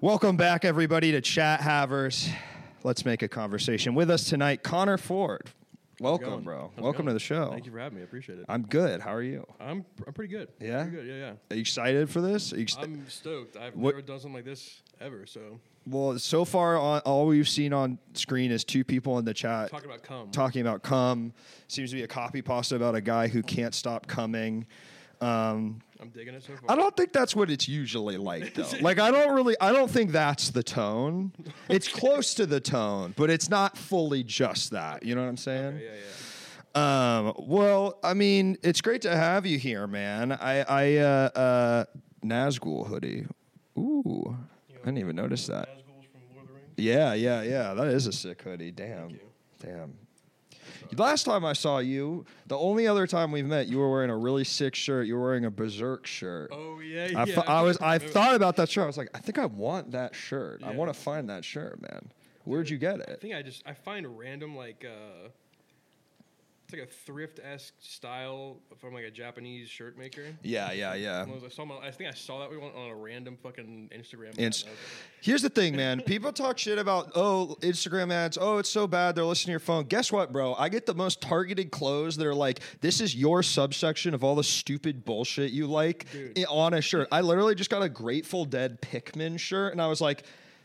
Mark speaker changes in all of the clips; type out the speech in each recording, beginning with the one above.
Speaker 1: Welcome back, everybody, to Chat Havers. Let's make a conversation. With us tonight, Connor Ford. Welcome,
Speaker 2: going?
Speaker 1: bro.
Speaker 2: How's it
Speaker 1: Welcome to
Speaker 2: going?
Speaker 1: the show.
Speaker 2: Thank you for having me. I appreciate it.
Speaker 1: I'm good. How are you?
Speaker 2: I'm pr- I'm pretty good.
Speaker 1: Yeah?
Speaker 2: Pretty good. Yeah, yeah.
Speaker 1: Are you excited for this? Are you ex-
Speaker 2: I'm stoked. I've
Speaker 1: What-
Speaker 2: never done something like this ever. So
Speaker 1: well, so far, on, all we've seen on screen is two people in the chat
Speaker 2: talking about cum.
Speaker 1: talking about cum. Seems to be a copy pasta about a guy who can't stop coming. Um,
Speaker 2: I'm digging it so far.
Speaker 1: I don't think that's what it's usually like though. like I don't really I don't think that's the tone. It's close to the tone, but it's not fully just that. You know what I'm saying?
Speaker 2: Yeah, yeah, yeah.
Speaker 1: Um, well, I mean, it's great to have you here, man. I I uh uh Nazgul hoodie. Ooh. I didn't even notice that.
Speaker 2: Nazgul's from Lord of the Rings.
Speaker 1: Yeah, yeah, yeah. That is a sick hoodie. Damn.
Speaker 2: you.
Speaker 1: Damn. Last time I saw you, the only other time we've met, you were wearing a really sick shirt. You were wearing a berserk shirt.
Speaker 2: Oh yeah, yeah.
Speaker 1: I, fu- I was I
Speaker 2: remember.
Speaker 1: thought about that shirt. I was like, I think I want that shirt. I
Speaker 2: Yeah.
Speaker 1: want to find that shirt, man. Where'd you get
Speaker 2: I
Speaker 1: it?
Speaker 2: think I just I find random like uh, it's like a thrift esque style from like a Japanese shirt maker.
Speaker 1: Yeah, yeah, yeah.
Speaker 2: One of those- I, saw my, I think I saw that one on a random fucking Instagram. ad,
Speaker 1: Ins-
Speaker 2: and I was like,
Speaker 1: Here's the thing, man. People talk shit about oh Instagram ads. Oh, it's so bad. They're listening to your phone. Guess what, bro? I get the most targeted clothes that are like, this is your subsection of all the stupid bullshit you like
Speaker 2: Dude.
Speaker 1: i- on a shirt. I literally just got a Grateful Dead Pikmin shirt, and I was like.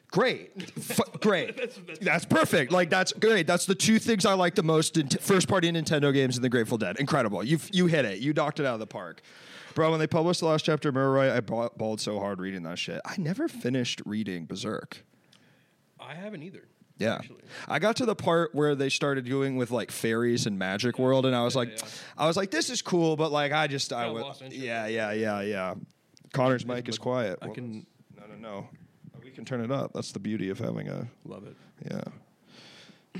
Speaker 1: Great, F- great. That's,
Speaker 2: That's- that's-
Speaker 1: perfect. Like that's great. That's the two things I like the most: in first party Nintendo games and the Grateful Dead. Incredible. You you hit it. You knocked it out of the park. Bro, when they published the last chapter of Murai, I ba- bawled so hard reading that shit. I never finished reading Berserk.
Speaker 2: I haven't either.
Speaker 1: Yeah.
Speaker 2: actually.
Speaker 1: I got to the part where they started doing with like fairies and magic world and I was like
Speaker 2: yeah.
Speaker 1: I was like this is cool but like I just I
Speaker 2: Kinda
Speaker 1: would
Speaker 2: lost interest.
Speaker 1: Yeah, yeah, yeah, yeah. Connor's mic is quiet.
Speaker 2: I
Speaker 1: Well,
Speaker 2: can-
Speaker 1: that's- No, no, no. We can turn it up. That's the beauty of having a
Speaker 2: Love it.
Speaker 1: yeah.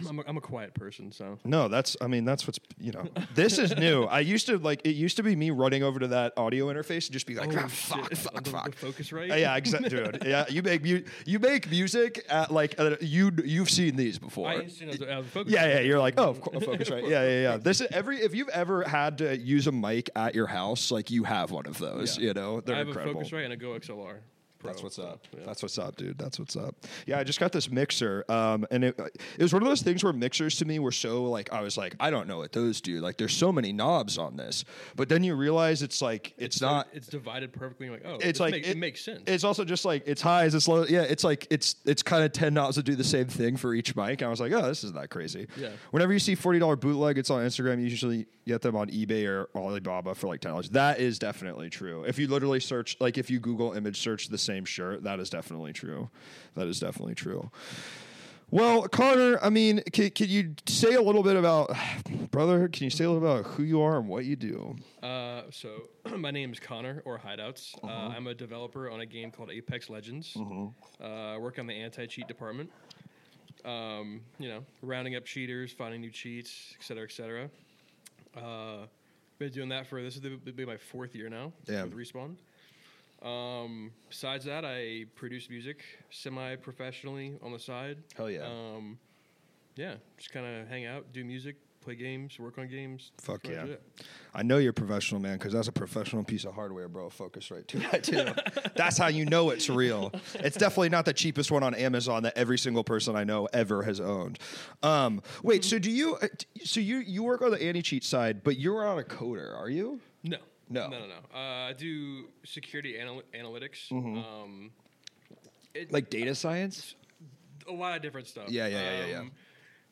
Speaker 2: I'm a, I'm a quiet person, so
Speaker 1: No, that's I mean that's what's you know. This is new. I used to like it used to be me running over to that audio interface and just be like
Speaker 2: Oh,
Speaker 1: "Ah, fuck,
Speaker 2: shit.
Speaker 1: fuck,
Speaker 2: The- the
Speaker 1: fuck.
Speaker 2: Focusrite?
Speaker 1: Uh, Yeah, exactly, dude. Yeah, you make mu- you make music at like uh, you you've seen these before.
Speaker 2: I instantly I was focused.
Speaker 1: Yeah, yeah. You're like, oh, of course, focus right. Yeah, yeah, yeah. This is every if you've ever had to use a mic at your house, like you have one of those.
Speaker 2: Yeah.
Speaker 1: You know, they're
Speaker 2: I have
Speaker 1: incredible.
Speaker 2: a Focusrite and a Go XLR. Pro,
Speaker 1: That's what's
Speaker 2: so,
Speaker 1: up.
Speaker 2: yeah.
Speaker 1: That's what's up, dude. That's what's up. Yeah, I just got this mixer, um, and it, it was one of those things where mixers to me were so like I was like I don't know what those do. Like there's so many knobs on this, but then you realize it's like it's,
Speaker 2: So
Speaker 1: not.
Speaker 2: It's divided perfectly. You're like, oh,
Speaker 1: it's
Speaker 2: this
Speaker 1: like
Speaker 2: make- it, makes sense.
Speaker 1: It's also just like it's highs, it's low. Yeah, it's like it's it's kind of ten knobs that do the same thing for each mic. I was like, oh, this is not crazy.
Speaker 2: Yeah.
Speaker 1: Whenever you see forty dollar bootleg, it's on Instagram. You usually get them on eBay or Alibaba for like ten dollars. That is definitely true. If you literally search, like if you Google image search the same shirt, that is definitely true. That is definitely true. Well, Connor, I mean, can, can you say a little bit about, brother? Can you say a little about who you are and what you do?
Speaker 2: Uh, so my name is Connor or Hideouts. uh
Speaker 1: Uh-huh.
Speaker 2: I'm a developer on a game called Apex Legends.
Speaker 1: Mm-hmm.
Speaker 2: Uh, I work on the anti-cheat department. Um, you know, rounding up cheaters, finding new cheats, et cetera, et cetera. Uh, been doing that for this is the, will be my fourth year now
Speaker 1: Damn.
Speaker 2: with Respawn. Um, besides that, I produce music semi-professionally on the side.
Speaker 1: Hell yeah.
Speaker 2: Um, yeah, just kind of hang out, do music, play games, work on games. That's
Speaker 1: Fuck
Speaker 2: pretty
Speaker 1: yeah.
Speaker 2: much it.
Speaker 1: I know you're a professional, man, because that's a professional piece of hardware, bro. Focus right to that, too. that's how you know it's real. It's definitely not the cheapest one on Amazon that every single person I know ever has owned. Um, wait, so do you, uh, t- so you, you work on the anti cheat side, but you're on a coder, are you?
Speaker 2: No.
Speaker 1: No.
Speaker 2: No, no, no. Uh, I do security anal- analytics. Um, it,
Speaker 1: Mm-hmm. Like data science?
Speaker 2: a lot of different stuff. Um,
Speaker 1: Yeah, yeah, yeah, yeah, yeah.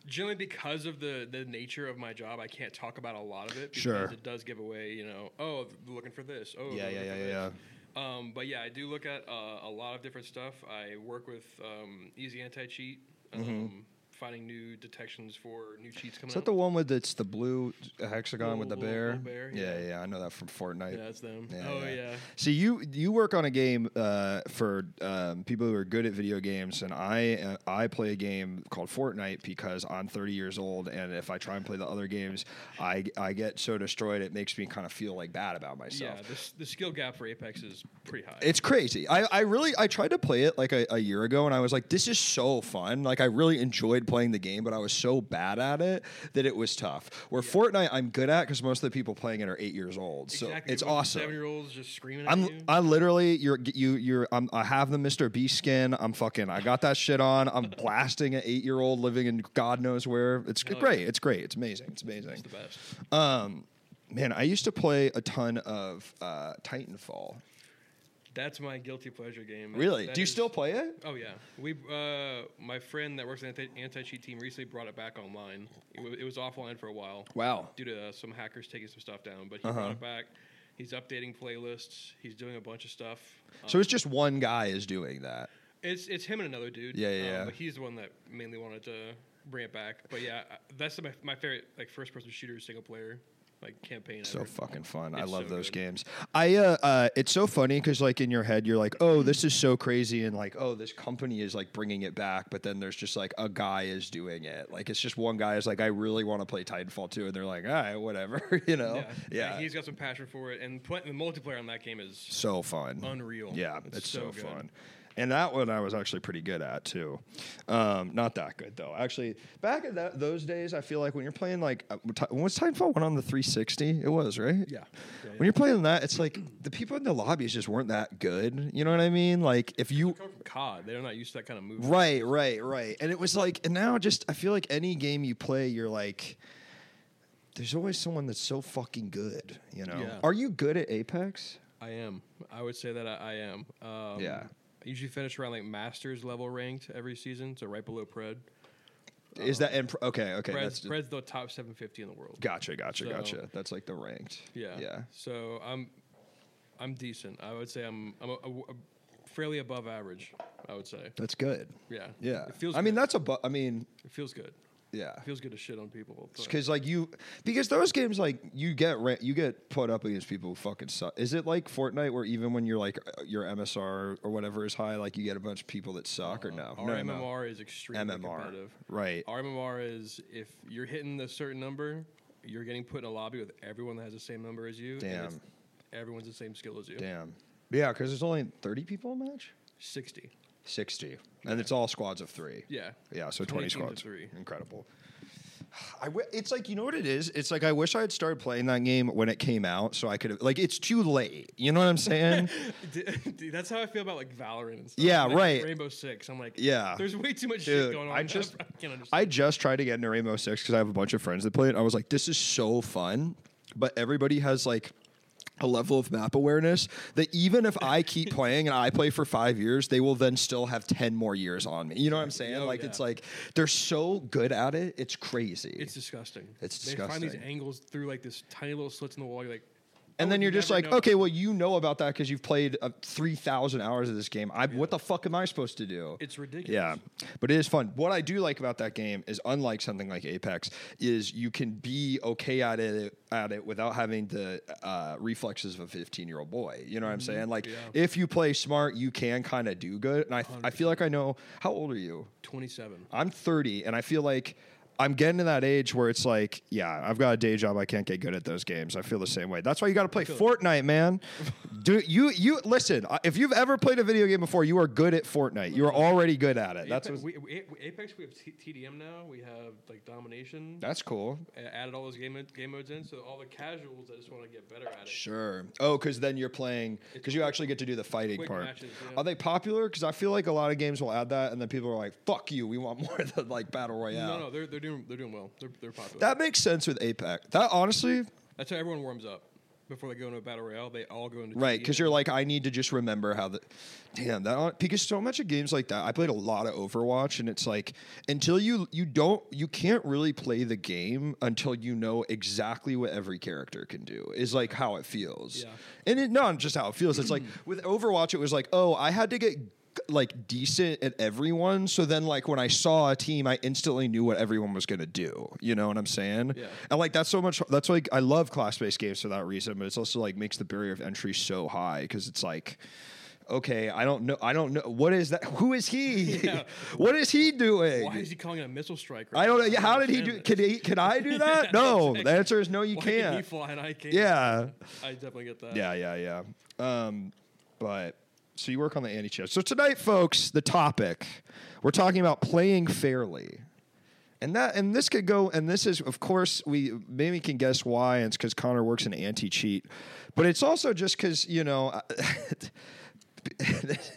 Speaker 2: Generally, because of the, the nature of my job, I can't talk about a lot of it because
Speaker 1: Sure.
Speaker 2: it does give away, you know, oh, they're looking for this. Oh,
Speaker 1: Yeah,
Speaker 2: they're
Speaker 1: yeah,
Speaker 2: looking
Speaker 1: yeah,
Speaker 2: for
Speaker 1: yeah,
Speaker 2: this. Um, but yeah, I do look at uh, a lot of different stuff. I work with um, Easy Anti Cheat, um, finding new detections for new cheats coming
Speaker 1: Mm-hmm. Is that
Speaker 2: out.
Speaker 1: the one with it's the blue hexagon
Speaker 2: Little-
Speaker 1: with the
Speaker 2: little-
Speaker 1: bear?
Speaker 2: little bear,
Speaker 1: yeah.
Speaker 2: yeah.
Speaker 1: yeah, I know that from Fortnite.
Speaker 2: yeah, that's them.
Speaker 1: Yeah,
Speaker 2: oh,
Speaker 1: yeah.
Speaker 2: yeah.
Speaker 1: See, you you work on a game uh, for um, people who are good at video games, and I uh, I play a game called Fortnite because I'm 30 years old, and if I try and play the other games, I I get so destroyed it makes me kind of feel like bad about myself.
Speaker 2: Yeah, this, the skill gap for Apex is pretty high.
Speaker 1: It's crazy. I, I really I tried to play it like a, a year ago, and I was like, this is so fun. Like I really enjoyed enjoyed playing the game, but I was so bad at it that it was tough. Where Fortnite, I'm good at because most of the people playing it are eight years old, so it's awesome.
Speaker 2: Seven year olds just screaming at
Speaker 1: I'm
Speaker 2: you.
Speaker 1: I literally you're you you're I'm, I have the Mr. B skin. I'm fucking I got that shit on. I'm blasting an eight year old living in God knows where. It's
Speaker 2: Hell
Speaker 1: great. It's great. It's amazing. It's amazing.
Speaker 2: the best.
Speaker 1: Um, man, I used to play a ton of uh, Titanfall.
Speaker 2: That's my guilty pleasure game.
Speaker 1: Really?
Speaker 2: That
Speaker 1: Do you
Speaker 2: is-
Speaker 1: still play it?
Speaker 2: Oh yeah, we. Uh, my friend that works in the anti cheat team recently brought it back online. It, wa- it was offline for a while
Speaker 1: Wow.
Speaker 2: due to uh, some hackers taking some stuff down, but he
Speaker 1: Uh-huh.
Speaker 2: brought it back. He's updating playlists. He's doing a bunch of stuff.
Speaker 1: So
Speaker 2: Um,
Speaker 1: it's just one guy is doing that.
Speaker 2: it's it's him and another dude. Um,
Speaker 1: Yeah, yeah, yeah.
Speaker 2: But he's the one that mainly wanted to bring it back. But yeah, I- that's my, my favorite like first person shooter single player like campaign.
Speaker 1: So
Speaker 2: ever.
Speaker 1: fucking fun. I
Speaker 2: It's
Speaker 1: love
Speaker 2: so
Speaker 1: those
Speaker 2: good.
Speaker 1: games. I uh, uh it's so funny cuz like in your head you're like, "Oh, this is so crazy." And like, "Oh, this company is like bringing it back." But then there's just like a guy is doing it. Like it's just one guy is like, "I really want to play Titanfall 2." And they're like, "All right, whatever." you know?
Speaker 2: Yeah.
Speaker 1: Oh, Yeah.
Speaker 2: he's got some passion for it, and pl- the multiplayer on that game is
Speaker 1: so fun.
Speaker 2: unreal.
Speaker 1: Yeah, it's, so,
Speaker 2: good.
Speaker 1: fun. And that one I was actually pretty good at too. Um, not that good though. Actually, back in that, those days, I feel like when you're playing like uh, Ti- when was Titanfall one on the 360? It was right.
Speaker 2: Yeah. Yeah,
Speaker 1: When you're playing that, it's like the people in the lobbies just weren't that good. You know what I mean? Like if you
Speaker 2: Come from COD, they're not used to that kind of movement.
Speaker 1: Right, right, right. And it was like, and now just I feel like any game you play, you're like, there's always someone that's so fucking good. You know?
Speaker 2: Yeah.
Speaker 1: Are you good at Apex?
Speaker 2: I am. I would say that I, I am. Um,
Speaker 1: Yeah.
Speaker 2: I usually finish around like masters level ranked every season, so right below Pred.
Speaker 1: Is
Speaker 2: Uh,
Speaker 1: that and okay? Okay,
Speaker 2: Pred's,
Speaker 1: that's
Speaker 2: Pred's the top 750 in the world.
Speaker 1: gotcha, gotcha,
Speaker 2: So-
Speaker 1: gotcha. That's like the ranked.
Speaker 2: Yeah.
Speaker 1: yeah.
Speaker 2: So I'm, I'm decent. I would say I'm, I'm a, a- a- fairly above average. I would say.
Speaker 1: That's good.
Speaker 2: Yeah.
Speaker 1: Yeah,
Speaker 2: It feels.
Speaker 1: I mean,
Speaker 2: good.
Speaker 1: that's a. Bu- I mean,
Speaker 2: It feels good.
Speaker 1: yeah.
Speaker 2: It feels good to shit on people. but-
Speaker 1: Because like you, because those games like you get ra- you get put up against people who fucking suck. Is it like Fortnite where even when you're like uh, your MSR or whatever is high, like you get a bunch of people that suck or no?
Speaker 2: Uh-huh. Our
Speaker 1: no, no.
Speaker 2: MMR is extremely competitive.
Speaker 1: Right.
Speaker 2: Our MMR is if you're hitting a certain number, you're getting put in a lobby with everyone that has the same number as you. and it's-
Speaker 1: Damn.
Speaker 2: everyone's the same skill as you.
Speaker 1: Damn. Yeah, because there's only 30 people a match?
Speaker 2: 60.
Speaker 1: 60. And it's all squads of three.
Speaker 2: Yeah.
Speaker 1: Yeah, so 20,
Speaker 2: 20 teams of
Speaker 1: squads.
Speaker 2: three.
Speaker 1: Incredible. I w- it's like, you know what it is? It's like, I wish I had started playing that game when it came out so I could have, like, it's too late. You know what I'm saying?
Speaker 2: Dude, that's how I feel about like Valorant and stuff.
Speaker 1: Yeah,
Speaker 2: Like,
Speaker 1: right.
Speaker 2: Rainbow Six. I'm like,
Speaker 1: Yeah.
Speaker 2: There's way too much
Speaker 1: Dude,
Speaker 2: shit going on.
Speaker 1: I just-
Speaker 2: I can't understand.
Speaker 1: I just tried to get into Rainbow Six because I have a bunch of friends that play it. I was like, this is so fun, but everybody has like a level of map awareness that even if I keep playing and I play for five years, they will then still have ten more years on me. You know what I'm saying?
Speaker 2: Oh,
Speaker 1: like
Speaker 2: yeah.
Speaker 1: it's like they're so good at it, it's crazy.
Speaker 2: it's disgusting.
Speaker 1: It's
Speaker 2: They find
Speaker 1: disgusting.
Speaker 2: these angles through like this tiny little slits in the wall. You're like,
Speaker 1: and
Speaker 2: I
Speaker 1: then
Speaker 2: would
Speaker 1: you're just
Speaker 2: never
Speaker 1: like,
Speaker 2: know.
Speaker 1: okay, well, you know about that because you've played uh, three thousand hours of this game. I, What the fuck am I supposed to do?
Speaker 2: It's ridiculous.
Speaker 1: Yeah, but it is fun. What I do like about that game is, unlike something like Apex, is you can be okay at it at it without having the uh, reflexes of a 15 year old boy. You know what I'm saying? Like,
Speaker 2: Mm-hmm. yeah.
Speaker 1: if you play smart, you can kind of do good. And I, I feel like I know. How old are you?
Speaker 2: 27.
Speaker 1: I'm 30, and I feel like. I'm getting to that age where it's like, yeah, I've got a day job. I can't get good at those games. I feel the same way. That's why you got to play Fortnite, man. Do you you listen? uh, If you've ever played a video game before, you are good at Fortnite. You are already good at it. That's
Speaker 2: Apex,
Speaker 1: what
Speaker 2: we, we, Apex. We have T- TDM now. We have like domination.
Speaker 1: That's cool.
Speaker 2: a- added all those game mo- game modes in, so all the casuals that just want to get better at it.
Speaker 1: Sure. Oh, because then you're playing because you actually get to do the fighting
Speaker 2: quick
Speaker 1: part.
Speaker 2: matches, yeah.
Speaker 1: Are they popular? Because I feel like a lot of games will add that, and then people are like, "Fuck you, we want more of the like battle royale."
Speaker 2: No, no, they're they're doing they're doing well. They're they're popular.
Speaker 1: That makes sense with Apex. That honestly,
Speaker 2: That's how everyone warms up before they go into a battle royale. They all go into E.
Speaker 1: right? Because you're like, I need to just remember how the damn that hon- because so much of games like that. I played a lot of Overwatch, and it's like until you you don't you can't really play the game until you know exactly what every character can do. Is like how it feels.
Speaker 2: Yeah.
Speaker 1: and it not just how it feels. It's like with Overwatch, it was like, oh, I had to get like decent at everyone. So then, like when I saw a team, I instantly knew what everyone was gonna do. You know what I'm saying?
Speaker 2: Yeah.
Speaker 1: And like that's so much. That's like I love class based games for that reason, but it's also like makes the barrier of entry so high because it's like. Okay, I don't know. I don't know. What is that? Who is he?
Speaker 2: Yeah.
Speaker 1: what is he doing?
Speaker 2: Why is he calling it a missile strike?
Speaker 1: I don't know.
Speaker 2: now?
Speaker 1: Yeah, How did he do?
Speaker 2: understand
Speaker 1: Can
Speaker 2: this.
Speaker 1: he? Can I do that?
Speaker 2: Yeah,
Speaker 1: no.
Speaker 2: exactly.
Speaker 1: The answer is no. You
Speaker 2: Why
Speaker 1: can't.
Speaker 2: Can he fly and I can't?
Speaker 1: yeah.
Speaker 2: I definitely get that.
Speaker 1: Yeah, yeah, yeah. Um, but so you work on the anti chess. So tonight, folks, the topic we're talking about playing fairly. And that and this could go and this is of course we maybe can guess why and it's because Connor works in anti cheat, but it's also just because you know.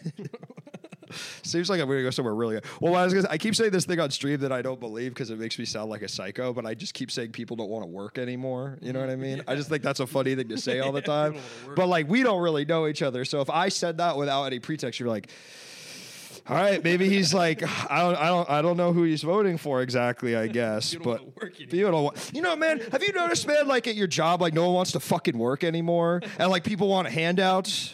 Speaker 1: Seems like I'm going to go somewhere really good. Well, I was gonna, I keep saying this thing on stream that I don't believe because it makes me sound like a psycho, but I just keep saying people don't want to work anymore. You know what I mean? I just think that's a funny thing to say all the time.
Speaker 2: don't wanna work.
Speaker 1: But like, we don't really know each other. So if I said that without any pretext, you're like, all right, maybe he's like, I don't, I don't, I don't know who he's voting for exactly. I guess,
Speaker 2: You don't
Speaker 1: but
Speaker 2: wanna work anymore.
Speaker 1: you don't, wa- you know, man, have you noticed, man, like at your job, like no one wants to fucking work anymore, and like people want handouts.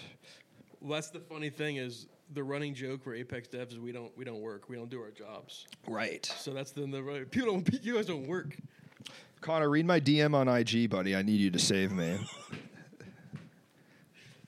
Speaker 2: Well, that's the funny thing is the running joke for Apex devs is we don't we don't work. We don't do our jobs.
Speaker 1: Right.
Speaker 2: So that's the, the people don't you guys don't work.
Speaker 1: Connor, read my DM on IG, buddy. I need you to save me.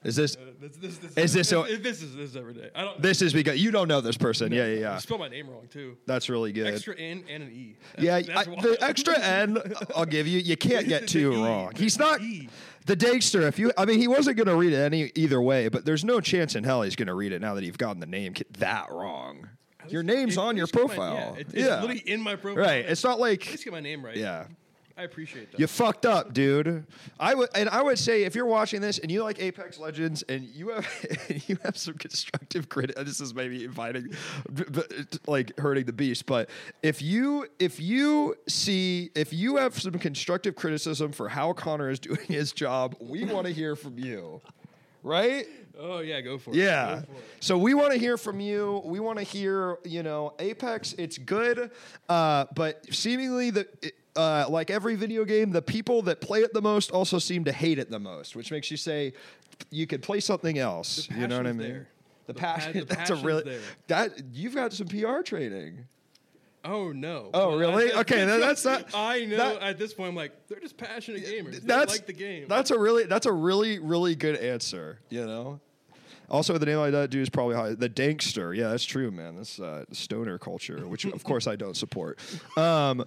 Speaker 1: Is this
Speaker 2: Uh, this, this, this,
Speaker 1: Is this so-
Speaker 2: this, this is this is every day. I don't.
Speaker 1: this is because you don't know this person? Yeah, yeah,
Speaker 2: You
Speaker 1: yeah.
Speaker 2: spelled my name wrong too.
Speaker 1: That's really good.
Speaker 2: Extra N and an E.
Speaker 1: yeah,
Speaker 2: That's- that's
Speaker 1: I-
Speaker 2: why.
Speaker 1: the extra N, I'll give you. You can't get
Speaker 2: The
Speaker 1: too
Speaker 2: E,
Speaker 1: wrong.
Speaker 2: the
Speaker 1: He's not
Speaker 2: E.
Speaker 1: the Dagster. If you, I mean, he wasn't going to read it any either way, but there's no chance in hell he's going to read it now that you've gotten the name ki- that wrong. Your name's
Speaker 2: It-
Speaker 1: on your
Speaker 2: it's got my-
Speaker 1: profile.
Speaker 2: yeah, it- it's
Speaker 1: Yeah,
Speaker 2: literally in my profile.
Speaker 1: right. It's not
Speaker 2: At
Speaker 1: like
Speaker 2: least get my name right.
Speaker 1: yeah.
Speaker 2: I appreciate that.
Speaker 1: You fucked up, dude. I would, and I would say if you're watching this and you like Apex Legends and you have you have some constructive criticism, this is maybe inviting, b- b- like hurting the beast. But if you if you see if you have some constructive criticism for how Connor is doing his job, we want to hear from you, right?
Speaker 2: Oh yeah, go for it.
Speaker 1: Yeah.
Speaker 2: Go for it.
Speaker 1: So we want to hear from you. We want to hear, you know, Apex. It's good, uh, but seemingly the. uh, like every video game, the people that play it the most also seem to hate it the most, which makes you say you could play something else. You know what I
Speaker 2: passion's
Speaker 1: mean?
Speaker 2: there.
Speaker 1: The,
Speaker 2: The pa-
Speaker 1: passion.
Speaker 2: the
Speaker 1: that's a
Speaker 2: passion's
Speaker 1: really
Speaker 2: there.
Speaker 1: that you've got some PR training.
Speaker 2: Oh no.
Speaker 1: Oh, really? Okay, then that's not-
Speaker 2: I know.
Speaker 1: that-
Speaker 2: at this point, I'm like, they're just passionate gamers. They
Speaker 1: that's
Speaker 2: like the game.
Speaker 1: That's a really that's a really really good answer. You know. Also, the name I do is probably high. The Dankster. Yeah, that's true, man. That's uh, stoner culture, which of course I don't support. Um,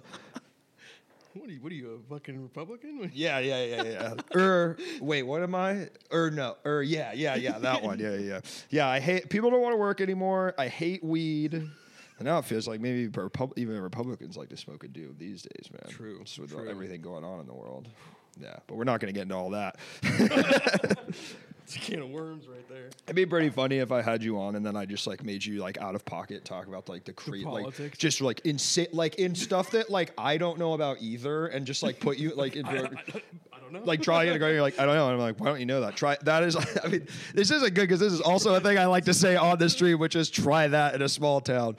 Speaker 2: what are you? What are you? A fucking Republican?
Speaker 1: yeah, yeah, yeah, yeah. Or wait, what am I? Or no? Or yeah, yeah, yeah. That one. Yeah, yeah, yeah. Yeah, I hate people don't want to work anymore. I hate weed. And now it feels like maybe Repub- even Republicans like to smoke and do these days, man.
Speaker 2: True,
Speaker 1: Just with
Speaker 2: true.
Speaker 1: everything going on in the world. Yeah, but we're not going to get into all that.
Speaker 2: It's a can of worms right there.
Speaker 1: It'd be pretty funny if I had you on and then I just like made you like out of pocket talk about like the creed, like
Speaker 2: politics.
Speaker 1: just like in like in stuff that like I don't know about either, and just like put you like in
Speaker 2: I, I- I don't know.
Speaker 1: like trying to go. You're like I don't know. And I'm like, why don't you know that? Try that is. I mean, this isn't good because this is also a thing I like to say on the stream, which is try that in a small town.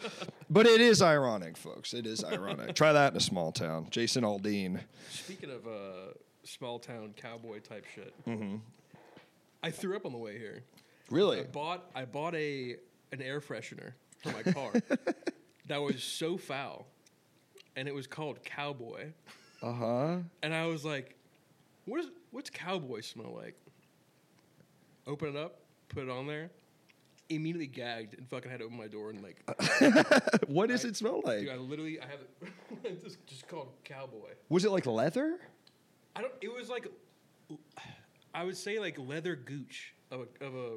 Speaker 1: But it is ironic, folks. It is ironic. try that in a small town. Jason Aldean.
Speaker 2: Speaking of uh, small town cowboy type shit,
Speaker 1: Mm-hmm.
Speaker 2: I threw up on the way here. I
Speaker 1: Really?
Speaker 2: bought I bought a an air freshener for my car that was so foul, and it was called Cowboy.
Speaker 1: Uh huh.
Speaker 2: And I was like, what is, what's cowboy smell like? Open it up, put it on there, immediately gagged and fucking had to open my door and like,
Speaker 1: What does it smell
Speaker 2: dude, I
Speaker 1: like?
Speaker 2: literally, I have it, just, just called cowboy.
Speaker 1: Was it like leather?
Speaker 2: I don't, it was like, I would say like leather gooch of a, of a,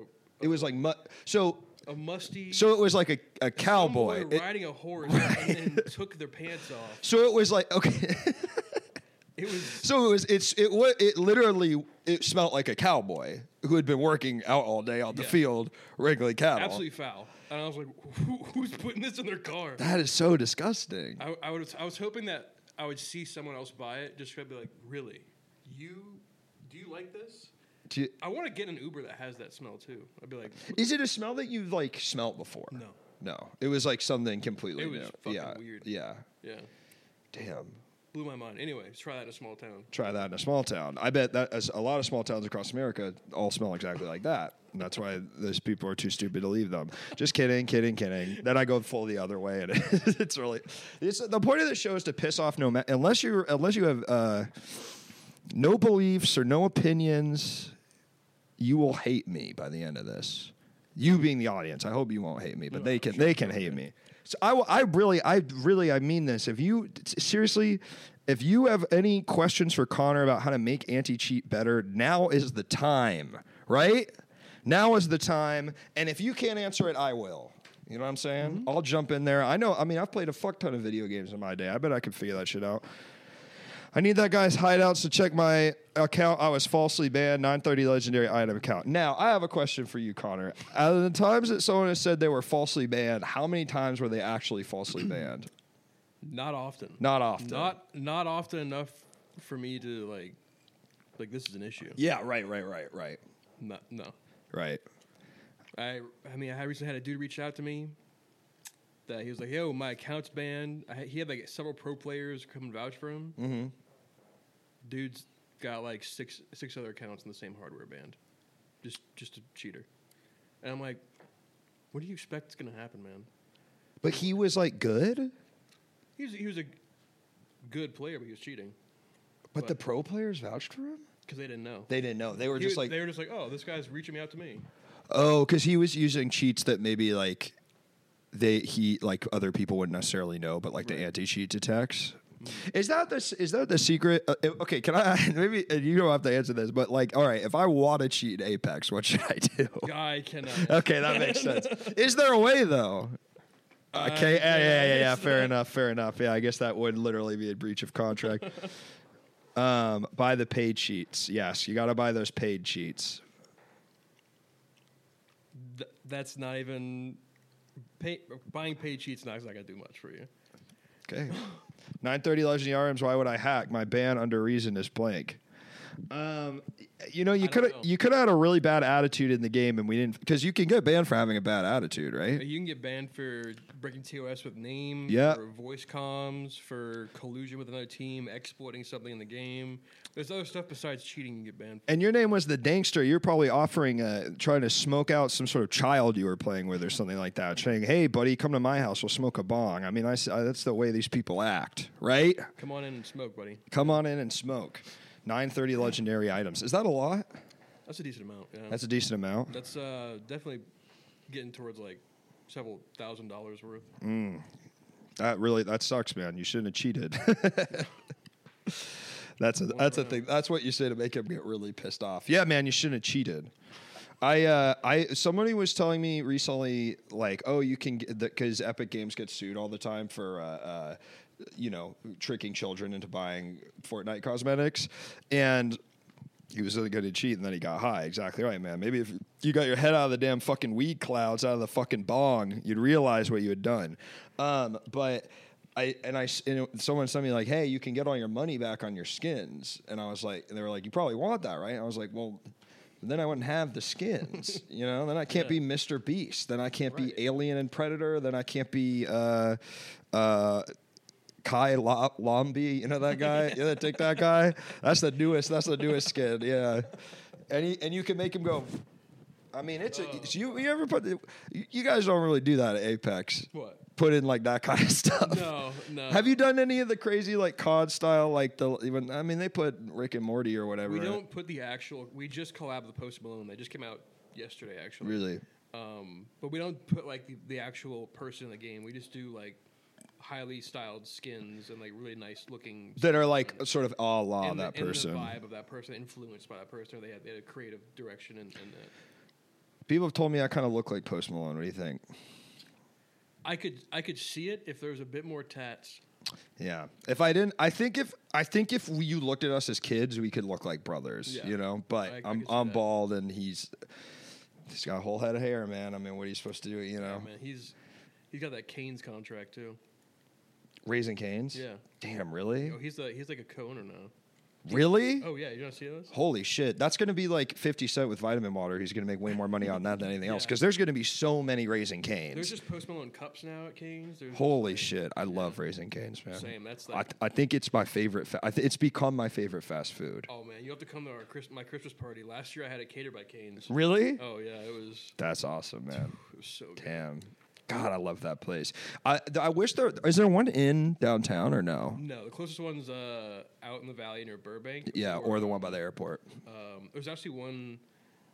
Speaker 1: It was like mu- so.
Speaker 2: a musty.
Speaker 1: So it was like a, a
Speaker 2: some
Speaker 1: cowboy.
Speaker 2: boy
Speaker 1: It-
Speaker 2: riding a horse and then took their pants off.
Speaker 1: so it was like okay.
Speaker 2: It was
Speaker 1: so it was it's it wa it literally it smelled like a cowboy who had been working out all day on the
Speaker 2: Yeah.
Speaker 1: field wrangling cattle.
Speaker 2: absolutely foul. And I was like, Who, who's putting this in their car?
Speaker 1: That is so disgusting.
Speaker 2: I, I would. I was hoping that I would see someone else buy it. Just to be like, really, you do you like this?
Speaker 1: Do you-
Speaker 2: I want to get an Uber that has that smell too. I'd be like,
Speaker 1: is it a smell that you've like smelt before?
Speaker 2: No.
Speaker 1: No. It was like something completely
Speaker 2: It was
Speaker 1: new.
Speaker 2: fucking
Speaker 1: yeah.
Speaker 2: weird.
Speaker 1: Yeah.
Speaker 2: yeah,
Speaker 1: Damn.
Speaker 2: blew my mind. Anyway, let's try that in a small town.
Speaker 1: Try that in a small town. I bet that as a lot of small towns across America all smell exactly like that. And that's why those people are too stupid to leave them. Just kidding, kidding, kidding. Then I go full the other way, and it's really it's, the point of the show is to piss off no matter unless you unless you have uh, no beliefs or no opinions. You will hate me by the end of this. You being the audience, I hope you won't hate me, but they can they can hate me. So I, will- I really I really I mean this. If you t- seriously, if you have any questions for Connor about how to make anti cheat better, now is the time, right? Now is the time, and if you can't answer it, I will. You know what I'm saying? I'll jump in there. I know. I mean, I've played a fuck ton of video games in my day. I bet I could figure that shit out. I need that guy's hideouts to check my account. I was falsely banned. 930 legendary item account. Now, I have a question for you, Connor. Out of the times that someone has said they were falsely banned, how many times were they actually falsely banned?
Speaker 2: Not often.
Speaker 1: Not often.
Speaker 2: Not not often enough for me to like like this is an issue.
Speaker 1: yeah, right, right, right, right,
Speaker 2: No, no.
Speaker 1: right.
Speaker 2: I I mean I recently had a dude reach out to me that he was like, "Yo, my account's banned." I, he had like several pro players come and vouch for him. Mm-hmm. Dude's got like six six other accounts in the same hardware band. Just just a cheater. And I'm like, what do you expect is gonna happen, man?
Speaker 1: But he was like good,
Speaker 2: He was he was a good player, but he was cheating
Speaker 1: but the pro players vouched for him.
Speaker 2: because they didn't know.
Speaker 1: They didn't know. They were
Speaker 2: He
Speaker 1: just
Speaker 2: was-
Speaker 1: like,
Speaker 2: they were just like, oh, this guy's reaching out to me.
Speaker 1: oh, because he was using cheats that maybe like they he like other people wouldn't necessarily know, but like the anti cheat detects.
Speaker 2: Mm-hmm.
Speaker 1: Is that this? Is that the secret? Uh, if- okay, can I? Maybe and you don't have to answer this, but like, all right, if I want to cheat in Apex, what should I do?
Speaker 2: I cannot.
Speaker 1: Okay, that makes sense. Is there a way though?
Speaker 2: Uh, I
Speaker 1: Okay, yeah, yeah, yeah, yeah.
Speaker 2: guess
Speaker 1: Fair
Speaker 2: that-
Speaker 1: enough, fair enough. Yeah, I guess that would literally be a breach of contract. um, buy the paid sheets. Yes, you got to buy those paid sheets.
Speaker 2: Th- that's not even pay, buying paid sheets. Not going to do much for you.
Speaker 1: Okay. 930 Legendary Arms, why would I hack? My ban under reason is blank. Um, y- you know, you
Speaker 2: don't
Speaker 1: could
Speaker 2: know.
Speaker 1: you could have had a really bad attitude in the game, and we didn't because you can get banned for having a bad attitude, right?
Speaker 2: You can get banned for breaking TOS with name,
Speaker 1: Yeah.
Speaker 2: for voice comms, for collusion with another team, exploiting something in the game. There's other stuff besides cheating you can get banned.
Speaker 1: And your name was the Dankster. You're probably offering, uh, trying to smoke out some sort of child you were playing with or something like that, saying, "Hey, buddy, come to my house. We'll smoke a bong." I mean, I, s- I- that's the way these people act, right?
Speaker 2: Come on in and smoke, buddy.
Speaker 1: Come on in and smoke. 930 legendary items. Is that a lot?
Speaker 2: That's a decent amount. Yeah.
Speaker 1: That's a decent amount.
Speaker 2: That's uh, definitely getting towards like several thousand dollars worth.
Speaker 1: That really that sucks, man. You shouldn't have cheated. that's a, that's a thing. That's what you say to make him get really pissed off. Yeah, man, you shouldn't have cheated. I uh, I somebody was telling me recently like, oh, you can get because Epic Games gets sued all the time for. Uh, uh, you know, tricking children into buying Fortnite cosmetics, and he was really good to cheat, and then he got high. Exactly right, man. Maybe if you got your head out of the damn fucking weed clouds, out of the fucking bong, you'd realize what you had done. Um, but I and I s- and it- someone sent me like, hey, you can get all your money back on your skins, and I was like, and they were like, you probably want that, right? And I was like, well. Then I wouldn't have the skins, you know. Then I can't be Mr. Beast. Then I can't
Speaker 2: Right.
Speaker 1: be Alien and Predator. Then I can't be uh, uh, Kai La- Lombi, you know that guy? You know that TikTok guy? That's the newest. That's the newest skin. Yeah, and he, and you can make him go. I mean, it's
Speaker 2: Oh.
Speaker 1: a, it's- you. You ever put? The, you, you guys don't really do that at Apex.
Speaker 2: What?
Speaker 1: Put in like that kind of stuff.
Speaker 2: No, no.
Speaker 1: Have you done any of the crazy like COD style like the? Even, I mean, they put Rick and Morty or whatever.
Speaker 2: We
Speaker 1: in it.
Speaker 2: don't put the actual. We just collab with Post Malone. They just came out yesterday, actually.
Speaker 1: really.
Speaker 2: Um, but we don't put like the, the actual person in the game. We just do like highly styled skins and like really nice looking.
Speaker 1: That are
Speaker 2: skins
Speaker 1: like
Speaker 2: on it.
Speaker 1: sort of a la
Speaker 2: And the-
Speaker 1: that
Speaker 2: and
Speaker 1: person.
Speaker 2: the vibe of that person, influenced by that person. or They had, they had a creative direction and. and uh,
Speaker 1: People have told me I kind of look like Post Malone. What do you think?
Speaker 2: I could I could see it if there was a bit more tats.
Speaker 1: Yeah. If I didn't, I think if I think if we, you looked at us as kids, we could look like brothers,
Speaker 2: Yeah.
Speaker 1: you know. But
Speaker 2: I- I
Speaker 1: I, am
Speaker 2: could see
Speaker 1: I'm
Speaker 2: that.
Speaker 1: bald, and he's he's got a whole head of hair, man. I mean, what are you supposed to do? You know,
Speaker 2: Oh, man, he's he's got that Canes contract too.
Speaker 1: raising canes.
Speaker 2: Yeah.
Speaker 1: Damn, really,
Speaker 2: Oh, he's the he's like a co-owner now.
Speaker 1: really.
Speaker 2: Oh yeah, you don't see this?
Speaker 1: Holy shit! That's going to be like fifty cent with vitamin water. He's going to make way more money on that than anything else
Speaker 2: Yeah.
Speaker 1: because there's going to be so many raising
Speaker 2: There's
Speaker 1: canes.
Speaker 2: just Post Malone cups now at Canes. There's just,
Speaker 1: Holy
Speaker 2: like-
Speaker 1: shit! I love raising canes, man.
Speaker 2: Same, that's
Speaker 1: I,
Speaker 2: like-
Speaker 1: th- I think it's my favorite. Fa- I th- it's become my favorite fast food.
Speaker 2: Oh man, you have to come to our Chris, my Christmas party. Last year I had it catered by Canes.
Speaker 1: Really?
Speaker 2: Oh yeah, it was
Speaker 1: That's awesome, man.
Speaker 2: it was so good.
Speaker 1: Damn. God, I love that place. I th- I wish there is there one in downtown or no?
Speaker 2: No, the closest one's uh, out in the valley near Burbank.
Speaker 1: Yeah, or the one by the airport.
Speaker 2: um, there's actually one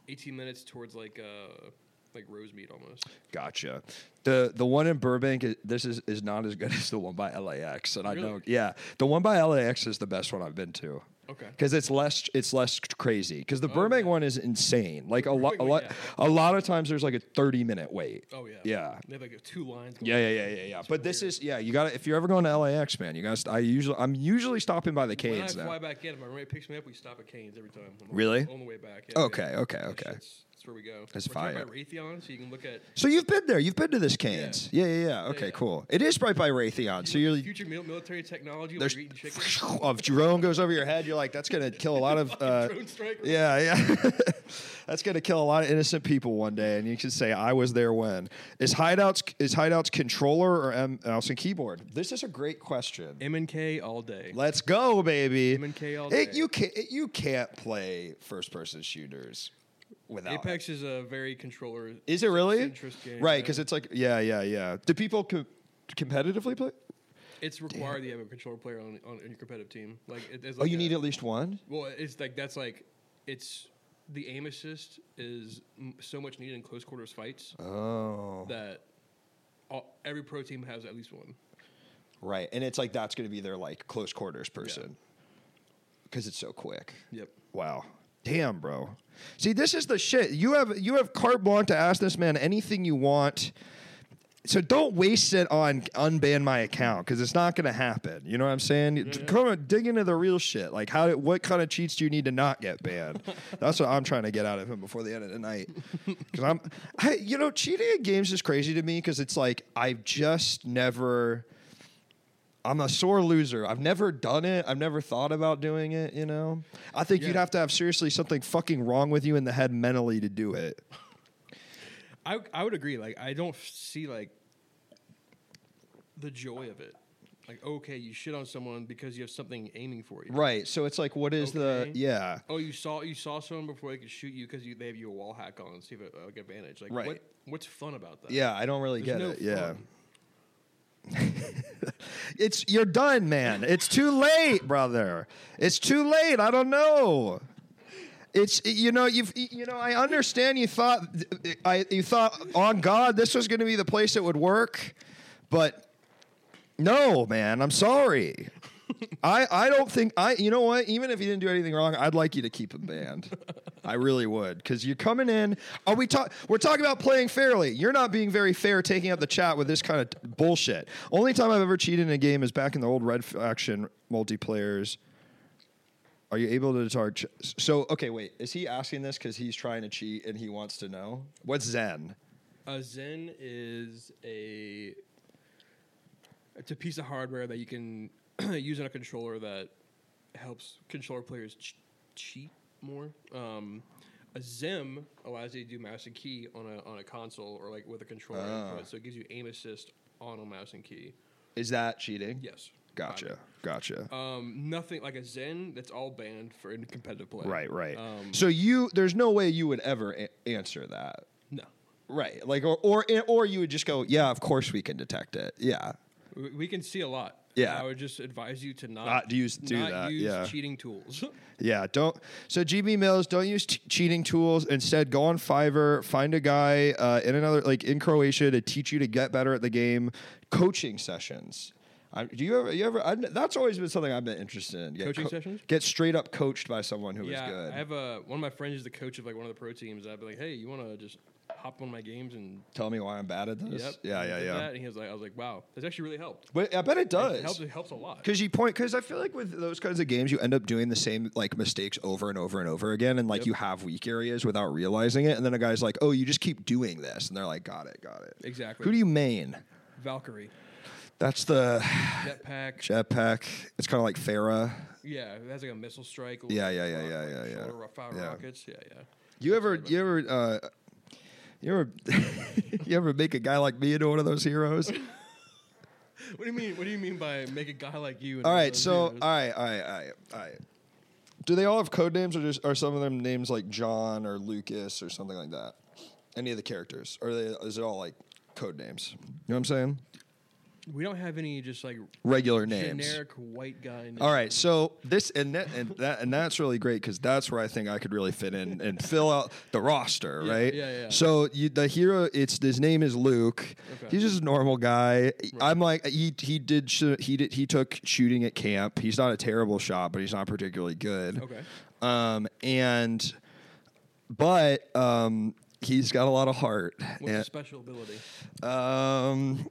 Speaker 2: 18 minutes towards like uh, like rose meat almost.
Speaker 1: Gotcha. The the one in Burbank i- this is, is not as good as the one by LAX. And I
Speaker 2: Really?
Speaker 1: know yeah. The one by LAX is the best one I've been to.
Speaker 2: Okay.
Speaker 1: Cuz it's less it's less crazy cuz the Burbank one is insane. Like a lot
Speaker 2: Oh, Burbank
Speaker 1: a
Speaker 2: one,
Speaker 1: lot
Speaker 2: yeah.
Speaker 1: a lot of times there's like a 30 minute wait.
Speaker 2: Oh yeah.
Speaker 1: Yeah.
Speaker 2: They have like two lines. going
Speaker 1: Yeah,
Speaker 2: on.
Speaker 1: yeah, yeah, yeah, yeah. But this is yeah, you got to if you're ever going to LAX, man, you guys I usually I'm usually stopping by the
Speaker 2: When I
Speaker 1: Canes
Speaker 2: fly
Speaker 1: now.
Speaker 2: back in, if my roommate picks me up, we stop at Canes every time. on the-
Speaker 1: Really?
Speaker 2: On the way back. yeah, yeah.
Speaker 1: Okay, okay,
Speaker 2: That
Speaker 1: okay.
Speaker 2: shit's- That's where we go.
Speaker 1: That's
Speaker 2: We're down
Speaker 1: fire.
Speaker 2: By Raytheon, so you can look at
Speaker 1: So you've been there. You've been to this Canes. Yeah, yeah, yeah. Okay,
Speaker 2: yeah.
Speaker 1: cool. It is right by Raytheon. So you're
Speaker 2: future mil- military technology. Like
Speaker 1: there's
Speaker 2: you're eating chicken.
Speaker 1: of drone goes over your head. You're like, that's gonna kill a lot of. Uh,
Speaker 2: drone strike.
Speaker 1: yeah, yeah. that's gonna kill a lot of innocent people one day, and you can say I was there when. Is hideouts is hideouts controller or M- mouse and keyboard? This is a great question.
Speaker 2: M and K all day.
Speaker 1: Let's go, baby.
Speaker 2: M and K all day.
Speaker 1: It, you can't it, you can't play first person shooters without
Speaker 2: Apex is a very controller.
Speaker 1: Is it really
Speaker 2: interest game,
Speaker 1: right?
Speaker 2: yeah.
Speaker 1: Because it's like yeah, yeah, yeah. Do people co- competitively play?
Speaker 2: It's required that you have a controller player on, on, on your competitive team. Like, it, it's
Speaker 1: Oh,
Speaker 2: like
Speaker 1: you
Speaker 2: a-
Speaker 1: need at least one.
Speaker 2: Well, it's like that's like it's the aim assist is m- so much needed in close quarters fights
Speaker 1: Oh.
Speaker 2: that all, every pro team has at least one.
Speaker 1: Right. And it's like that's going to be their like close quarters person because it's so quick.
Speaker 2: Yep.
Speaker 1: Wow. Damn, bro. See, this is the shit. You have you have carte blanche to ask this man anything you want. So don't waste it on unban my account because it's not going to happen. You know what I'm saying? D-
Speaker 2: yeah.
Speaker 1: Come on, dig into the real shit. Like how? What kind of cheats do you need to not get banned? That's what I'm trying to get out of him before the end of the night. Because I'm, I, you know, cheating at games is crazy to me because it's like I've just never. I'm a sore loser. I've never done it. I've never thought about doing it, you know? I think you'd
Speaker 2: Yeah.
Speaker 1: have to have seriously something fucking wrong with you in the head mentally to do it.
Speaker 2: I I would agree. Like I don't see like the joy of it. Like okay, you shit on someone because you have something aiming for you.
Speaker 1: Right. So it's like, what is
Speaker 2: Okay.
Speaker 1: the. Yeah.
Speaker 2: Oh, you saw you saw someone before they could shoot you because you, they have you a wall hack on and see if it, like advantage. Like
Speaker 1: Right.
Speaker 2: what what's fun about that?
Speaker 1: Yeah. I don't really
Speaker 2: There's
Speaker 1: get
Speaker 2: no
Speaker 1: it. Yeah.
Speaker 2: fun.
Speaker 1: It's. You're done, man. It's too late, brother. It's too late. I don't know. It's you know you've you know I understand you thought I you thought on God this was going to be the place that would work, but no, man, I'm sorry. I I don't think I you know what even if you didn't do anything wrong I'd like you to keep him banned. I really would because you're coming in. Are we talk? We're talking about playing fairly. You're not being very fair taking up the chat with this kind of bullshit. Only time I've ever cheated in a game is back in the old Red Faction multiplayers. Are you able to charge? So, okay, wait. Is he asking this because he's trying to cheat and he wants to know? What's Zen?
Speaker 2: A Zen is a it's a piece of hardware that you can use on a controller that helps controller players ch- cheat more. Um, a Zim allows you to do mouse and key on a on a console or like with a controller,
Speaker 1: Ah.
Speaker 2: input, so it gives you aim assist on a mouse and key.
Speaker 1: Is that cheating?
Speaker 2: Yes.
Speaker 1: Gotcha. Gotcha.
Speaker 2: Um, nothing like a Zen that's all banned for in competitive play.
Speaker 1: right, right.
Speaker 2: Um,
Speaker 1: so you, there's no way you would ever a- answer that,
Speaker 2: no.
Speaker 1: right? Like, or or or you would just go, yeah, of course we can detect it. Yeah.
Speaker 2: We, we can see a lot.
Speaker 1: Yeah.
Speaker 2: I would just advise you to not,
Speaker 1: Not use- do
Speaker 2: not
Speaker 1: that,
Speaker 2: use
Speaker 1: yeah.
Speaker 2: cheating tools.
Speaker 1: Yeah, don't. So GB Mills, don't use t- cheating tools. Instead, go on Fiverr, find a guy uh, in another, like in Croatia, to teach you to get better at the game. Coaching sessions. I, do you ever? You ever? I, that's always been something I've been interested in. Get
Speaker 2: Coaching sessions?
Speaker 1: Get straight up coached by someone who is
Speaker 2: yeah,
Speaker 1: good.
Speaker 2: I have a one of my friends is the coach of like one of the pro teams. I'd be like, hey, you want to just hop on my games and
Speaker 1: Tell me why I'm bad at this.
Speaker 2: yep,
Speaker 1: Yeah,
Speaker 2: and
Speaker 1: yeah,
Speaker 2: did
Speaker 1: yeah.
Speaker 2: That. And he was like, I was like, wow, that's actually really helped.
Speaker 1: But I bet it does.
Speaker 2: It helps. It helps a lot.
Speaker 1: Because you point, because I feel like with those kinds of games, you end up doing the same like mistakes over and over and over again, and like
Speaker 2: Yep.
Speaker 1: you have weak areas without realizing it. And then a guy's like, "Oh, you just keep doing this," and they're like, "Got it, got it."
Speaker 2: Exactly.
Speaker 1: Who do you main?
Speaker 2: Valkyrie,
Speaker 1: That's the
Speaker 2: jetpack.
Speaker 1: jetpack. It's kind of like Farah.
Speaker 2: yeah, it has like a missile strike.
Speaker 1: Yeah,
Speaker 2: like,
Speaker 1: yeah, yeah,
Speaker 2: rock-
Speaker 1: yeah,
Speaker 2: like
Speaker 1: yeah, yeah.
Speaker 2: shoulder ro- Fire
Speaker 1: Yeah.
Speaker 2: rockets. Yeah, yeah.
Speaker 1: You ever, you ever, uh, you ever, you ever make a guy like me into one of those heroes?
Speaker 2: What do you mean? What do you mean by make a guy like you? and
Speaker 1: All
Speaker 2: all
Speaker 1: right,
Speaker 2: those
Speaker 1: so uh, all
Speaker 2: zeros?
Speaker 1: right, all right, all right, all right. Do they all have code names, or just are some of them names like John or Lucas or something like that? Any of the characters, or are they, is it all like code names? You know what I'm saying?
Speaker 2: We don't have any just like
Speaker 1: Regular names.
Speaker 2: generic white guy. Names.
Speaker 1: All right, so this and that, and that and that's really great because that's where I think I could really fit in and fill out the roster,
Speaker 2: Yeah,
Speaker 1: right?
Speaker 2: yeah, yeah.
Speaker 1: So you, the hero, it's his name is Luke.
Speaker 2: Okay.
Speaker 1: He's just a normal guy. I'm like he he did sh- he did he took shooting at camp. He's not a terrible shot, but he's not particularly good.
Speaker 2: Okay.
Speaker 1: Um and but um he's got a lot of heart.
Speaker 2: What's
Speaker 1: And-
Speaker 2: his special ability?
Speaker 1: um,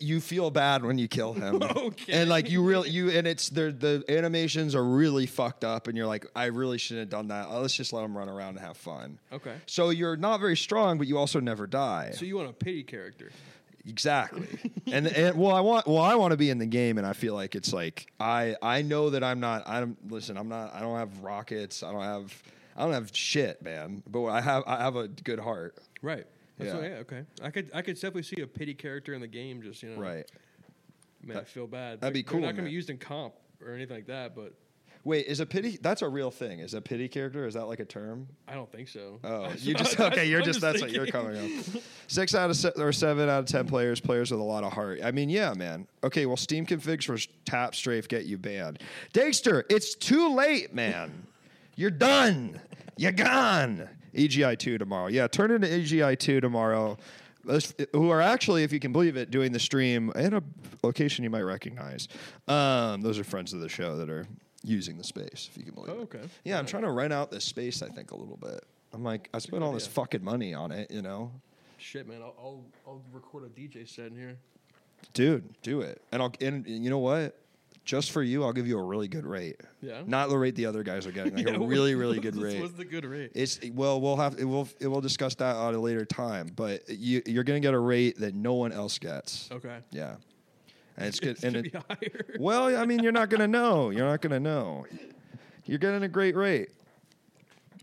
Speaker 1: you feel bad when you kill him,
Speaker 2: Okay.
Speaker 1: and like you really you and it's the the animations are really fucked up, and you're like, I really shouldn't have done that. Oh, let's just let him run around and have fun.
Speaker 2: Okay.
Speaker 1: So you're not very strong, but you also never die.
Speaker 2: So you want a pity character?
Speaker 1: exactly. and and well, I want well I want to be in the game, and I feel like it's like I I know that I'm not. I'm listen. I'm not. I don't have rockets. I don't have. I don't have shit, man. But I have. I have a good heart.
Speaker 2: Right. That's
Speaker 1: Yeah.
Speaker 2: what- yeah. Okay. I could I could definitely see a pity character in the game. Just you know.
Speaker 1: Right.
Speaker 2: Man, I feel bad.
Speaker 1: that'd be
Speaker 2: They're
Speaker 1: cool,
Speaker 2: not gonna
Speaker 1: man.
Speaker 2: be used in comp or anything like that, but
Speaker 1: Wait, is a pity? That's a real thing. Is a pity character? Is that like a term?
Speaker 2: I don't think so.
Speaker 1: Oh, you just okay. You're
Speaker 2: I'm
Speaker 1: just that's what you're
Speaker 2: thinking.
Speaker 1: coming up. Six out of se- or seven out of ten players, players with a lot of heart. I mean, yeah, man. Okay, well, Steam configs for tap strafe get you banned. Dexter, it's too late, man. You're done. You're gone. EGI two tomorrow. Yeah, turn into EGI two tomorrow. Those- Who are actually, if you can believe it, doing the stream at a location you might recognize. Um, those are friends of the show that are using the space, if you can believe
Speaker 2: Oh,
Speaker 1: it.
Speaker 2: okay.
Speaker 1: Yeah, I'm trying to rent out this space. I think a little bit. I'm like, I spent all this
Speaker 2: idea.
Speaker 1: fucking money on it, you know,
Speaker 2: Shit, man. I'll, I'll I'll record a DJ set in here.
Speaker 1: dude, do it. And I'll and you know what? Just for you, I'll give you a really good rate.
Speaker 2: Yeah.
Speaker 1: Not the rate the other guys are getting. Like
Speaker 2: Yeah,
Speaker 1: a
Speaker 2: what-
Speaker 1: really, really good
Speaker 2: what's-
Speaker 1: rate.
Speaker 2: What's the good rate?
Speaker 1: It's well, we'll have it will it will discuss that at a later time. But you you're gonna get a rate that no one else gets.
Speaker 2: okay.
Speaker 1: Yeah. And it's good.
Speaker 2: It
Speaker 1: and
Speaker 2: should
Speaker 1: it,
Speaker 2: be higher.
Speaker 1: Well, I mean, you're not gonna know. You're not gonna know. You're getting a great rate.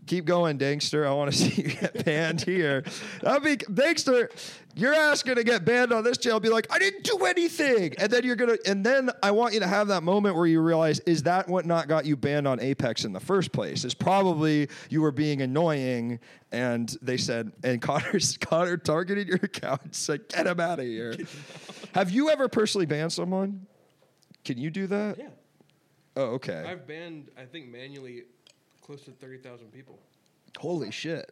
Speaker 1: Keep going, Dankster. I want to see you get banned here. That'd be Dankster. Your ass gonna get banned on this channel. Be like, I didn't do anything, and then you're gonna, and then I want you to have that moment where you realize, is that what not got you banned on Apex in the first place? Is probably you were being annoying, and they said, and Connor's Connor targeted your account. It's like, get him out of here. Have you ever personally banned someone? Can you do that?
Speaker 2: Yeah.
Speaker 1: Oh, okay.
Speaker 2: I've banned, I think, manually close to 30,000 people.
Speaker 1: Holy shit.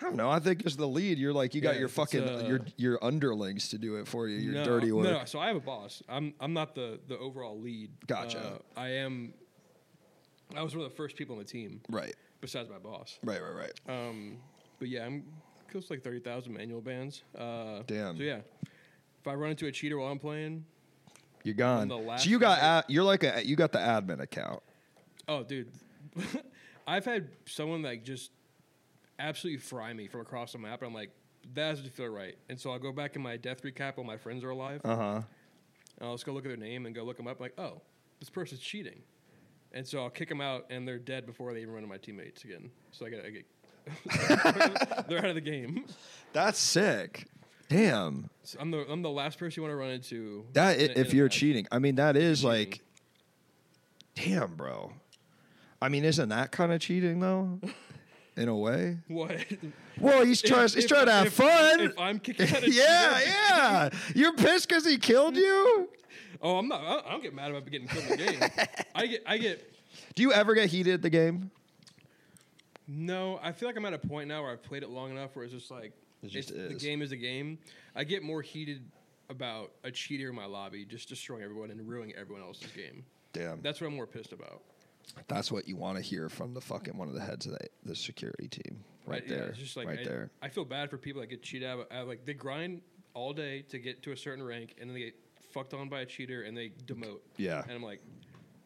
Speaker 1: I don't know. I think as the lead, you're like you got
Speaker 2: Yeah,
Speaker 1: your
Speaker 2: it's,
Speaker 1: fucking
Speaker 2: uh,
Speaker 1: your your underlings to do it for you. Your
Speaker 2: no,
Speaker 1: dirty work.
Speaker 2: No, so I have a boss. I'm, I'm not the, the overall lead.
Speaker 1: Gotcha.
Speaker 2: Uh, I am, I was one of the first people on the team,
Speaker 1: Right.
Speaker 2: besides my boss.
Speaker 1: Right. Right. Right.
Speaker 2: Um, but yeah, I'm close to like 30,000 manual bans. Uh,
Speaker 1: Damn.
Speaker 2: So yeah, if I run into a cheater while I'm playing,
Speaker 1: You're gone.
Speaker 2: the last
Speaker 1: So you got
Speaker 2: guy-
Speaker 1: ad, you're like a you got the admin account.
Speaker 2: oh, dude, I've had someone like just absolutely fry me from across the map. And I'm like, that doesn't feel right. And so I'll go back in my death recap while my friends are alive.
Speaker 1: Uh huh.
Speaker 2: And I'll just go look at their name and go look them up. Like, oh, this person's cheating, and so I'll kick them out, and they're dead before they even run to my teammates again. So I get, I get they're out of the game.
Speaker 1: That's sick. Damn.
Speaker 2: So I'm the I'm the last person you want to run into.
Speaker 1: That
Speaker 2: in a-
Speaker 1: i
Speaker 2: in
Speaker 1: if
Speaker 2: a
Speaker 1: you're
Speaker 2: match.
Speaker 1: cheating, I mean that is like, damn, bro. I mean, isn't that kind of cheating though? In a way.
Speaker 2: what?
Speaker 1: Well, he's trying.
Speaker 2: If-
Speaker 1: He's
Speaker 2: if-
Speaker 1: trying to have
Speaker 2: if-
Speaker 1: fun.
Speaker 2: If I'm kicking out a
Speaker 1: yeah,
Speaker 2: cheater-
Speaker 1: yeah. You're pissed because he killed you.
Speaker 2: Oh, I'm not. I- I don't get mad about getting killed in the game. I get. I get.
Speaker 1: Do you ever get heated at the game?
Speaker 2: No, I feel like I'm at a point now where I've played it long enough where it's just like
Speaker 1: It just
Speaker 2: it's- the
Speaker 1: is.
Speaker 2: game is a game. I get more heated about a cheater in my lobby just destroying everyone and ruining everyone else's game.
Speaker 1: Damn,
Speaker 2: That's what I'm more pissed about.
Speaker 1: that's what you want to hear from the fucking one of the heads of the, the security team, right
Speaker 2: I- yeah,
Speaker 1: there,
Speaker 2: it's just like
Speaker 1: right
Speaker 2: I,
Speaker 1: there.
Speaker 2: I feel bad for people that get cheated out. Of, like they grind all day to get to a certain rank, and then they get fucked on by a cheater, and they demote.
Speaker 1: Yeah.
Speaker 2: and I'm like,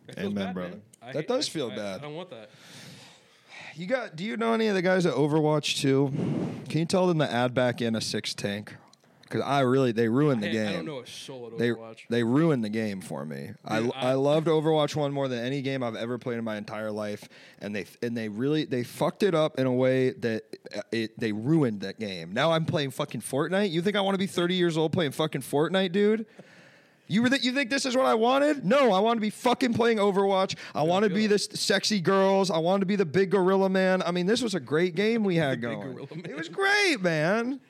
Speaker 2: that feels
Speaker 1: Amen,
Speaker 2: bad,
Speaker 1: brother.
Speaker 2: man. I
Speaker 1: That
Speaker 2: hate-
Speaker 1: does
Speaker 2: I-
Speaker 1: feel
Speaker 2: I-
Speaker 1: bad.
Speaker 2: I don't want that.
Speaker 1: You got? Do you know any of the guys at Overwatch too? Can you tell them to add back in a six tank? Because I really they ruined the
Speaker 2: Hey,
Speaker 1: game.
Speaker 2: I don't know a soul at
Speaker 1: They,
Speaker 2: Overwatch.
Speaker 1: they ruined the game for me. I,
Speaker 2: Dude,
Speaker 1: I
Speaker 2: I-
Speaker 1: loved Overwatch one more than any game I've ever played in my entire life, and they and they really they fucked it up in a way that uh, it they ruined that game. Now I'm playing fucking Fortnite. You think I want to be 30 years old playing fucking Fortnite, dude? You were that you think this is what I wanted? No, I want to be fucking playing Overwatch. I want to
Speaker 2: feel
Speaker 1: be
Speaker 2: it.
Speaker 1: this sexy girls. I want to be the big gorilla man. I mean, this was a great game we had
Speaker 2: The big
Speaker 1: going.
Speaker 2: gorilla
Speaker 1: It was
Speaker 2: man.
Speaker 1: great, man.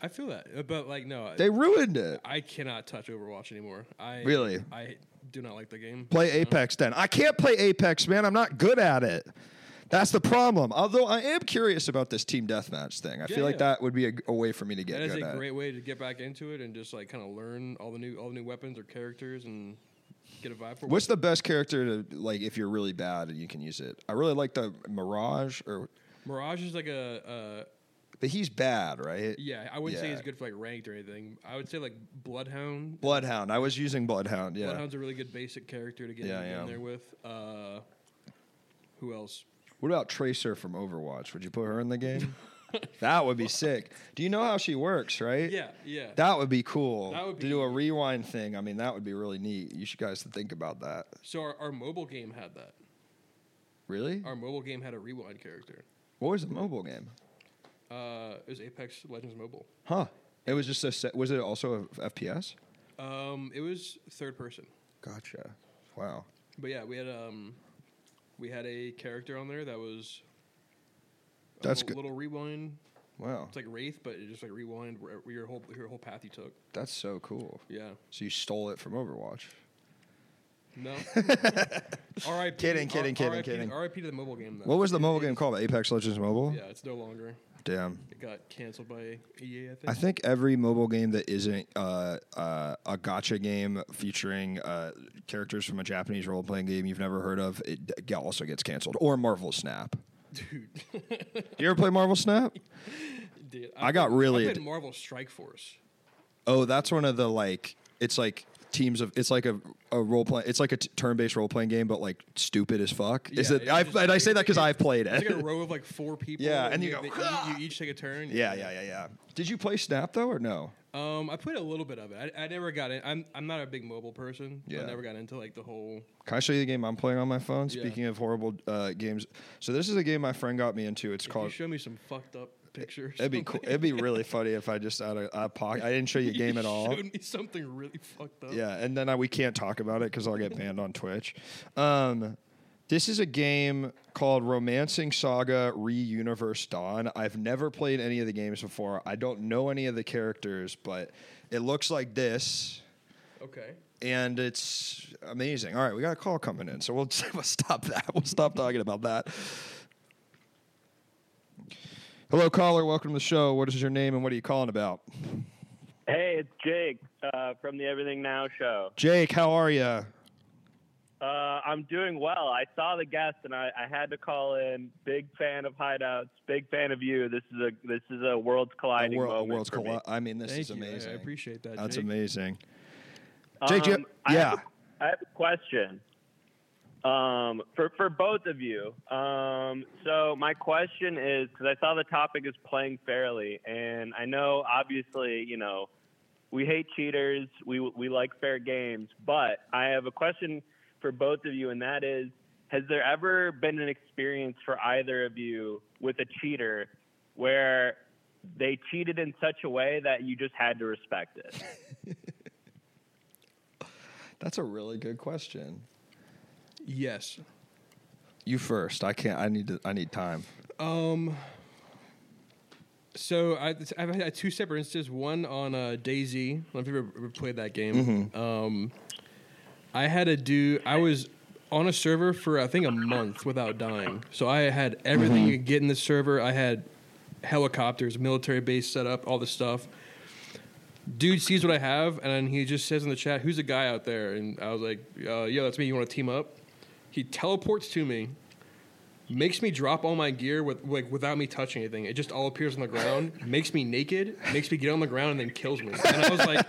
Speaker 2: I feel that, Uh, but like no, I-
Speaker 1: They ruined it.
Speaker 2: I cannot touch Overwatch anymore. I
Speaker 1: Really?
Speaker 2: I do not like the game.
Speaker 1: Play
Speaker 2: So,
Speaker 1: Apex then. I can't play Apex, man. I'm not good at it. That's the problem. Although I am curious about this team deathmatch thing. I
Speaker 2: Yeah,
Speaker 1: feel like
Speaker 2: yeah.
Speaker 1: that would be a, a way for me to get
Speaker 2: That is
Speaker 1: good
Speaker 2: a
Speaker 1: at.
Speaker 2: great way to get back into it and just like kind of learn all the new all the new weapons or characters and get a vibe for.
Speaker 1: What's the best character to like if you're really bad and you can use it? I really like the Mirage or
Speaker 2: Mirage is like a uh,
Speaker 1: but he's bad, right?
Speaker 2: yeah. I wouldn't say
Speaker 1: Yeah.
Speaker 2: he's good for like ranked or anything. I would say like Bloodhound.
Speaker 1: Bloodhound. I was using Bloodhound, yeah.
Speaker 2: Bloodhound's a really good basic character to get
Speaker 1: Yeah,
Speaker 2: in
Speaker 1: yeah.
Speaker 2: there with. Uh, who else?
Speaker 1: What about Tracer from Overwatch? Would you put her in the game? that would be sick. Do you know how she works, right?
Speaker 2: Yeah, yeah.
Speaker 1: That would be cool.
Speaker 2: That would
Speaker 1: to
Speaker 2: be-
Speaker 1: do a rewind thing. I mean, that would be really neat. You should guys think about that.
Speaker 2: so our, our mobile game had that.
Speaker 1: Really?
Speaker 2: Our mobile game had a rewind character.
Speaker 1: What was the mobile game?
Speaker 2: Uh, it was Apex Legends Mobile.
Speaker 1: Huh? It was just a. se- Was it also a FPS?
Speaker 2: Um, it was third person.
Speaker 1: Gotcha. Wow.
Speaker 2: But yeah, we had um, we had a character on there that was. a
Speaker 1: That's
Speaker 2: little,
Speaker 1: good.
Speaker 2: Little rewind.
Speaker 1: Wow.
Speaker 2: It's like Wraith, but it just like rewind where, where your whole your whole path you took.
Speaker 1: That's so cool.
Speaker 2: Yeah.
Speaker 1: So you stole it from Overwatch.
Speaker 2: No. R.I.P.
Speaker 1: Kidding, kidding,
Speaker 2: R-
Speaker 1: kidding,
Speaker 2: R.I.P.
Speaker 1: kidding.
Speaker 2: R.I.p. to the mobile game. Though.
Speaker 1: What was the mobile game called? Apex Legends Mobile.
Speaker 2: Yeah, it's no longer.
Speaker 1: Damn.
Speaker 2: It got canceled by EA. I think.
Speaker 1: I think every mobile game that isn't uh, uh, a gotcha game featuring uh, characters from a Japanese role playing game you've never heard of it d- also gets canceled. Or Marvel Snap.
Speaker 2: Dude.
Speaker 1: Do you ever play Marvel Snap?
Speaker 2: Dude,
Speaker 1: I got
Speaker 2: played-
Speaker 1: really
Speaker 2: I
Speaker 1: ad-
Speaker 2: played Marvel Strike Force.
Speaker 1: Oh, that's one of the like. It's like teams of. It's like a, a role play. It's like a t- turn based role playing game, but like stupid as fuck. Is
Speaker 2: Yeah,
Speaker 1: it?
Speaker 2: it's
Speaker 1: I
Speaker 2: just-
Speaker 1: and I say that because
Speaker 2: it's-
Speaker 1: I've played
Speaker 2: It's like a
Speaker 1: it.
Speaker 2: row of like four people.
Speaker 1: Yeah, and you go,
Speaker 2: they-
Speaker 1: "Hah!"
Speaker 2: you each take a turn.
Speaker 1: yeah, yeah, yeah, yeah. Did you play Snap though or no?
Speaker 2: Um, I played a little bit of it. I, I never got in. I'm I'm not a big mobile person. so
Speaker 1: Yeah.
Speaker 2: I never got into like the whole.
Speaker 1: Can I show you the game I'm playing on my phone?
Speaker 2: Yeah.
Speaker 1: Speaking of horrible uh, games, so this is a game my friend got me into. It's
Speaker 2: If you
Speaker 1: called.
Speaker 2: show me some fucked up pictures.
Speaker 1: It'd be cool. It'd be really funny if I just out of out of pocket. I didn't show you a game at all.
Speaker 2: Showed me something really fucked up.
Speaker 1: Yeah, and then I, we can't talk about it because I'll get banned on Twitch. Um, this is a game called Romancing Saga Reuniverse Dawn. I've never played any of the games before. I don't know any of the characters, but it looks like this,
Speaker 2: Okay.
Speaker 1: and it's amazing. All right, we got a call coming in, so we'll, we'll stop that. We'll stop talking about that. Hello, caller. Welcome to the show. What is your name and what are you calling about?
Speaker 3: Hey, it's Jake uh, from the Everything Now show.
Speaker 1: Jake, how are you?
Speaker 3: Uh, I'm doing well. I saw the guest and I, I had to call in. Big fan of Hideouts. Big fan of you. This is a this is a world's colliding
Speaker 1: Wor-
Speaker 3: moment.
Speaker 1: world's
Speaker 3: for me.
Speaker 1: colli- I mean, this
Speaker 2: Thank
Speaker 1: is
Speaker 2: you. I-
Speaker 1: amazing.
Speaker 2: I, appreciate that.
Speaker 1: That's
Speaker 2: Jake.
Speaker 1: amazing. Jake, you-
Speaker 3: Um, I
Speaker 1: yeah.
Speaker 3: have a- I have a question. Um, for for both of you. Um, so my question is because I saw the topic is playing fairly, and I know obviously you know we hate cheaters, we we like fair games, but I have a question for both of you, and that is, has there ever been an experience for either of you with a cheater where they cheated in such a way that you just had to respect it?
Speaker 1: That's a really good question.
Speaker 2: Yes.
Speaker 1: You first. I can't. I need to. I need time.
Speaker 2: Um. So I, I've had two separate instances. One on uh, Daisy. I don't know if you ever, ever played that game. Um, I had to do. I was on a server for I think a month without dying. So I had everything you could get in the server. I had helicopters, military base set up, all this stuff. Dude sees what I have, and then he just says in the chat, "Who's the guy out there?" And I was like, uh, "Yo, that's me. You want to team up?" He teleports to me makes me drop all my gear with like without me touching anything. It just all appears on the ground, makes me naked, makes me get on the ground, and then kills me. And I was like,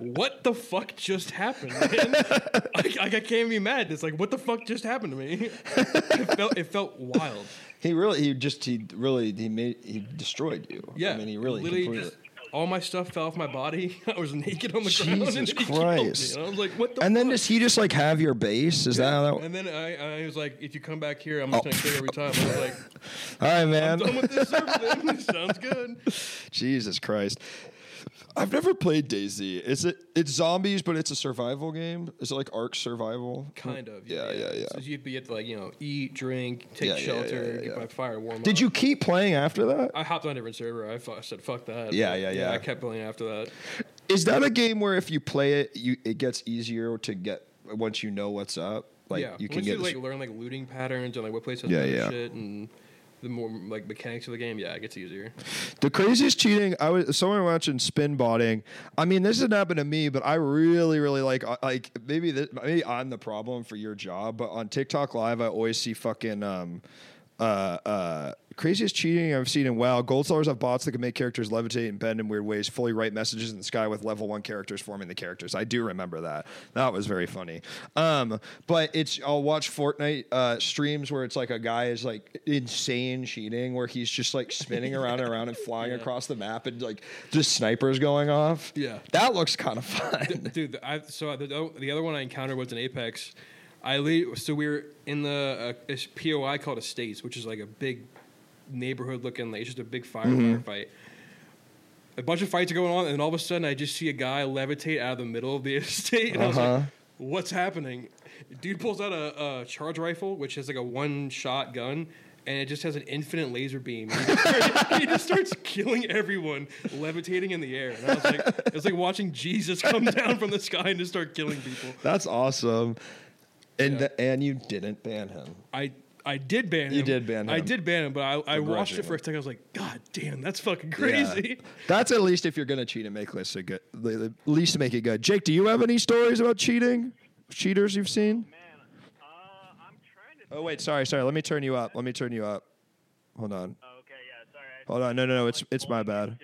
Speaker 2: "What the fuck just happened?" Man? Like, like I can't be mad. It's like, "What the fuck just happened to me?" it felt it felt wild.
Speaker 1: He really. He just. He really. He made. He destroyed you.
Speaker 2: Yeah,
Speaker 1: I mean, he really.
Speaker 2: literally
Speaker 1: completely.
Speaker 2: just- all my stuff fell off my body. I was naked on the ground. And
Speaker 1: Jesus
Speaker 2: then he killed me.
Speaker 1: Christ.
Speaker 2: And I was like, "What the?"
Speaker 1: and then
Speaker 2: fuck?
Speaker 1: does he just like have your base? Is that how that?
Speaker 2: And then I, I was like, if you come back here, I'm just
Speaker 1: Oh.
Speaker 2: gonna kill you every time. I was like,
Speaker 1: All right,
Speaker 2: I'm
Speaker 1: man.
Speaker 2: done with this server. then. Sounds good.
Speaker 1: Jesus Christ. I've never played DayZ. Is it? It's zombies, but it's a survival game. Is it like Ark Survival?
Speaker 2: Kind of.
Speaker 1: Yeah, yeah, yeah.
Speaker 2: So you, you have to like you know eat, drink, take
Speaker 1: Yeah, yeah, yeah,
Speaker 2: shelter,
Speaker 1: yeah,
Speaker 2: get
Speaker 1: yeah.
Speaker 2: by fire, warm up.
Speaker 1: Did you keep playing after that?
Speaker 2: I hopped on a different server. I, fu- I said fuck that.
Speaker 1: Yeah,
Speaker 2: But,
Speaker 1: yeah, yeah.
Speaker 2: I kept playing after that.
Speaker 1: Is that a game where if you play it, you it gets easier to get once you know what's up? Like
Speaker 2: yeah,
Speaker 1: you can
Speaker 2: once
Speaker 1: get
Speaker 2: you
Speaker 1: this-
Speaker 2: like learn like looting patterns and like what places
Speaker 1: Yeah,
Speaker 2: yeah,
Speaker 1: yeah.
Speaker 2: shit and the more like mechanics of the game. Yeah, it gets easier.
Speaker 1: The craziest cheating I was someone mentioned spin botting. I mean, this didn't happen to me, but I really, really like I- like maybe this, maybe I'm the problem for your job, but on TikTok Live, I always see fucking um uh uh. Craziest cheating I've seen in WoW. Gold sellers have bots that can make characters levitate and bend in weird ways, fully write messages in the sky with level one characters forming the characters. I do remember that. That was very funny. Um, but it's I'll watch Fortnite uh, streams where it's like a guy is like insane cheating, where he's just like spinning around and around and flying across the map, and like just snipers going off.
Speaker 2: Yeah.
Speaker 1: that looks kind of fun.
Speaker 2: dude. the- I, so the, the other one I encountered was an Apex. I lead, so we were in the uh, it's POI called Estates, which is like a big neighborhood looking. Like, it's just a big fire
Speaker 1: Mm-hmm.
Speaker 2: fight. A bunch of fights are going on, and then all of a sudden, I just see a guy levitate out of the middle of the estate, and I was
Speaker 1: Uh-huh.
Speaker 2: like, "What's happening?" Dude pulls out a, a charge rifle, which has like a one shot gun. And it just has an infinite laser beam. He just, starts, he just starts killing everyone, levitating in the air. And I was like, it's like watching Jesus come down from the sky and just start killing people.
Speaker 1: That's awesome. And
Speaker 2: Yeah.
Speaker 1: th- and you didn't ban him.
Speaker 2: I I did ban him.
Speaker 1: You did ban
Speaker 2: I
Speaker 1: him.
Speaker 2: did ban him, but I, I watched it
Speaker 1: Begrudgingly.
Speaker 2: for a second. I was like, God damn, that's fucking
Speaker 1: Yeah.
Speaker 2: crazy.
Speaker 1: That's at least if you're gonna cheat and make lists a good, at least make it good. Jake, do you have any stories about cheating? Cheaters you've seen?
Speaker 3: Man, uh, I'm trying to.
Speaker 1: Oh wait, sorry, sorry. Let me turn you up. Let me turn you up. Hold on.
Speaker 3: Oh, Okay, yeah, sorry. I-
Speaker 1: Hold on. No, no, no. Oh, It's
Speaker 3: I'm
Speaker 1: it's my
Speaker 3: pulling
Speaker 1: bad.
Speaker 3: into-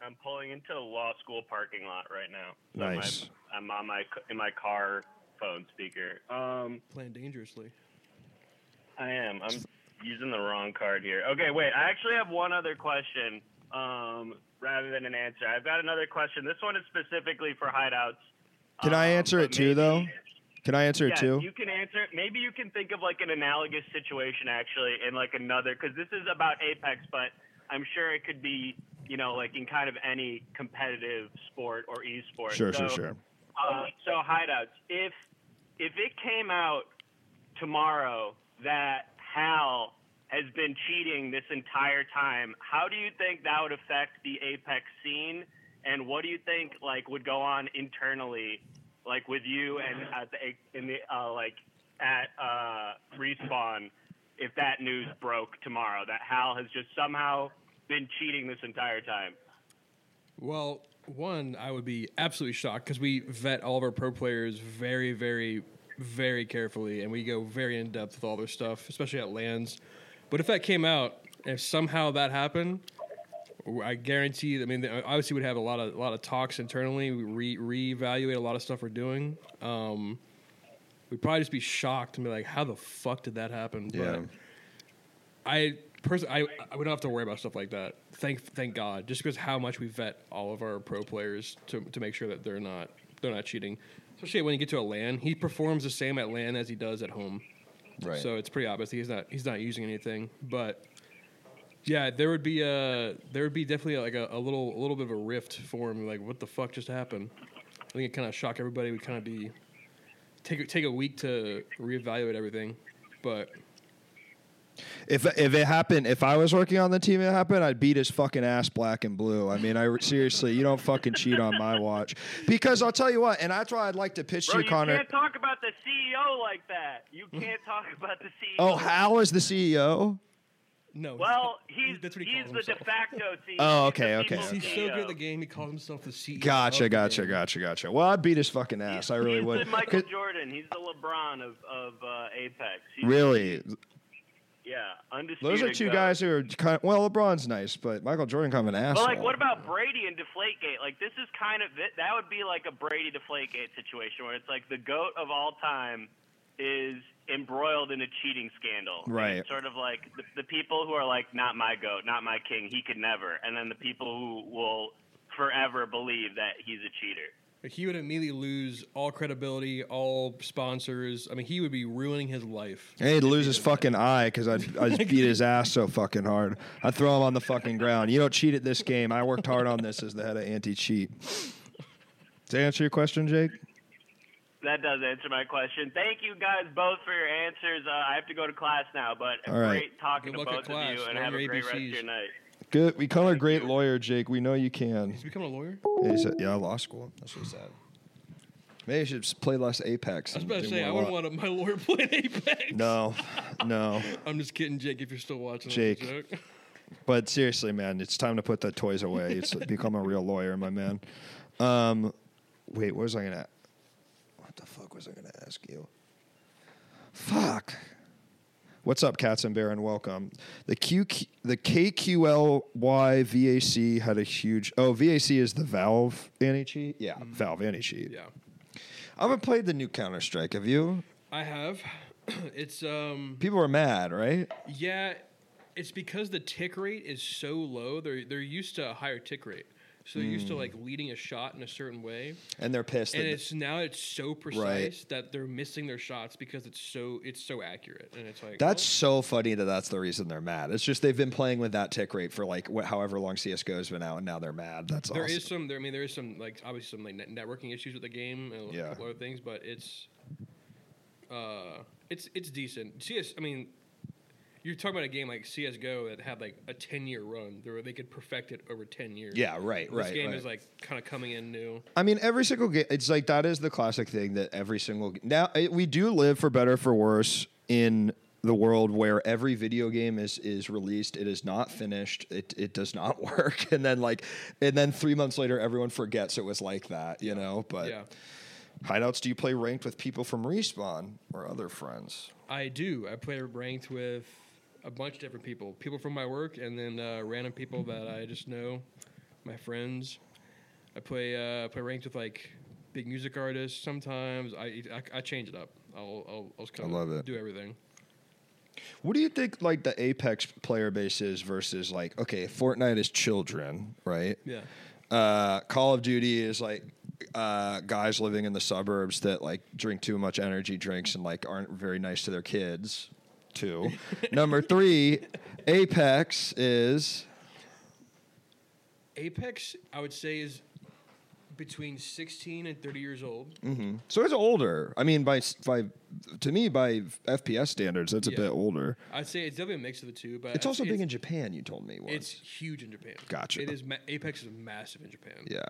Speaker 3: I'm pulling into a law school parking lot right now. So my-
Speaker 1: Nice.
Speaker 3: I'm on my c- in my car phone speaker. Um,
Speaker 2: Playing dangerously.
Speaker 3: I am. I'm using the wrong card here. Okay, wait. I actually have one other question um, rather than an answer. I've got another question. This one is specifically for hideouts. Um,
Speaker 1: Can I answer
Speaker 3: but
Speaker 1: it too, though? Can I answer it
Speaker 3: Yeah,
Speaker 1: too?
Speaker 3: you can answer. it. Maybe you can think of like an analogous situation actually, in like another because this is about Apex, but I'm sure it could be you know like in kind of any competitive sport or esport.
Speaker 1: Sure,
Speaker 3: so,
Speaker 1: sure, sure.
Speaker 3: Uh, so hideouts, if if it came out tomorrow that Hal has been cheating this entire time, how do you think that would affect the Apex scene? And what do you think like would go on internally, like with you and at the in the uh, like at uh, respawn, if that news broke tomorrow that Hal has just somehow been cheating this entire time?
Speaker 2: Well, one, I would be absolutely shocked because we vet all of our pro players very, very, very carefully, and we go very in depth with all their stuff, especially at lands. But if that came out, if somehow that happened, I guarantee. I mean, uh, obviously, we'd have a lot of a lot of talks internally. We re reevaluate a lot of stuff we're doing. Um, we'd probably just be shocked and be like, "How the fuck did that happen?"
Speaker 1: Yeah.
Speaker 2: I personally, I, I would not have to worry about stuff like that. Thank, thank God, just because how much we vet all of our pro players to, to make sure that they're not they're not cheating. Especially when you get to a LAN, he performs the same at LAN as he does at home.
Speaker 1: Right.
Speaker 2: So it's pretty obvious he's not he's not using anything. But yeah, there would be a there would be definitely like a, a little a little bit of a rift form. Like what the fuck just happened? I think it kind of shock everybody. Would kind of be take take a week to reevaluate everything. But
Speaker 1: If if it happened, if I was working on the team, it happened. I'd beat his fucking ass black and blue. I mean, I seriously, you don't fucking cheat on my watch because I'll tell you what, and that's why I'd like to pitch
Speaker 3: Bro,
Speaker 1: to
Speaker 3: you
Speaker 1: you, Connor.
Speaker 3: can't talk about the CEO like that. You can't talk about the E CEO.
Speaker 1: Oh, Hal is the CEO.
Speaker 2: no.
Speaker 3: Well, he's
Speaker 2: That's what he
Speaker 3: he's
Speaker 2: calls
Speaker 3: the de
Speaker 2: himself.
Speaker 3: facto CEO.
Speaker 1: Oh,
Speaker 3: He's the
Speaker 1: okay, okay,
Speaker 3: people's
Speaker 1: okay.
Speaker 2: He's so good at the
Speaker 3: CEO.
Speaker 2: game, he calls himself the CEO.
Speaker 1: Gotcha,
Speaker 2: of the
Speaker 1: gotcha,
Speaker 2: game.
Speaker 1: gotcha, gotcha. Well, I'd beat his fucking ass. I really
Speaker 3: he's
Speaker 1: would.
Speaker 3: The Michael
Speaker 1: 'Cause-
Speaker 3: Jordan. He's the LeBron of of uh, Apex. He's,
Speaker 1: Really,
Speaker 3: Yeah, undisputed.
Speaker 1: those are two
Speaker 3: goat.
Speaker 1: guys who are kind of, well. LeBron's nice, but Michael Jordan kind of an
Speaker 3: But
Speaker 1: asshole.
Speaker 3: like, what about Brady and Deflategate? Like, this is kind of that that would be like a Brady Deflategate situation where it's like the goat of all time is embroiled in a cheating scandal. And
Speaker 1: Right.
Speaker 3: it's sort of like the, the people who are like, not my goat, not my king, he could never, and then the people who will forever believe that he's a cheater.
Speaker 2: he would immediately lose all credibility, all sponsors. I mean, he would be ruining his life.
Speaker 1: And he'd lose his fucking eye because I'd, I'd beat his ass so fucking hard. I'd throw him on the fucking ground. You don't cheat at this game. I worked hard on this as the head of anti cheat. To answer your question, Jake?
Speaker 3: That does answer my question. Thank you guys both for your answers. Uh, I have to go to class now, but
Speaker 1: All right.
Speaker 3: great talking
Speaker 2: Good
Speaker 3: to
Speaker 2: luck at
Speaker 3: both of
Speaker 2: class.
Speaker 3: you, and
Speaker 2: Learn
Speaker 3: have a
Speaker 2: your
Speaker 3: great rest of
Speaker 2: ABCs.
Speaker 3: your night.
Speaker 1: Good. Become a great lawyer, Jake. We know you can.
Speaker 2: He's become a lawyer.
Speaker 1: Yeah, he said, yeah law school. That's what he said. Maybe you should just play less Apex.
Speaker 2: I was about to say I wouldn't want my lawyer playing Apex.
Speaker 1: No, no.
Speaker 2: I'm just kidding, Jake. If you're still watching, that
Speaker 1: Jake.
Speaker 2: joke.
Speaker 1: But seriously, man, it's time to put the toys away. It's become a real lawyer, my man. Um, wait, what was I gonna? What the fuck was I gonna ask you? Fuck. What's up, Cats and Bear, and welcome. The QQ, the KQLY VAC had a huge. Oh, VAC is the Valve anti cheat. Yeah, Valve anti cheat.
Speaker 2: yeah,
Speaker 1: I haven't played the new Counter Strike. Have you?
Speaker 2: I have. it's um,
Speaker 1: People are mad, right?
Speaker 2: yeah, it's because the tick rate is so low. They're they're used to a higher tick rate, so they're
Speaker 1: Hmm.
Speaker 2: used to like leading a shot in a certain way.
Speaker 1: And they're pissed.
Speaker 2: and
Speaker 1: that-
Speaker 2: it's now it's so precise that they're missing their shots because it's so it's so accurate and it's like
Speaker 1: That's so funny that that's the reason they're mad. It's just they've been playing with that tick rate for like wh- however long CS:GO has been out, and now they're mad. That's
Speaker 2: well, there
Speaker 1: awesome.
Speaker 2: is some there, I mean there is some like obviously some like net- networking issues with the game and
Speaker 1: Yeah.
Speaker 2: a couple other things but it's uh it's it's decent CS I mean you're talking about a game like CS:GO that had like a 10 year run where they could perfect it over 10 years
Speaker 1: yeah, right,
Speaker 2: this
Speaker 1: right.
Speaker 2: game
Speaker 1: right.
Speaker 2: is like kind of coming in new
Speaker 1: I mean, every single game. It's like that is the classic thing that every single g- now it, we do live for better for worse in the world where every video game is is released. It is not finished. It it does not work, and then like, and then three months later, everyone forgets it was like that. You know, but
Speaker 2: yeah
Speaker 1: hideouts. Do you play ranked with people from respawn or other friends?
Speaker 2: I do. I play ranked with a bunch of different people, people from my work, and then uh, random people that I just know, my friends. I play uh, play ranked with like big music artists sometimes. I I, I change it up. I'll I'll, I'll just
Speaker 1: I
Speaker 2: kind
Speaker 1: love
Speaker 2: of
Speaker 1: it.
Speaker 2: do everything.
Speaker 1: What do you think like the apex player base is versus like okay, Fortnite is children, right?
Speaker 2: Yeah.
Speaker 1: Uh, Call of Duty is like uh, guys living in the suburbs that like drink too much energy drinks and like aren't very nice to their kids. Two. Number three, Apex is
Speaker 2: Apex, I would say, is between 16 and 30 years old.
Speaker 1: so it's older. I mean, by s- by to me by FPS standards, that's a
Speaker 2: Yeah.
Speaker 1: bit older.
Speaker 2: I'd say it's definitely a mix of the two, but
Speaker 1: It's also
Speaker 2: it's,
Speaker 1: big in Japan. You told me once.
Speaker 2: It's huge in Japan.
Speaker 1: Gotcha.
Speaker 2: It is. Ma- Apex is massive in Japan.
Speaker 1: yeah.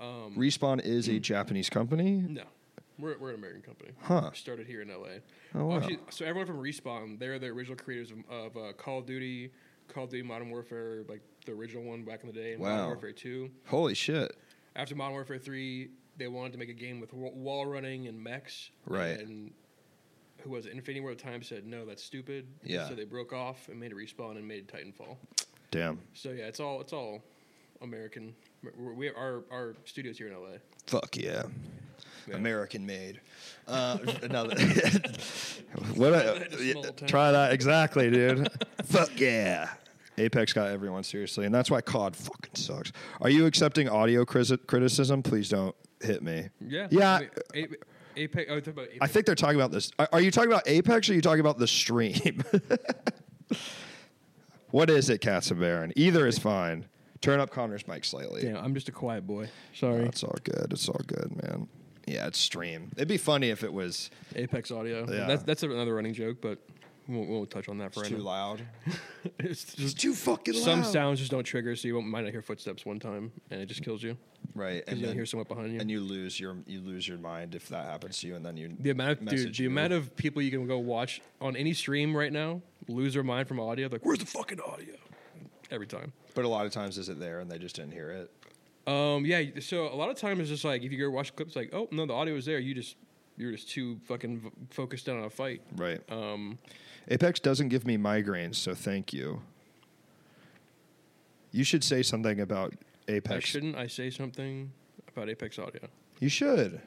Speaker 2: um,
Speaker 1: Respawn is
Speaker 2: hmm.
Speaker 1: a Japanese company.
Speaker 2: No, we're, we're an American company.
Speaker 1: Huh.
Speaker 2: We started here in L.A.
Speaker 1: Oh, wow.
Speaker 2: Actually, so everyone from Respawn, they're the original creators of, of uh, Call of Duty, Call of Duty Modern Warfare, like the original one back in the day, and
Speaker 1: Wow.
Speaker 2: Modern Warfare Two.
Speaker 1: Holy shit.
Speaker 2: After Modern Warfare Three, they wanted to make a game with wa- wall running and mechs.
Speaker 1: Right.
Speaker 2: And who was it? Infinity War at the time said, "No, that's stupid."
Speaker 1: Yeah.
Speaker 2: So they broke off and made a Respawn and made Titanfall.
Speaker 1: Damn.
Speaker 2: So yeah, it's all it's all American. We're, we our our studios here in L.A.
Speaker 1: Fuck yeah.
Speaker 2: Yeah.
Speaker 1: American made. Uh, another. what a,
Speaker 2: That small
Speaker 1: yeah,
Speaker 2: town.
Speaker 1: try that exactly, dude. Fuck yeah. Apex got everyone seriously, and that's why COD fucking sucks. Are you accepting audio cris- criticism? Please don't hit me.
Speaker 2: Yeah.
Speaker 1: Yeah.
Speaker 2: Apex. Oh, talking about Apex.
Speaker 1: I think they're talking about this. Are- Are you talking about Apex or are you talking about the stream? what is it, Cats and Baron? Either is fine. Turn up Connor's mic slightly.
Speaker 2: Damn, I'm just a quiet boy. Sorry.
Speaker 1: It's all good. It's all good, man. Yeah, it's stream. It'd be funny if it was
Speaker 2: Apex Audio.
Speaker 1: Yeah.
Speaker 2: That's that's another running joke, but we won't, we won't touch on that for right now.
Speaker 1: loud.
Speaker 2: it's
Speaker 1: It's
Speaker 2: just
Speaker 1: too fucking loud.
Speaker 2: some sounds just don't trigger, so you won't might not hear footsteps one time, and it just kills you
Speaker 1: right?
Speaker 2: because you don't hear someone behind you.
Speaker 1: and you lose your you lose your mind if that happens to you, and then you
Speaker 2: the amount of dude,
Speaker 1: message
Speaker 2: the
Speaker 1: me.
Speaker 2: amount of people you can go watch on any stream right now lose their mind from audio. Like, where's the fucking audio? Every time.
Speaker 1: But a lot of times, is it there, and they just didn't hear it.
Speaker 2: Um, yeah. So a lot of times it's just like if you go watch clips, like, oh no, the audio is there. You just you're just too fucking v- focused in on a fight.
Speaker 1: Right.
Speaker 2: Um,
Speaker 1: Apex doesn't give me migraines, so thank you. You should say something about
Speaker 2: I
Speaker 1: Apex.
Speaker 2: shouldn't I say something about Apex Audio?
Speaker 1: You should.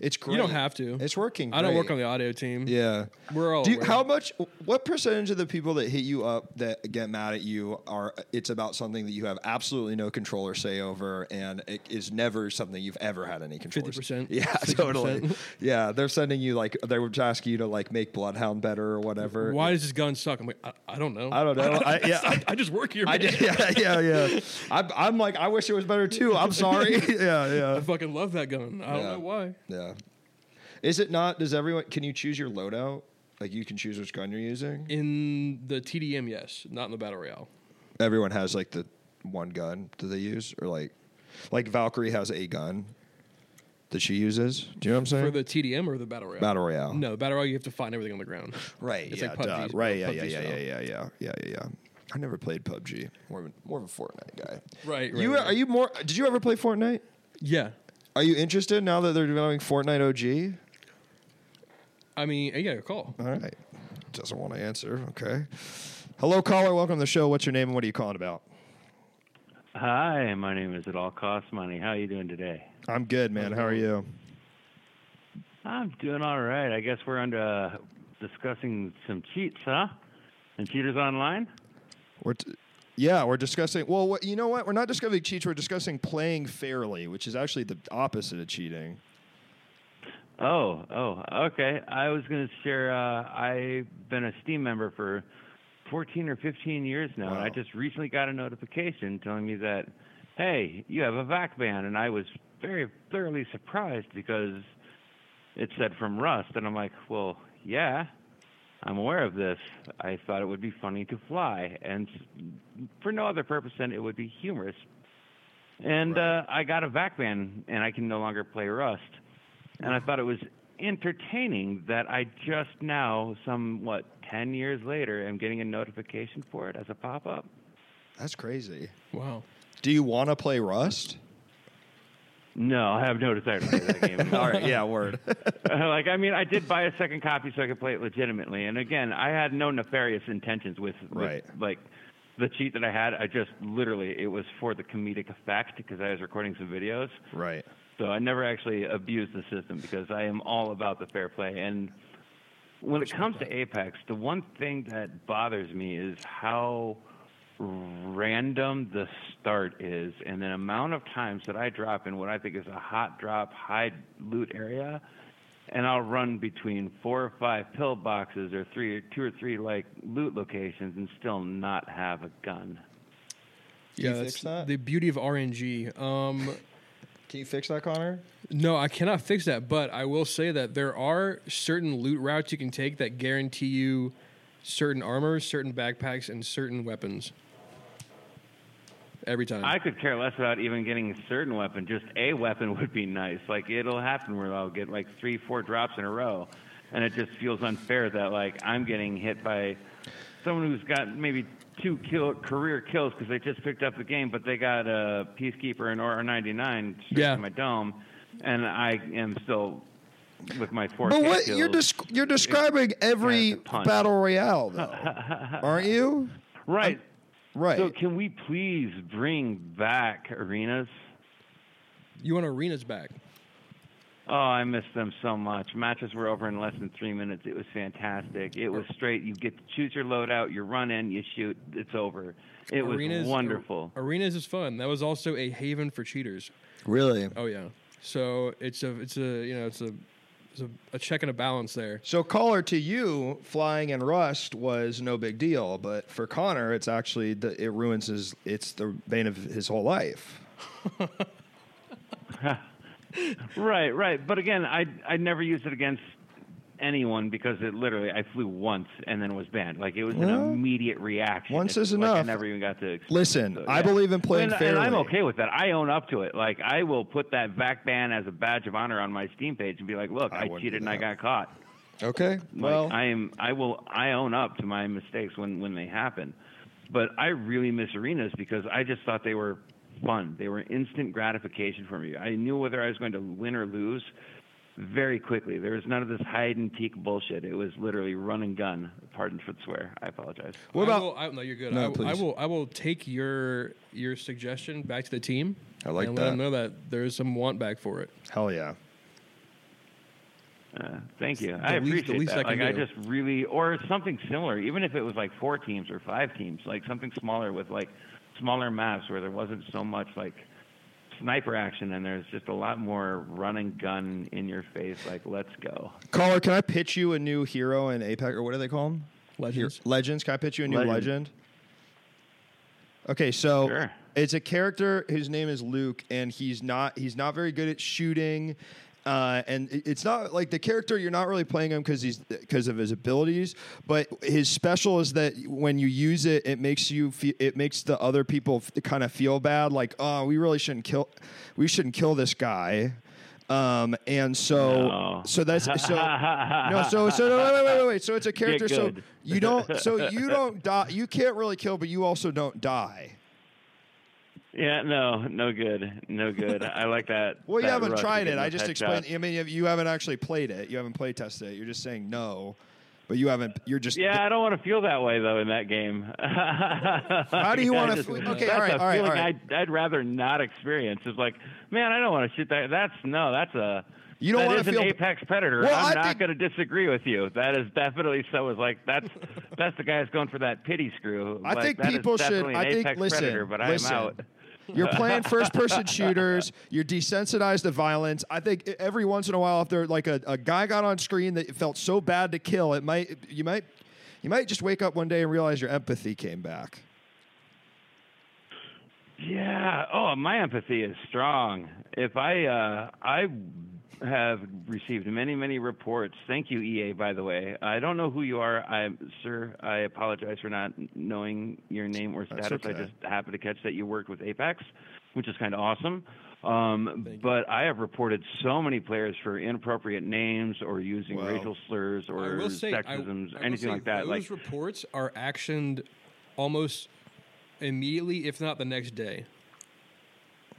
Speaker 1: It's great.
Speaker 2: You don't have to.
Speaker 1: It's working.
Speaker 2: I don't work
Speaker 1: great.
Speaker 2: on the audio team.
Speaker 1: Yeah.
Speaker 2: We're all
Speaker 1: Do you,
Speaker 2: aware.
Speaker 1: how much? What percentage of the people that hit you up that get mad at you are? It's about something that you have absolutely no control or say over, and it is never something you've ever had any control. or-
Speaker 2: 50%,
Speaker 1: Yeah,
Speaker 2: 60%.
Speaker 1: totally. Yeah, they're sending you like they were asking you to like make Bloodhound better or whatever.
Speaker 2: Why does this gun suck? I'm like, I, I don't know.
Speaker 1: I don't know. I, yeah.
Speaker 2: I, I just work here.
Speaker 1: I
Speaker 2: man.
Speaker 1: did, yeah, yeah, yeah. I'm, I'm like, I wish it was better too. I'm sorry. yeah, yeah,
Speaker 2: I fucking love that gun. I don't
Speaker 1: Yeah.
Speaker 2: know why.
Speaker 1: yeah. Is it not? Does everyone? Can you choose your loadout? Like you can choose which gun you're using.
Speaker 2: In the TDM, yes, not in the battle royale.
Speaker 1: everyone has like the one gun that they use, or like like Valkyrie has a gun that she uses. Do you know what I'm saying?
Speaker 2: For the TDM or the battle royale?
Speaker 1: Battle Royale.
Speaker 2: No, battle royale. You have to find everything on the ground.
Speaker 1: Right.
Speaker 2: It's
Speaker 1: yeah.
Speaker 2: like
Speaker 1: duh,
Speaker 2: PUBG 's-
Speaker 1: right. Yeah.
Speaker 2: PUBG
Speaker 1: Yeah. Yeah. Yeah.
Speaker 2: style.
Speaker 1: Yeah. Yeah. Yeah. Yeah. I never played PUBG. More of a, more of a Fortnite guy.
Speaker 2: Right,
Speaker 1: You
Speaker 2: right, right.
Speaker 1: are you more? Did you ever play Fortnite?
Speaker 2: Yeah.
Speaker 1: Are you interested now that they're developing Fortnite OG?
Speaker 2: I mean, yeah, call.
Speaker 1: All right. Doesn't want to answer. Okay. Hello, caller. Welcome to the show. What's your name and what are you calling about?
Speaker 4: Hi, my name is At All Cost Money. How are you doing today?
Speaker 1: I'm good, man. How are you?
Speaker 4: I'm doing all right. I guess we're on to uh, discussing some cheats, huh? And cheaters online?
Speaker 1: We're t- yeah, we're discussing. Well, what, you know what? We're not discussing cheats. We're discussing playing fairly, which is actually the opposite of cheating.
Speaker 4: Oh, oh, okay. I was going to share, uh, I've been a Steam member for 14 or 15 years now, and
Speaker 1: Wow.
Speaker 4: I just recently got a notification telling me that, hey, you have a VAC ban, and I was very thoroughly surprised because it said from Rust, and I'm like, well, yeah, I'm aware of this. I thought it would be funny to fly, and s- for no other purpose than it would be humorous. And
Speaker 1: Right.
Speaker 4: uh, I got a VAC ban, and I can no longer play Rust. And I thought it was entertaining that I just now, somewhat 10 years later, am getting a notification for it as a pop up.
Speaker 1: That's crazy.
Speaker 2: Wow.
Speaker 1: Do you want to play Rust?
Speaker 4: No, I have no desire to play that game. at all.
Speaker 1: All right. Yeah. Word.
Speaker 4: like I mean, I did buy a second copy so I could play it legitimately. And again, I had no nefarious intentions with, with,
Speaker 1: Right.
Speaker 4: like the cheat that I had. I just literally it was for the comedic effect because I was recording some videos.
Speaker 1: right.
Speaker 4: So I never actually abused the system because I am all about the fair play. And when it comes to Apex, the one thing that bothers me is how random the start is and the amount of times that I drop in what I think is a hot drop, high loot area. And I'll run between four or five pill boxes or three or two or three like loot locations and still not have a gun.
Speaker 1: Can
Speaker 2: Yeah,
Speaker 1: you
Speaker 2: that's
Speaker 1: fix that?
Speaker 2: the beauty of RNG. Um,
Speaker 1: Can you fix that, Connor?
Speaker 2: no, I cannot fix that, but I will say that there are certain loot routes you can take that guarantee you certain armors, certain backpacks, and certain weapons. Every time.
Speaker 4: I could care less about even getting a certain weapon. Just a weapon would be nice. Like it'll happen where I'll get like three, four drops in a row, and it just feels unfair that like I'm getting hit by someone who's got maybe two kill career kills because they just picked up the game, but they got a peacekeeper and or 99 straight
Speaker 2: Yeah.
Speaker 4: to my dome, and I am still with my four.
Speaker 1: But
Speaker 4: K
Speaker 1: what you're
Speaker 4: kills.
Speaker 1: desc- you're describing every
Speaker 4: Yeah, it's a pun.
Speaker 1: battle royale, though, aren't you?
Speaker 4: right?
Speaker 1: Right.
Speaker 4: So can we please bring back arenas?
Speaker 2: you want arenas back.
Speaker 4: Oh, I miss them so much. Matches were over in less than three minutes. It was fantastic. It was straight. You get to choose your loadout, you run in, you shoot, it's over. It
Speaker 2: arenas,
Speaker 4: was wonderful.
Speaker 2: Arenas is fun. That was also a haven for cheaters.
Speaker 1: really.
Speaker 2: Oh yeah. So it's a it's a you know it's a it's a, a check and a balance there.
Speaker 1: So, caller to you, flying in rust was no big deal, but for Connor, it's actually the, it ruins his. It's the bane of his whole life.
Speaker 4: Right, right. But again, I I never used it against anyone because it literally I flew once and then was banned. Like it was
Speaker 1: Well,
Speaker 4: an immediate reaction.
Speaker 1: once
Speaker 4: It's
Speaker 1: is
Speaker 4: like I
Speaker 1: enough.
Speaker 4: never even got to experience
Speaker 1: Listen,
Speaker 4: it,
Speaker 1: I believe in playing
Speaker 4: Uh, and,
Speaker 1: fairly.
Speaker 4: And I'm okay with that. I own up to it. Like I will put that back ban as a badge of honor on my Steam page and be like, look,
Speaker 1: I
Speaker 4: I,
Speaker 1: wouldn't do
Speaker 4: cheated and I
Speaker 1: that.
Speaker 4: got caught.
Speaker 1: Okay.
Speaker 4: Like,
Speaker 1: Well,
Speaker 4: I am. I will. I own up to my mistakes when when they happen. But I really miss arenas because I just thought they were fun. They were instant gratification for me. I knew whether I was going to win or lose very quickly. There was none of this hide and peek bullshit. It was literally run and gun. Pardon for the swear. I apologize.
Speaker 1: what
Speaker 2: I will,
Speaker 1: about?
Speaker 2: I, no, you're good.
Speaker 1: No,
Speaker 2: I, will- I
Speaker 1: please.
Speaker 2: will. I will take your your suggestion back to the team.
Speaker 1: I like
Speaker 2: and Let them
Speaker 1: that.
Speaker 2: know that there's some want back for it.
Speaker 1: Hell yeah.
Speaker 4: Uh, thank you. I
Speaker 2: the least- the
Speaker 4: appreciate
Speaker 2: least
Speaker 4: that.
Speaker 2: I can
Speaker 4: like,
Speaker 2: do.
Speaker 4: I just really, or something similar, even if it was like four teams or five teams, like something smaller with like smaller maps where there wasn't so much like sniper action and there's just a lot more run and gun in your face. Like, let's go.
Speaker 1: Caller, can I pitch you a new hero in Apex, or what do they call them?
Speaker 2: Legends.
Speaker 1: Legends. Can I pitch you a new legend?
Speaker 4: Legend.
Speaker 1: Okay, so
Speaker 4: Sure.
Speaker 1: it's a character. His name is Luke, and he's not he's not very good at shooting. Uh, and it- it's not like the character you're not really playing him because he's because of his abilities, but his special is that when you use it, it makes you fe- it makes the other people f- kind of feel bad, like oh, we really shouldn't kill, we shouldn't kill this guy, um, and so
Speaker 4: No.
Speaker 1: so that's so no, so so no, wait, wait, wait, wait, wait. So it's a character. So
Speaker 4: good.
Speaker 1: you don't. So you don't die. You can't really kill, but you also don't die.
Speaker 4: Yeah, no, no good, no good. I like that.
Speaker 1: Well, you
Speaker 4: that
Speaker 1: haven't
Speaker 4: rush
Speaker 1: tried it.
Speaker 4: getting
Speaker 1: I
Speaker 4: those
Speaker 1: just
Speaker 4: headshots.
Speaker 1: explained. I mean, you haven't actually played it. You haven't play tested it. You're just saying no, but you haven't. You're just.
Speaker 4: Yeah, I don't want to feel that way though in that game. How
Speaker 1: do you wanna
Speaker 4: to?
Speaker 1: feel- okay,
Speaker 4: that's
Speaker 1: all right,
Speaker 4: a
Speaker 1: all right,
Speaker 4: feeling
Speaker 1: all right.
Speaker 4: I'd, I'd rather not experience. It's like, man, I don't want to shoot that. That's no, that's a.
Speaker 1: You don't
Speaker 4: that
Speaker 1: wanna
Speaker 4: is an
Speaker 1: feel-
Speaker 4: apex predator.
Speaker 1: Well, I
Speaker 4: I'm not
Speaker 1: think-
Speaker 4: going to disagree with you. That is definitely so. It's like that's that's the guy that's going for that pity screw.
Speaker 1: I
Speaker 4: Like,
Speaker 1: think
Speaker 4: that is
Speaker 1: people should.
Speaker 4: definitely an
Speaker 1: I think
Speaker 4: apex
Speaker 1: listen.
Speaker 4: predator, but
Speaker 1: listen.
Speaker 4: I'm out.
Speaker 1: You're playing first-person shooters. You're desensitized to violence. I think e, every once in a while, if there like a, a guy got on screen that it felt so bad to kill, it might you might you might just wake up one day and realize your empathy came back.
Speaker 4: Yeah. Oh, my empathy is strong. If I uh, I have received many many reports. Thank you, EA. By the way, I don't know who you are. I, sir, I apologize for not knowing your name or
Speaker 1: That's
Speaker 4: status. I
Speaker 1: okay.
Speaker 4: just happened to catch that you worked with Apex, which is kind of awesome. Um, but I have reported so many players for inappropriate names or using
Speaker 1: Wow.
Speaker 4: racial slurs or
Speaker 2: I will say, I-
Speaker 4: sexisms,
Speaker 2: I will
Speaker 4: anything
Speaker 2: say
Speaker 4: like that.
Speaker 2: Those
Speaker 4: Like
Speaker 2: reports are actioned almost immediately, if not the next day.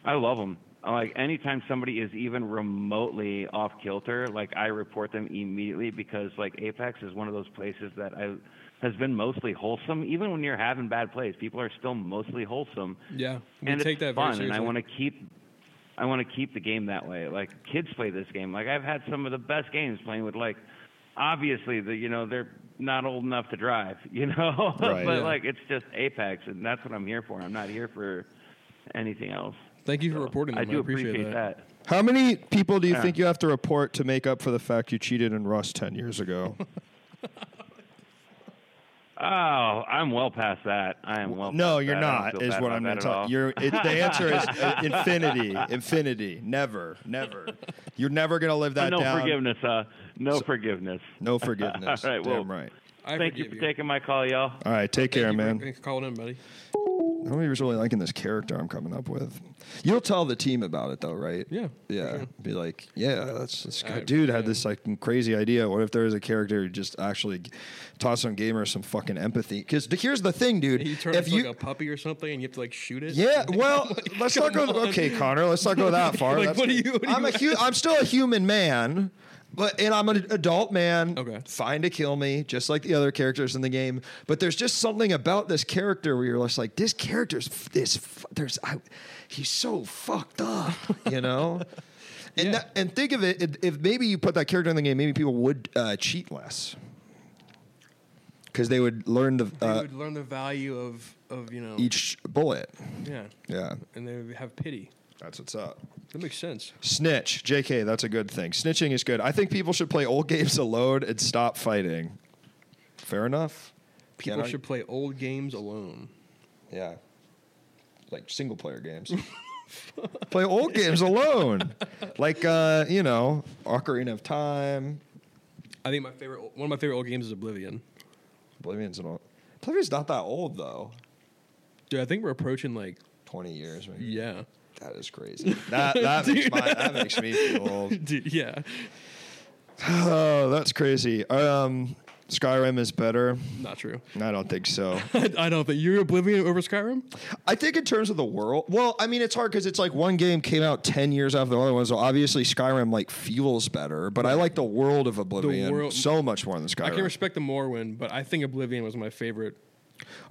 Speaker 4: I love them. Like anytime somebody is even remotely off kilter, like I report them immediately because like Apex is one of those places that I has been mostly wholesome. Even when you're having bad plays, people are still mostly wholesome.
Speaker 2: Yeah, we
Speaker 4: and
Speaker 2: take
Speaker 4: it's
Speaker 2: that very
Speaker 4: fun,
Speaker 2: seriously.
Speaker 4: and I want to keep. I want to keep the game that way. Like kids play this game. Like I've had some of the best games playing with like, obviously the you know they're not old enough to drive, you know.
Speaker 1: Right.
Speaker 4: but
Speaker 1: Yeah.
Speaker 4: like it's just Apex, and that's what I'm here for. I'm not here for anything else.
Speaker 2: Thank you for reporting
Speaker 4: I
Speaker 2: them. I,
Speaker 4: do appreciate, that.
Speaker 1: How many people do you think you have to report to make up for the fact you cheated in Rust 10 years ago?
Speaker 4: Oh, I'm well past that. I am well.
Speaker 1: no,
Speaker 4: past
Speaker 1: you're
Speaker 4: that. I don't
Speaker 1: not,
Speaker 4: feel
Speaker 1: is
Speaker 4: bad
Speaker 1: what
Speaker 4: about
Speaker 1: I'm
Speaker 4: that
Speaker 1: going
Speaker 4: at
Speaker 1: to tell
Speaker 4: all.
Speaker 1: you. You're- It, the answer is uh, infinity. Infinity. Never. Never. You're never going to live that
Speaker 4: no
Speaker 1: down.
Speaker 4: forgiveness. Uh, no forgiveness.
Speaker 1: No forgiveness.
Speaker 4: All right, well-
Speaker 1: Damn right.
Speaker 2: I
Speaker 4: Thank you
Speaker 2: forgive
Speaker 4: for taking my call, y'all.
Speaker 1: All right, take
Speaker 2: Thank
Speaker 1: care,
Speaker 2: you for-
Speaker 1: man.
Speaker 2: Thanks for calling in, buddy.
Speaker 1: Nobody's really liking this character I'm coming up with. You'll tell the team about it though, right?
Speaker 2: Yeah, for
Speaker 1: Yeah.
Speaker 2: sure.
Speaker 1: Be like, yeah, that's this guy,
Speaker 2: I-
Speaker 1: dude had this like crazy idea. What if there was a character who just actually g- taught some gamer some fucking empathy? Because here's the thing, dude.
Speaker 2: You turn
Speaker 1: if
Speaker 2: into
Speaker 1: you,
Speaker 2: like a puppy or something, and you have to like shoot it.
Speaker 1: yeah, well, let's not go.
Speaker 2: come on.
Speaker 1: Okay, Connor, let's not go that far.
Speaker 2: Like,
Speaker 1: That's-
Speaker 2: what do you- what do
Speaker 1: I'm a hu- I'm still a human man, but and I'm an adult man.
Speaker 2: Okay.
Speaker 1: fine to kill me, just like the other characters in the game. But there's just something about this character where you're just like, this character's f- this. f- There's, I, he's so fucked up, you know. And that, and think of it, if, if maybe you put that character in the game, maybe people would uh, cheat less because they would learn the
Speaker 2: they
Speaker 1: uh,
Speaker 2: would learn the value of of you know
Speaker 1: each bullet.
Speaker 2: yeah,
Speaker 1: Yeah,
Speaker 2: and they would have pity.
Speaker 1: that's what's up.
Speaker 2: That makes sense.
Speaker 1: Snitch, JK, that's a good thing. Snitching is good. I think people should play old games alone and stop fighting. Fair enough.
Speaker 2: People
Speaker 1: Can I-
Speaker 2: should play old games alone.
Speaker 1: yeah, like single player games. play old games alone, like uh, you know, Ocarina of Time,
Speaker 2: I think my favorite one of my favorite old games is Oblivion.
Speaker 1: Oblivion's and all. Oblivion's not that old though.
Speaker 2: Dude, I think we're approaching like
Speaker 1: Twenty years, maybe.
Speaker 2: yeah,
Speaker 1: That is crazy. That that makes, my, that makes me feel old.
Speaker 2: dude, yeah.
Speaker 1: Oh, that's crazy. Um, Skyrim is better.
Speaker 2: Not true.
Speaker 1: I don't think so.
Speaker 2: I don't think you're Oblivion over Skyrim.
Speaker 1: I think in terms of the world, well, I mean, it's hard because it's like one game came out 10 years after the other one. So obviously, Skyrim like fuels better, but I like the world of Oblivion
Speaker 2: world-
Speaker 1: so much more than
Speaker 2: I can
Speaker 1: Skyrim.
Speaker 2: respect the Morrowind, but I think Oblivion was my favorite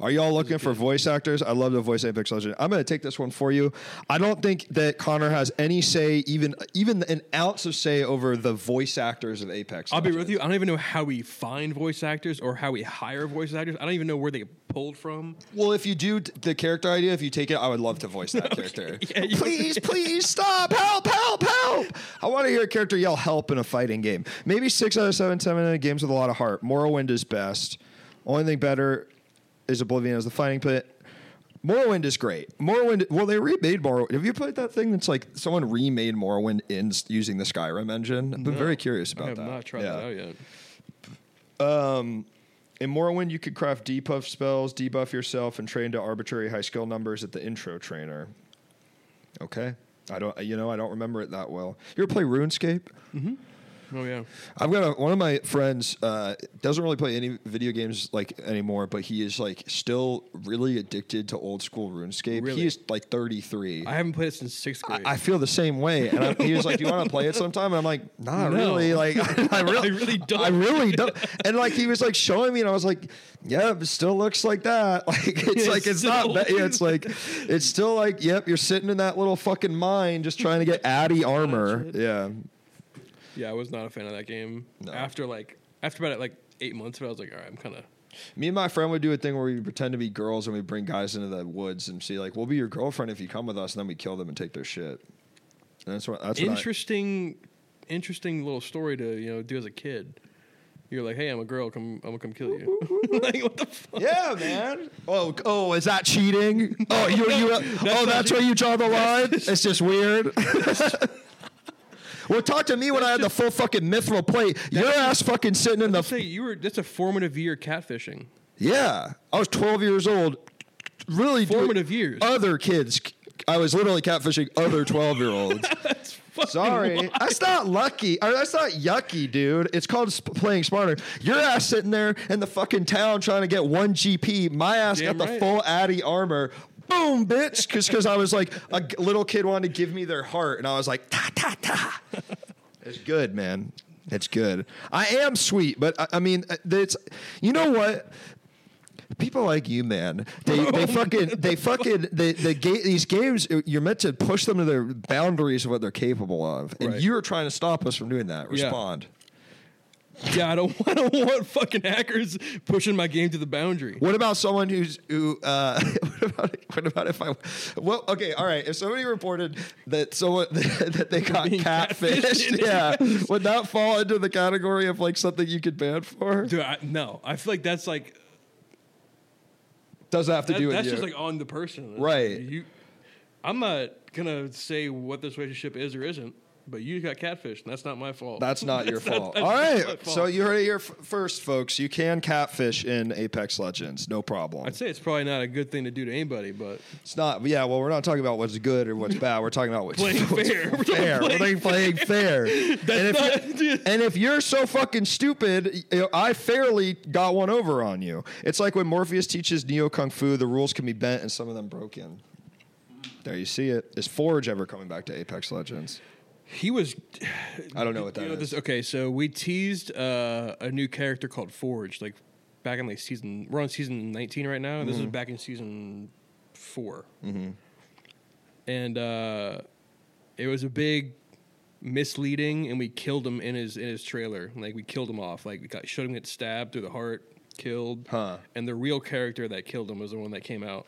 Speaker 1: Are y'all looking for voice actors? I love the voice Apex Legend. I'm going to take this one for you. I don't think that Connor has any say, even even an ounce of say over the voice actors of Apex.
Speaker 2: I'll be
Speaker 1: Legends.
Speaker 2: with you. I don't even know how we find voice actors or how we hire voice actors. I don't even know where they get pulled from.
Speaker 1: Well, if you do t- the character idea, if you take it, I would love to voice that character.
Speaker 2: Yeah, you-
Speaker 1: please, please stop! Help! Help! Help! I want to hear a character yell "help" in a fighting game. Maybe six out of seven, seven out of games with a lot of heart. Morrowind is best. Only thing better is Oblivion as the fighting pit. Morrowind is great. Morrowind. Well, they remade Morrowind. Have you played that thing that's like someone remade Morrowind in s- using the Skyrim engine? I've been very curious about
Speaker 2: I have
Speaker 1: that.
Speaker 2: not tried that out yet.
Speaker 1: In Morrowind, you could craft debuff spells, debuff yourself, and train to arbitrary high skill numbers at the intro trainer. Okay. I don't, you know, I don't remember it that well. You ever play RuneScape?
Speaker 2: Oh yeah.
Speaker 1: I've got a, one of my friends uh, doesn't really play any video games like anymore, but he is like still really addicted to old school RuneScape.
Speaker 2: Really?
Speaker 1: He is like 33.
Speaker 2: I haven't played it since sixth grade.
Speaker 1: I feel the same way. And I, he was like, "Do you want to play it sometime?" And I'm like, "Nah,
Speaker 2: No.
Speaker 1: really. Like, I, really,
Speaker 2: I really don't.
Speaker 1: I really don't." And like, he was like showing me, and I was like, "Yeah, it still looks like that. Like, it's
Speaker 2: It
Speaker 1: like it's not.
Speaker 2: still-
Speaker 1: Ba- yeah, it's like it's still like, yep, you're sitting in that little fucking mine just trying to get Addy armor. Yeah,
Speaker 2: yeah, I was not a fan of that game.
Speaker 1: No.
Speaker 2: After like after about like eight months of it, I was like, all right, I'm kind of.
Speaker 1: Me and my friend would do a thing where we pretend to be girls and we bring guys into the woods and see like, we'll be your girlfriend if you come with us, and then we kill them and take their shit. And that's what that's what I-
Speaker 2: interesting, interesting little story to you know do as a kid. You're like, hey, I'm a girl. Come, I'm gonna come kill you. like what the fuck?
Speaker 1: Yeah, man. Oh, oh, is that cheating? Oh, you, you. oh, that's where you draw the line. It's just weird. well, talk to me when I had the full fucking mithril plate. Your ass fucking sitting in the.
Speaker 2: Say you were that's a formative year catfishing.
Speaker 1: yeah, I was 12 years old. Really, doing
Speaker 2: Formative years.
Speaker 1: Other kids. I was literally catfishing other 12 year olds.
Speaker 2: Fucking
Speaker 1: Sorry,
Speaker 2: wild.
Speaker 1: that's not lucky. Or that's not yucky, dude. It's called sp- playing smarter. Your ass sitting there in the fucking town trying to get one GP. My ass
Speaker 2: Damn
Speaker 1: got the
Speaker 2: right.
Speaker 1: full Addy armor. Boom, bitch. Because I was like a g- little kid wanted to give me their heart, and I was like ta ta ta. It's good, man. It's good. I am sweet, but I, I mean, uh, it's you know what. People like you, man. They, they fucking they fucking they, they ga- these games. uh, You're meant to push them to their boundaries of what they're capable of, and
Speaker 2: Right.
Speaker 1: you're trying to stop us from doing that.
Speaker 2: Yeah.
Speaker 1: Respond.
Speaker 2: Yeah, I don't, I don't want fucking hackers pushing my game to the boundary.
Speaker 1: What about someone who's who? Uh, what about what about if I? Well, okay, all right. If somebody reported that someone that they got
Speaker 2: Being catfished
Speaker 1: catfished,
Speaker 2: in
Speaker 1: yeah, would that fall into the category of like something you could ban for?
Speaker 2: Dude, I, no, I feel like that's like
Speaker 1: Does that have to
Speaker 2: that-
Speaker 1: do with
Speaker 2: that's
Speaker 1: you?
Speaker 2: just like on the person, That's
Speaker 1: Right.
Speaker 2: You, I'm not gonna say what this relationship is or isn't, but you got catfished, and that's not my fault.
Speaker 1: That's not your fault.
Speaker 2: that's
Speaker 1: All
Speaker 2: not
Speaker 1: right.
Speaker 2: my fault.
Speaker 1: So you heard it here f- first, folks. You can catfish in Apex Legends. No problem.
Speaker 2: I'd say it's probably not a good thing to do to anybody, but
Speaker 1: It's not, yeah, well, we're not talking about what's good or what's bad. We're talking about what's
Speaker 2: Playing
Speaker 1: what's
Speaker 2: fair. We're talking
Speaker 1: fair. We're
Speaker 2: playing
Speaker 1: playing, playing fair. and,
Speaker 2: That's
Speaker 1: if
Speaker 2: not-
Speaker 1: you, and if you're so fucking stupid, you know, I fairly got one over on you. It's like when Morpheus teaches Neo Kung Fu, the rules can be bent and some of them broken. There you see it. Is Forge ever coming back to Apex Legends?
Speaker 2: he was.
Speaker 1: I don't know what that
Speaker 2: You know,
Speaker 1: is.
Speaker 2: this- okay, so we teased uh, a new character called Forge, like back in like season. We're on season nineteen right now. This is
Speaker 1: Mm-hmm.
Speaker 2: back in season 4 and uh, it was a big misleading, and we killed him in his in his trailer. Like we killed him off. Like we got, showed him get stabbed through the heart, killed.
Speaker 1: Huh.
Speaker 2: And the real character that killed him was the one that came out.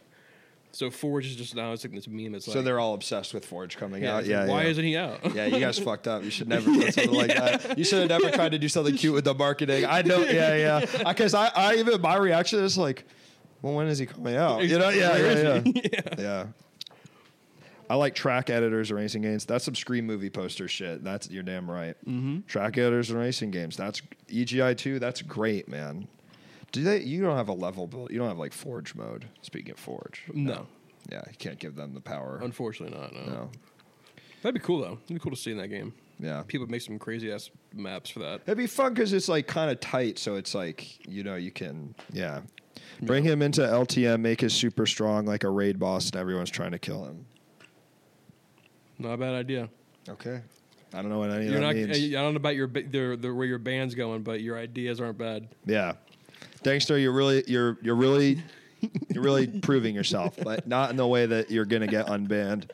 Speaker 2: So Forge is just now it's like this meme. It's like
Speaker 1: so they're all obsessed with Forge coming
Speaker 2: yeah,
Speaker 1: out.
Speaker 2: it's
Speaker 1: Yeah.
Speaker 2: like, why
Speaker 1: yeah.
Speaker 2: isn't he out?
Speaker 1: Yeah, you guys fucked up. You should never done something like that. You should have never tried to do something cute with the marketing. I know. Yeah, yeah. Because I, I even my reaction is like, well, when is he coming out? You know? Yeah,
Speaker 2: Where
Speaker 1: yeah,
Speaker 2: is
Speaker 1: yeah.
Speaker 2: he? yeah.
Speaker 1: Yeah. I like track editors and racing games. That's some screen movie poster shit. That's you're damn right. Track editors and racing games. That's EGI two. That's great, man. Do they? You don't have a level build. You don't have like Forge mode. Speaking of Forge,
Speaker 2: No,
Speaker 1: yeah, you can't give them the power.
Speaker 2: unfortunately not. No.
Speaker 1: No.
Speaker 2: That'd be cool though. It'd be cool to see in that game.
Speaker 1: Yeah.
Speaker 2: People make some crazy ass maps for that.
Speaker 1: It'd be fun because it's like kind of tight, so it's like you know you can yeah, bring him into LTM, make his super strong like a raid boss, and everyone's trying to kill him.
Speaker 2: Not a bad idea.
Speaker 1: Okay, I don't know what any
Speaker 2: You're
Speaker 1: of that
Speaker 2: not.
Speaker 1: means.
Speaker 2: I don't know about your ba- the, the, where your band's going, but your ideas aren't bad.
Speaker 1: yeah, Dangster, you're really you're you're really You're really proving yourself, but not in the way that you're going to get unbanned.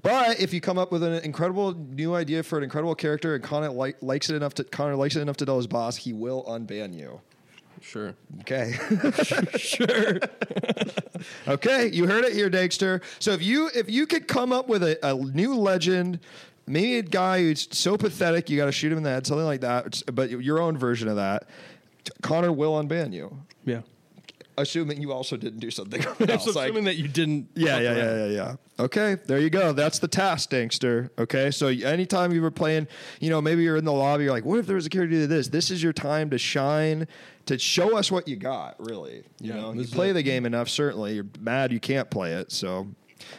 Speaker 1: But if you come up with an incredible new idea for an incredible character and Connor li- likes it enough to Connor likes it enough to tell his boss, he will unban you.
Speaker 2: Sure.
Speaker 1: Okay. sure. okay, you heard it here, Dexter. So if you if you could come up with a, a new legend, maybe a guy who's so pathetic you got to shoot him in the head, something like that, but your own version of that, Connor will unban you,
Speaker 2: Yeah.
Speaker 1: assuming you also didn't do something else. like-
Speaker 2: assuming that you didn't.
Speaker 1: yeah, yeah, yeah, yeah, yeah. Okay, there you go. That's the task, Dankster. Okay, so anytime you were playing, you know, maybe you're in the lobby, you're like, what if there was a character to do this? This is your time to shine, to show us what you got, really. You
Speaker 2: Yeah,
Speaker 1: know,
Speaker 2: this
Speaker 1: you
Speaker 2: is
Speaker 1: play
Speaker 2: it.
Speaker 1: the game enough, certainly. You're mad you can't play it. So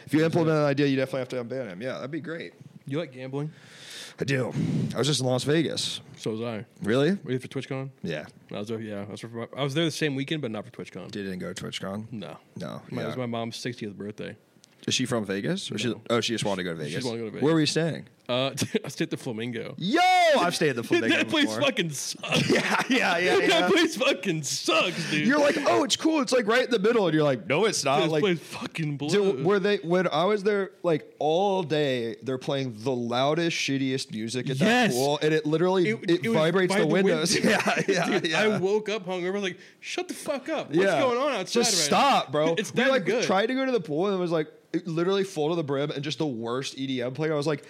Speaker 1: if you implement an idea, you definitely have to unban him. Yeah, that'd be great.
Speaker 2: You like gambling?
Speaker 1: I do. I was just in Las Vegas.
Speaker 2: So was I.
Speaker 1: Really?
Speaker 2: Were you for TwitchCon?
Speaker 1: Yeah.
Speaker 2: I was there. Yeah, I was, for, I was there the same weekend, but not for TwitchCon.
Speaker 1: Didn't go to TwitchCon.
Speaker 2: No,
Speaker 1: No.
Speaker 2: My- It
Speaker 1: yeah.
Speaker 2: was my mom's 60th birthday.
Speaker 1: Is she from Vegas? Or she,
Speaker 2: No.
Speaker 1: oh, she just wanted to go to Vegas.
Speaker 2: She just wanted to go to
Speaker 1: Where
Speaker 2: Vegas.
Speaker 1: were you staying?
Speaker 2: Uh, I stayed at the Flamingo.
Speaker 1: Yo, I've stayed at the Flamingo
Speaker 2: that place
Speaker 1: before.
Speaker 2: fucking sucks.
Speaker 1: yeah, yeah, yeah, yeah.
Speaker 2: that place fucking sucks, dude.
Speaker 1: You're like, oh, it's cool. It's like right in the middle, and you're like, no, it's not.
Speaker 2: this
Speaker 1: Uh, like,
Speaker 2: place fucking blows.
Speaker 1: dude, were they when I was there like all day? They're playing the loudest, shittiest music at
Speaker 2: Yes.
Speaker 1: that pool, and it literally it,
Speaker 2: was
Speaker 1: vibrates
Speaker 2: by
Speaker 1: the
Speaker 2: win-
Speaker 1: windows. yeah, yeah,
Speaker 2: Dude,
Speaker 1: yeah.
Speaker 2: I woke up hungover. I was like, shut the fuck up. What's
Speaker 1: Yeah.
Speaker 2: going on outside?
Speaker 1: Just
Speaker 2: right
Speaker 1: stop,
Speaker 2: now?
Speaker 1: bro.
Speaker 2: It's
Speaker 1: we
Speaker 2: that
Speaker 1: like
Speaker 2: good.
Speaker 1: tried to go to the pool and it was like it literally full to the brim and just the worst EDM player. I was like,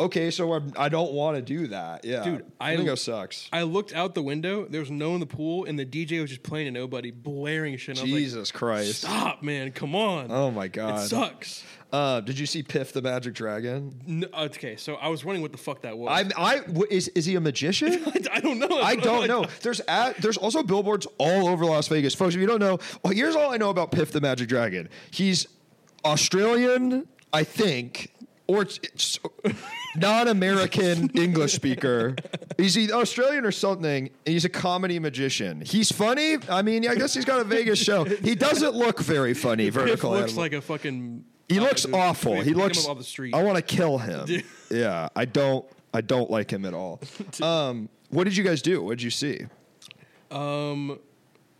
Speaker 1: okay, so I'm, I don't want to do that. Yeah,
Speaker 2: Dude, I-
Speaker 1: Flamingo sucks.
Speaker 2: I looked out the window. There was no one in the pool, and the DJ was just playing to nobody, blaring shit. And I was like,
Speaker 1: Jesus Christ.
Speaker 2: Stop, man. Come on.
Speaker 1: Oh my God.
Speaker 2: It sucks.
Speaker 1: Uh, did you see Piff the Magic Dragon?
Speaker 2: No, okay, so I was wondering what the fuck that was.
Speaker 1: I, I w- is is he a magician?
Speaker 2: I don't know.
Speaker 1: I don't know. There's ad, there's also billboards all over Las Vegas, folks. If you don't know, well, here's all I know about Piff the Magic Dragon. He's Australian, I think, or it's, it's non-American English speaker. He's either Australian or something. And he's a comedy magician. He's funny. I mean, I guess he's got a Vegas show. He doesn't look very funny.
Speaker 2: Piff
Speaker 1: Vertical.
Speaker 2: looks
Speaker 1: animal.
Speaker 2: like a fucking.
Speaker 1: He
Speaker 2: uh,
Speaker 1: looks
Speaker 2: dude,
Speaker 1: awful.
Speaker 2: I mean,
Speaker 1: he
Speaker 2: pick him
Speaker 1: looks Oh.
Speaker 2: up off the street.
Speaker 1: I want to kill him.
Speaker 2: Dude.
Speaker 1: yeah, I don't. I don't like him at all. Um, what did you guys do? What did you see?
Speaker 2: Um,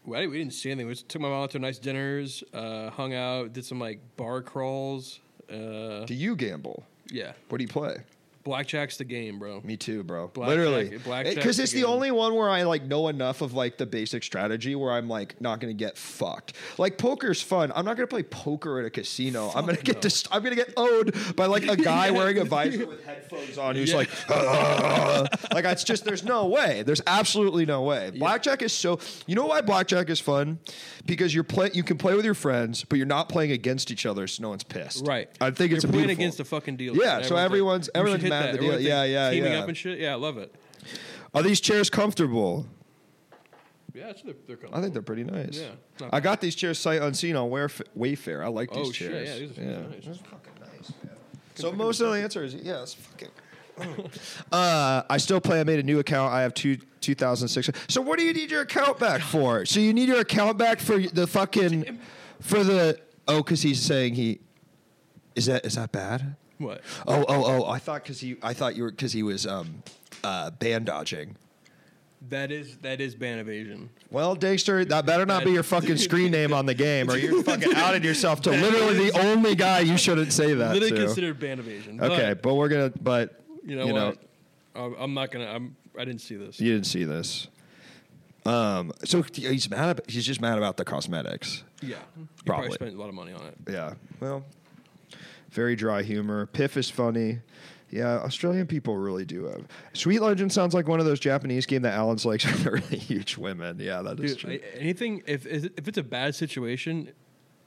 Speaker 2: well, we didn't see anything. We just took my mom out to nice dinners, uh, hung out, did some like bar crawls. Uh,
Speaker 1: Do you gamble?
Speaker 2: yeah,
Speaker 1: What do you play?
Speaker 2: blackjack's the game, bro.
Speaker 1: Me too, bro.
Speaker 2: Blackjack-
Speaker 1: Literally,
Speaker 2: blackjack's
Speaker 1: because it's the
Speaker 2: the game.
Speaker 1: only one where I like know enough of like the basic strategy where I'm like not gonna get fucked. Like poker's fun. I'm not gonna play poker at a casino. I'm gonna get dist- I'm gonna get owed by like a guy wearing a visor with headphones on who's
Speaker 2: Yeah.
Speaker 1: like, "Ugh." like it's just there's no way. There's absolutely no way. Blackjack is so. You know why blackjack is fun? Because you're play you can play with your friends, but you're not playing against each other, so no one's pissed.
Speaker 2: Right.
Speaker 1: I think
Speaker 2: You're
Speaker 1: it's a
Speaker 2: playing
Speaker 1: beautiful-
Speaker 2: against the fucking deal.
Speaker 1: Yeah, so everyone's-
Speaker 2: like, we should
Speaker 1: everyone's
Speaker 2: hit
Speaker 1: mad at
Speaker 2: that.
Speaker 1: the deal.
Speaker 2: Everyone's,
Speaker 1: Yeah, yeah,
Speaker 2: teaming
Speaker 1: yeah.
Speaker 2: up and shit. Yeah, I love it.
Speaker 1: Are these chairs comfortable?
Speaker 2: Yeah, it's, they're, they're coming.
Speaker 1: I think they're pretty nice.
Speaker 2: Yeah, it's not
Speaker 1: I got these chairs sight unseen on Wayf- Wayfair. I like these
Speaker 2: Oh, shit,
Speaker 1: chairs.
Speaker 2: yeah, these are- these are nice.
Speaker 1: fucking nice, man. So most of the answer is yes. fucking. uh, I still play. I made a new account. I have two 2006. So what do you need your account back for? So you need your account back for the fucking for the oh, because he's saying he is that is that bad?
Speaker 2: what?
Speaker 1: Oh oh oh! I thought because he I thought you were because he was um uh band dodging.
Speaker 2: That is that is ban evasion.
Speaker 1: Well, Dexter, that better not be your fucking screen name on the game, or you're fucking outed yourself to literally the only guy you shouldn't say that
Speaker 2: Literally
Speaker 1: to.
Speaker 2: considered ban evasion. but,
Speaker 1: okay, but we're gonna. But
Speaker 2: you know what? I'm- I'm not gonna. I'm. I didn't see this.
Speaker 1: you didn't see this. Um, so he's mad. About, he's just mad about the cosmetics.
Speaker 2: Yeah, you
Speaker 1: Probably.
Speaker 2: probably spent a lot of money on it.
Speaker 1: Yeah. Well, very dry humor. Piff is funny. Yeah, Australian people really do have. Sweet Legend sounds like one of those Japanese game that Alan's likes with the really huge women. Yeah, that is
Speaker 2: Dude,
Speaker 1: true.
Speaker 2: a- anything if is it- if it's a bad situation,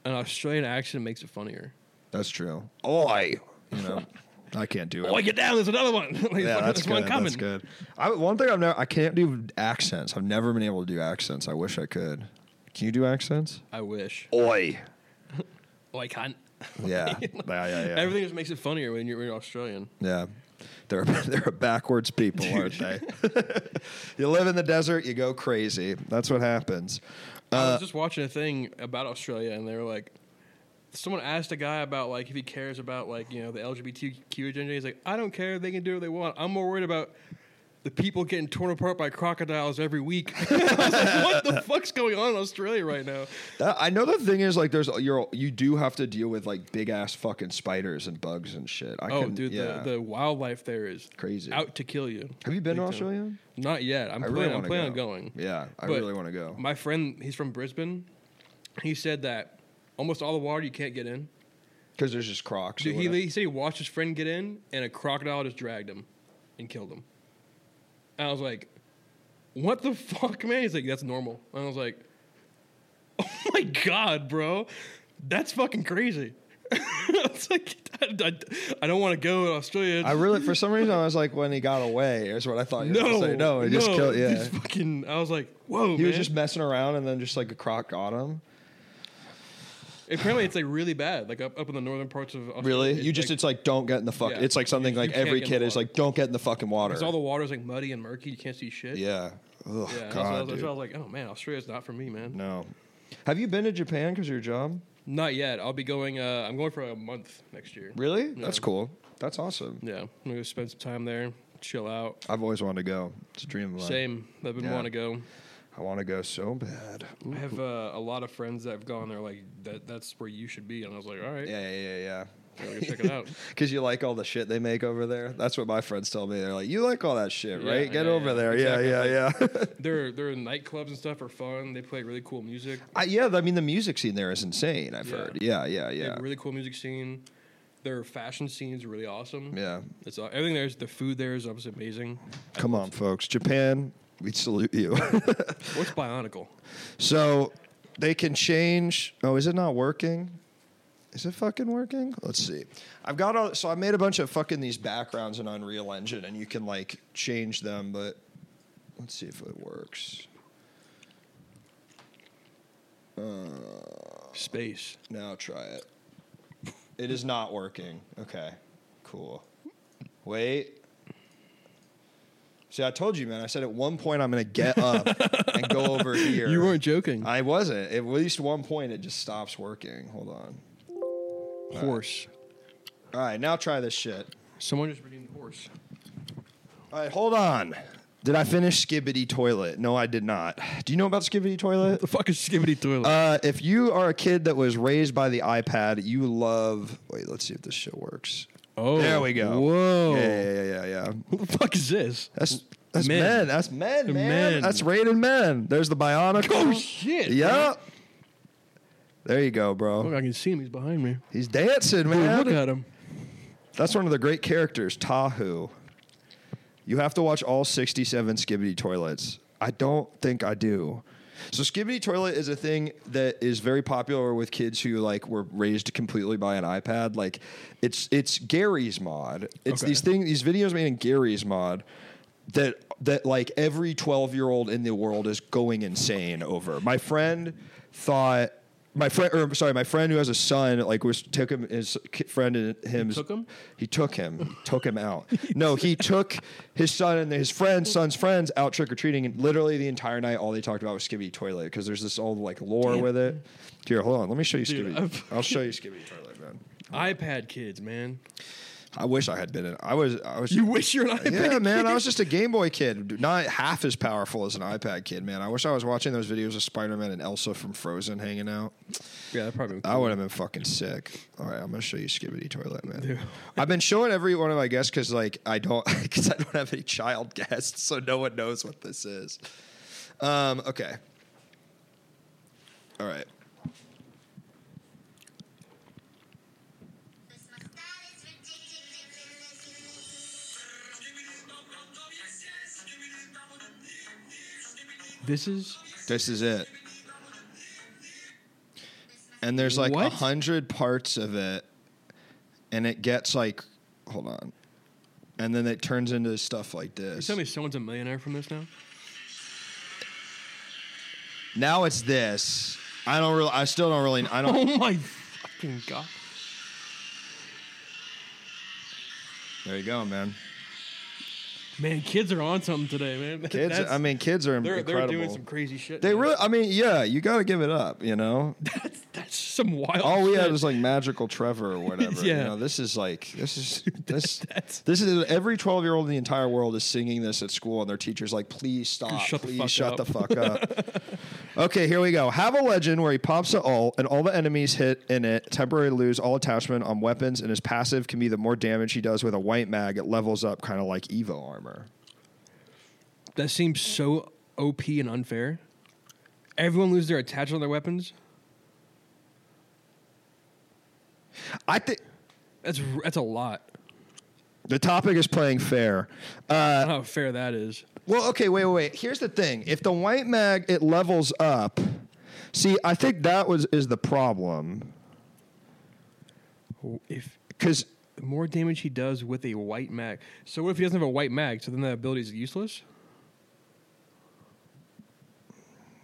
Speaker 2: an Australian accent makes it funnier.
Speaker 1: That's true. Oi, you know, I can't do it.
Speaker 2: Oh, get down! There's another one. Like,
Speaker 1: Yeah,
Speaker 2: fuck,
Speaker 1: that's
Speaker 2: there's one
Speaker 1: good.
Speaker 2: coming.
Speaker 1: That's good. I, one thing I've never, I can't do accents. I've never been able to do accents. I wish I could. Can you do accents?
Speaker 2: I wish.
Speaker 1: Oi.
Speaker 2: Oh, I can't.
Speaker 1: Yeah. yeah, yeah, yeah.
Speaker 2: Everything just makes it funnier when you're, when you're Australian.
Speaker 1: Yeah. They're, they're a backwards people, aren't they? you live in the desert, you go crazy. That's what happens.
Speaker 2: I
Speaker 1: Uh,
Speaker 2: was just watching a thing about Australia, and they were like, someone asked a guy about like if he cares about like you know the LGBTQ agenda. He's like, I don't care. They can do what they want. I'm more worried about the people getting torn apart by crocodiles every week. I was like, what the fuck's going on in Australia right now?
Speaker 1: That- I know the thing is like there's you're you do have to deal with like big ass fucking spiders and bugs and shit. I
Speaker 2: Oh,
Speaker 1: couldn't-
Speaker 2: dude,
Speaker 1: yeah.
Speaker 2: the, the wildlife there is
Speaker 1: Crazy.
Speaker 2: out to kill you.
Speaker 1: Have you been to
Speaker 2: Big time.
Speaker 1: Australia?
Speaker 2: Not yet. I'm
Speaker 1: I
Speaker 2: planning.
Speaker 1: really
Speaker 2: I'm
Speaker 1: want to
Speaker 2: planning
Speaker 1: go.
Speaker 2: on going.
Speaker 1: Yeah, I
Speaker 2: But
Speaker 1: really want to go.
Speaker 2: My friend, he's from Brisbane. He said that almost all the water you can't get in.
Speaker 1: Because there's just crocs. or
Speaker 2: Dude, he,
Speaker 1: whatever.
Speaker 2: he said he watched his friend get in, and a crocodile just dragged him and killed him. And I was like, "What the fuck, man?" He's like, "That's normal." And I was like, "Oh my god, bro, that's fucking crazy." it's like I, I, I don't want to go to Australia.
Speaker 1: I really, for some reason, I was like, when he got away, is what I thought. You were
Speaker 2: no,
Speaker 1: gonna say. no, he just killed. Yeah,
Speaker 2: just fucking. I was like, "Whoa!"
Speaker 1: he
Speaker 2: man.
Speaker 1: was just messing around, and then just like a croc got him.
Speaker 2: Apparently, it's like really bad, like up, up in the northern parts of Australia.
Speaker 1: Really?
Speaker 2: It's
Speaker 1: You just,
Speaker 2: like,
Speaker 1: it's like, don't get in the fuck.
Speaker 2: Yeah.
Speaker 1: It's like something
Speaker 2: You- you
Speaker 1: like
Speaker 2: can't
Speaker 1: every
Speaker 2: get in
Speaker 1: kid
Speaker 2: the
Speaker 1: is
Speaker 2: water.
Speaker 1: like, don't get in the fucking water.
Speaker 2: because all the water's like muddy and murky. You can't see shit.
Speaker 1: yeah. Oh
Speaker 2: Yeah, so I,
Speaker 1: God,
Speaker 2: was,
Speaker 1: dude.
Speaker 2: so I was like, oh man, Australia's not for me, man.
Speaker 1: no. Have you been to Japan because of your job?
Speaker 2: Not yet. I'll be going. Uh, I'm going for a month next year.
Speaker 1: Really?
Speaker 2: Yeah.
Speaker 1: That's cool. That's awesome.
Speaker 2: Yeah, I'm gonna go spend some time there, chill out.
Speaker 1: I've always wanted to go. It's a dream of mine.
Speaker 2: Same. I've been
Speaker 1: Yeah.
Speaker 2: wanting to go.
Speaker 1: I want to go so bad.
Speaker 2: I have uh, a lot of friends that have gone there. Like that. That's where you should be. And I was like, all right,
Speaker 1: Yeah, yeah, yeah,
Speaker 2: I'm
Speaker 1: yeah.
Speaker 2: gonna check it out.
Speaker 1: Because you like all the shit they make over there. That's what my friends tell me. They're like, you like all that shit,
Speaker 2: Yeah,
Speaker 1: right? Get
Speaker 2: yeah,
Speaker 1: over
Speaker 2: yeah.
Speaker 1: there. Yeah,
Speaker 2: Exactly.
Speaker 1: yeah, yeah.
Speaker 2: Their their nightclubs and stuff are fun. They play really cool music.
Speaker 1: I, yeah, I mean, the music scene there is insane, I've
Speaker 2: Yeah.
Speaker 1: heard. Yeah, yeah,
Speaker 2: They have
Speaker 1: yeah.
Speaker 2: really cool music scene. Their fashion scene is really awesome.
Speaker 1: Yeah.
Speaker 2: It's all, everything there's the food there is obviously amazing.
Speaker 1: Come on, folks. Japan, we salute you.
Speaker 2: What's Bionicle?
Speaker 1: so they can change. Oh, is it not working? Is it fucking working? Let's see. I've got all. So I made a bunch of fucking these backgrounds in Unreal Engine, and you can like change them, but let's see if it works.
Speaker 2: Space.
Speaker 1: Now try it. It is not working. Okay. Cool. Wait. See, I told you, man. I said at one point I'm going to get up and go over here.
Speaker 2: joking.
Speaker 1: I wasn't. At least one point it just stops working. Hold on.
Speaker 2: Horse.
Speaker 1: All right, now try this shit.
Speaker 2: Someone just redeemed horse.
Speaker 1: All right, hold on. Did I finish Skibbity Toilet? No, I did not. Do you know about Skibbity Toilet?
Speaker 2: The fuck is skibbity toilet?
Speaker 1: Uh, if you are a kid that was raised by the iPad, you love. Wait, let's see if this shit works.
Speaker 2: oh,
Speaker 1: there we go.
Speaker 2: Whoa.
Speaker 1: Yeah, yeah, yeah, yeah, yeah.
Speaker 2: What the fuck is this?
Speaker 1: That's that's men.
Speaker 2: Men.
Speaker 1: That's men,
Speaker 2: They're
Speaker 1: man.
Speaker 2: men.
Speaker 1: That's rated men. There's the bionic.
Speaker 2: Oh shit.
Speaker 1: Yep. There you go,
Speaker 2: bro. Look,
Speaker 1: bro.
Speaker 2: Oh, I can see him. He's behind me.
Speaker 1: He's dancing,
Speaker 2: Dude,
Speaker 1: man.
Speaker 2: look at him.
Speaker 1: That's one of the great characters, Tahu. You have to watch all 67 Skibbity Toilets. I don't think I do. So Skibbity Toilet is a thing that is very popular with kids who like were raised completely by an iPad. Like it's it's Gary's mod. It's
Speaker 2: Okay.
Speaker 1: these things these videos made in Gary's mod that that like every 12-year-old in the world is going insane over. My friend thought my friend, or sorry, my friend who has a son, like was took him his ki- friend and him
Speaker 2: took him?
Speaker 1: he took him, took him out. No, he took his son and his friend's son's friends out trick or treating, and literally the entire night, all they talked about was Skibidi Toilet because there's this old like lore with it. Here, hold on, let me show you
Speaker 2: Dude,
Speaker 1: Skibidi.
Speaker 2: I've-
Speaker 1: I'll show you Skibidi Toilet, man.
Speaker 2: iPad kids, man.
Speaker 1: I wish I had been in. I was. I was.
Speaker 2: You wish you're an iPad.
Speaker 1: yeah, man.
Speaker 2: kid?
Speaker 1: I was just a Game Boy kid, not half as powerful as an iPad kid, man. I wish I was watching those videos of Spider Man and Elsa from Frozen hanging out.
Speaker 2: Yeah, that probably.
Speaker 1: I would have been fucking sick. All right, I'm gonna show you Skibbity Toilet, man. I've been showing every one of my guests because like I don't because I don't have any child guests, so no one knows what this is. Um, okay. All right.
Speaker 2: This is
Speaker 1: This is it. And there's like a
Speaker 2: What?
Speaker 1: hundred parts of it, and it gets like, hold on, and then it turns into stuff like
Speaker 2: You
Speaker 1: this.
Speaker 2: tell me someone's a millionaire from this now?
Speaker 1: Now it's this. I don't really. I still don't really. I don't.
Speaker 2: Oh my fucking god.
Speaker 1: There you go, man.
Speaker 2: Man, kids are on something today, man.
Speaker 1: Kids,
Speaker 2: That's-
Speaker 1: I mean, kids are
Speaker 2: they're,
Speaker 1: incredible.
Speaker 2: they're doing some crazy shit.
Speaker 1: they
Speaker 2: man.
Speaker 1: really, I mean, yeah, you got to give it up, you know.
Speaker 2: That's, that's some wild.
Speaker 1: All we had
Speaker 2: shit.
Speaker 1: was like magical Trevor or whatever. You
Speaker 2: Yeah.
Speaker 1: know, this is like this is this
Speaker 2: That's-
Speaker 1: this is every twelve year old in the entire world is singing this at school, and their teachers like, please stop,
Speaker 2: shut the
Speaker 1: please
Speaker 2: fuck
Speaker 1: shut
Speaker 2: up."
Speaker 1: the fuck up. okay, here we go. Have a legend where he pops a ult and all the enemies hit in it. Temporarily lose all attachment on weapons, and his passive can be the more damage he does with a white mag. It levels up, kind of like Evo armor.
Speaker 2: that seems so OP and unfair. Everyone loses their attachment on their weapons.
Speaker 1: I think
Speaker 2: That's r- that's a lot.
Speaker 1: the topic is playing fair. Uh,
Speaker 2: I don't know how fair that is.
Speaker 1: Well, okay, wait, wait, wait. Here's the thing: if the white mag it levels up, see, I think that was is the problem
Speaker 2: If
Speaker 1: because
Speaker 2: the more damage he does with a white mag, so what if he doesn't have a white mag? So then that ability is useless.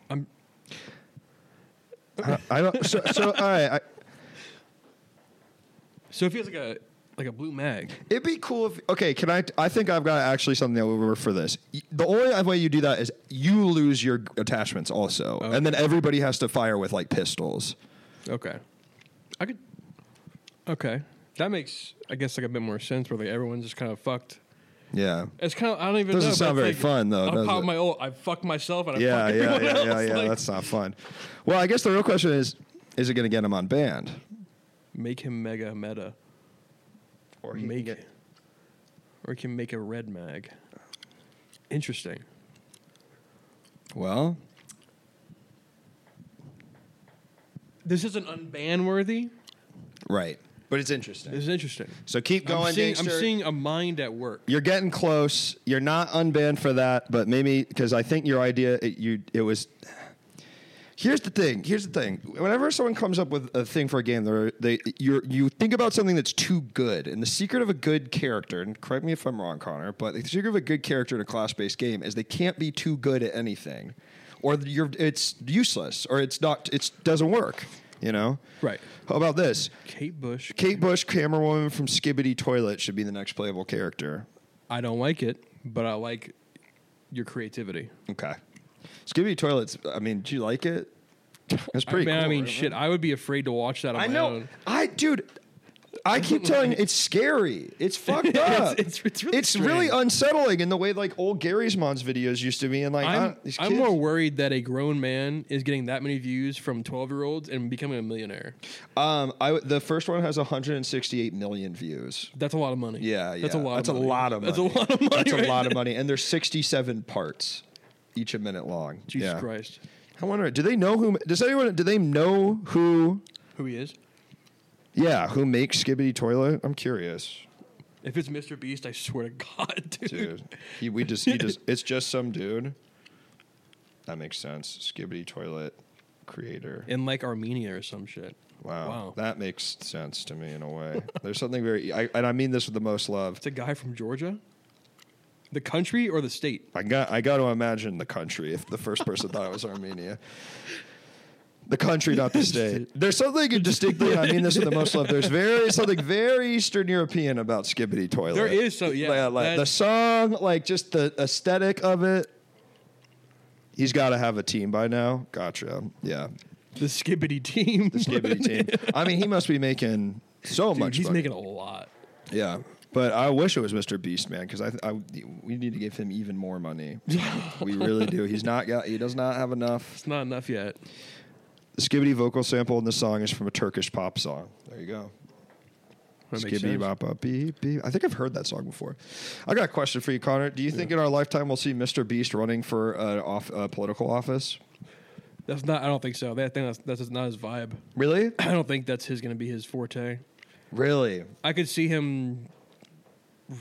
Speaker 2: I'm
Speaker 1: I, I don't. So, so all right, I,
Speaker 2: so if he has like a like a blue mag,
Speaker 1: it'd be cool if. Okay, can I? I think I've got actually something that will work for this. Y- The only way you do that is you lose your attachments also, and then everybody has to fire with like pistols.
Speaker 2: okay, I could. Okay, that makes I guess like a bit more sense where like everyone's just kind of fucked.
Speaker 1: Yeah.
Speaker 2: It's kind of I don't even.
Speaker 1: Doesn't
Speaker 2: know, but
Speaker 1: sound
Speaker 2: it's
Speaker 1: very
Speaker 2: like,
Speaker 1: fun, though,
Speaker 2: I'll
Speaker 1: does
Speaker 2: pop
Speaker 1: it?
Speaker 2: my old. I fuck myself and I
Speaker 1: Yeah,
Speaker 2: fuck
Speaker 1: yeah,
Speaker 2: everyone
Speaker 1: yeah,
Speaker 2: else.
Speaker 1: yeah, yeah.
Speaker 2: like,
Speaker 1: That's not fun. Well, I guess the real question is: Is it going to get him on band?
Speaker 2: make him mega meta,
Speaker 1: Or
Speaker 2: he can Make- get- or he can make a red mag. Interesting.
Speaker 1: Well,
Speaker 2: This isn't unban worthy.
Speaker 1: right. But it's interesting.
Speaker 2: This is interesting.
Speaker 1: So keep going.
Speaker 2: I'm seeing, I'm
Speaker 1: Dingster.
Speaker 2: seeing a mind at work.
Speaker 1: You're getting close. You're not unbanned for that, but maybe because I think your idea, it, you it was. Here's the thing. Here's the thing. Whenever someone comes up with a thing for a game, they're- they you you think about something that's too good. And the secret of a good character, and correct me if I'm wrong, Connor, but the secret of a good character in a class-based game is they can't be too good at anything, or you're it's useless, or it's not it doesn't work. You know.
Speaker 2: Right.
Speaker 1: How about this?
Speaker 2: Kate Bush.
Speaker 1: Kate Bush, camera woman from Skibbity Toilet, should be the next playable character.
Speaker 2: I don't like it, but I like your creativity.
Speaker 1: Okay. Skibbity Toilets, I mean, do you like it? That's
Speaker 2: I
Speaker 1: pretty
Speaker 2: mean, I
Speaker 1: cool,
Speaker 2: mean,
Speaker 1: right?
Speaker 2: shit. I would be afraid to watch that on
Speaker 1: I
Speaker 2: my
Speaker 1: know.
Speaker 2: own.
Speaker 1: I, dude, I keep telling you, it's scary. It's fucked up.
Speaker 2: it's- it's really
Speaker 1: It's really
Speaker 2: strange.
Speaker 1: unsettling in the way, like, old Gary's Mons videos used to be. And, like,
Speaker 2: I'm,
Speaker 1: I- these
Speaker 2: I'm
Speaker 1: kids-
Speaker 2: more worried that a grown man is getting that many views from 12 year olds and becoming a millionaire.
Speaker 1: Um, I, w- the first one has 168 million views.
Speaker 2: That's a lot of money.
Speaker 1: Yeah, yeah.
Speaker 2: That's a lot.
Speaker 1: That's
Speaker 2: of
Speaker 1: a
Speaker 2: money.
Speaker 1: lot of money.
Speaker 2: That's a lot of money.
Speaker 1: That's
Speaker 2: right
Speaker 1: a lot of
Speaker 2: there.
Speaker 1: money. And there's 67 parts, each a minute long.
Speaker 2: Jesus
Speaker 1: yeah.
Speaker 2: Christ,
Speaker 1: I wonder, do they know who? Does anyone? Do they know who?
Speaker 2: who he is?
Speaker 1: Yeah, who makes Skibbity Toilet? I'm curious,
Speaker 2: If it's Mr. Beast, I swear to God, dude.
Speaker 1: dude. he, we just, he just, it's just some dude. That makes sense. Skibbity Toilet creator.
Speaker 2: In like Armenia or some shit.
Speaker 1: Wow,
Speaker 2: Wow.
Speaker 1: that makes sense to me in a way. There's something very, I, and I mean this with the most love.
Speaker 2: it's a guy from Georgia. The country or the state?
Speaker 1: I got, I got to imagine the country. If the first person thought it was Armenia. The country, not the state. There's something distinctly, and I mean this with the most love. There's very something very Eastern European about Skibbity Toilet.
Speaker 2: There is so yeah.
Speaker 1: like, like the
Speaker 2: that's-
Speaker 1: song, like just the aesthetic of it. He's got to have a team by now. Gotcha. Yeah,
Speaker 2: the Skibbity team. The
Speaker 1: Skibbity team. I mean, he must be making so much.
Speaker 2: he's
Speaker 1: money.
Speaker 2: making a lot.
Speaker 1: yeah. But I wish it was Mr. Beast, man, because I, I we need to give him even more money. we really do. He's not got. He does not have enough.
Speaker 2: It's not enough yet.
Speaker 1: The Skibbity vocal sample in the song is from a Turkish pop song. There you go.
Speaker 2: That makes
Speaker 1: Skibbity
Speaker 2: sense.
Speaker 1: bop bop beep beep. I think I've heard that song before. I got a question for you, Connor. Do you think in our lifetime we'll see Mr. Beast running for uh, off, uh, political office?
Speaker 2: That's not. I don't think so. That thing. That's, that's just not his vibe.
Speaker 1: Really?
Speaker 2: I don't think that's his going to be his forte.
Speaker 1: Really?
Speaker 2: I could see him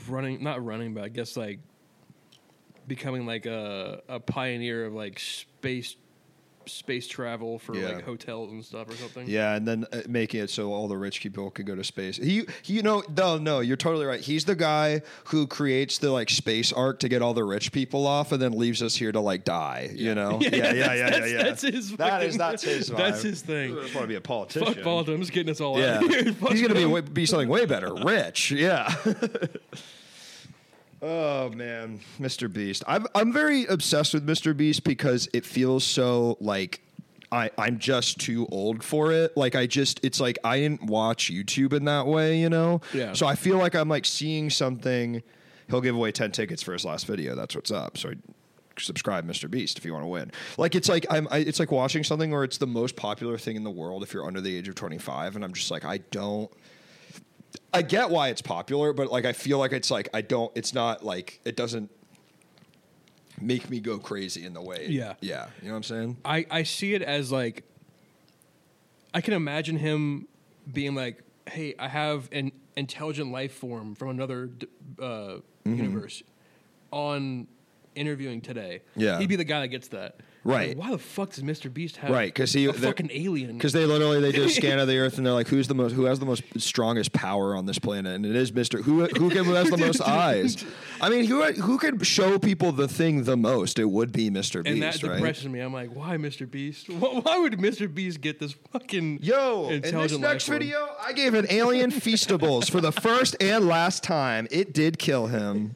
Speaker 2: running, not running, but I guess like becoming like a a pioneer of like space space travel for
Speaker 1: Yeah.
Speaker 2: like hotels and stuff or something.
Speaker 1: Yeah, and then uh, making it so all the rich people can go to space. He, he- you know, no, no, you're totally right. He's the guy who creates the like space arc to get all the rich people off, and then leaves us here to like die. You know? Yeah, yeah, yeah, yeah,
Speaker 2: that's,
Speaker 1: yeah.
Speaker 2: that's his.
Speaker 1: That is
Speaker 2: fucking-
Speaker 1: that's his. Vibe.
Speaker 2: That's his thing.
Speaker 1: I just want to be a politician.
Speaker 2: Fuck Baldwin. I'm just getting us all
Speaker 1: Yeah,
Speaker 2: out of here. Fuck
Speaker 1: he's gonna be
Speaker 2: him.
Speaker 1: way, be something way better. Rich, yeah. Oh man, Mr. Beast. I'm I'm very obsessed with Mr. Beast because it feels so like I I'm just too old for it. Like I just it's like I didn't watch YouTube in that way, you know.
Speaker 2: Yeah.
Speaker 1: So I feel like I'm like seeing something. He'll give away ten tickets for his last video. That's what's up. So. Subscribe, Mr. Beast, if you want to win. Like it's like I'm, I, it's like watching something where it's the most popular thing in the world if you're under the age of 25, and I'm just like, I don't, I get why it's popular, but like I feel like it's like I don't. It's not like it doesn't make me go crazy in the way.
Speaker 2: Yeah.
Speaker 1: yeah. You know what I'm saying?
Speaker 2: I, I see it as like I can imagine him being like, "Hey, I have an intelligent life form from another d- uh,
Speaker 1: Mm-hmm.
Speaker 2: universe on interviewing today."
Speaker 1: Yeah.
Speaker 2: he'd be the guy that gets that.
Speaker 1: Right.
Speaker 2: Like, why the fuck does Mr. Beast have
Speaker 1: Right, 'cause he-
Speaker 2: a
Speaker 1: the-
Speaker 2: fucking alien?
Speaker 1: Because they literally they do a scan of the earth and they're like, who's the most who has the most strongest power on this planet? And it is Mister who who can who has the most eyes. I mean, who who could show people the thing the most? It would be Mister Beast,
Speaker 2: and that
Speaker 1: right?
Speaker 2: depresses me. I'm like, why, Mr. Beast? Why, why would Mr. Beast get this fucking
Speaker 1: Yo, in this
Speaker 2: intelligent life
Speaker 1: next
Speaker 2: form?
Speaker 1: video, I gave an alien Feastables for the first and last time. It did kill him.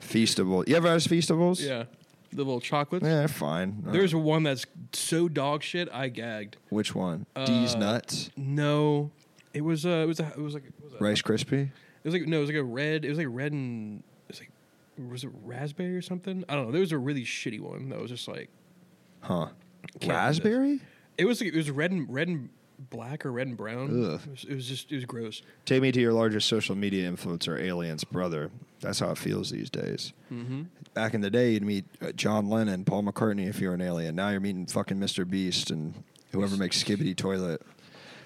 Speaker 1: Feastable. You ever had Feastables?
Speaker 2: Yeah, the little chocolates.
Speaker 1: Yeah, fine. Uh,
Speaker 2: There's one that's so dog shit. I gagged.
Speaker 1: which one? D's nuts,
Speaker 2: No, it was uh, it was a, it was like it was, a,
Speaker 1: Rice Krispie.
Speaker 2: it was like no, it was like a red. It was like red and it was like was it raspberry or something? I don't know. There was a really shitty one that was just like
Speaker 1: Huh?
Speaker 2: Can't
Speaker 1: Raspberry.
Speaker 2: it was like, it was red and red and black or red and brown.
Speaker 1: Ugh.
Speaker 2: It was, it was just it was gross.
Speaker 1: Take me to your largest social media influencer, Alien's brother. That's how it feels these days. Back in the day, you'd meet uh, John Lennon, Paul McCartney if you're an alien. Now you're meeting fucking Mr. Beast and whoever makes Skibbity Toilet.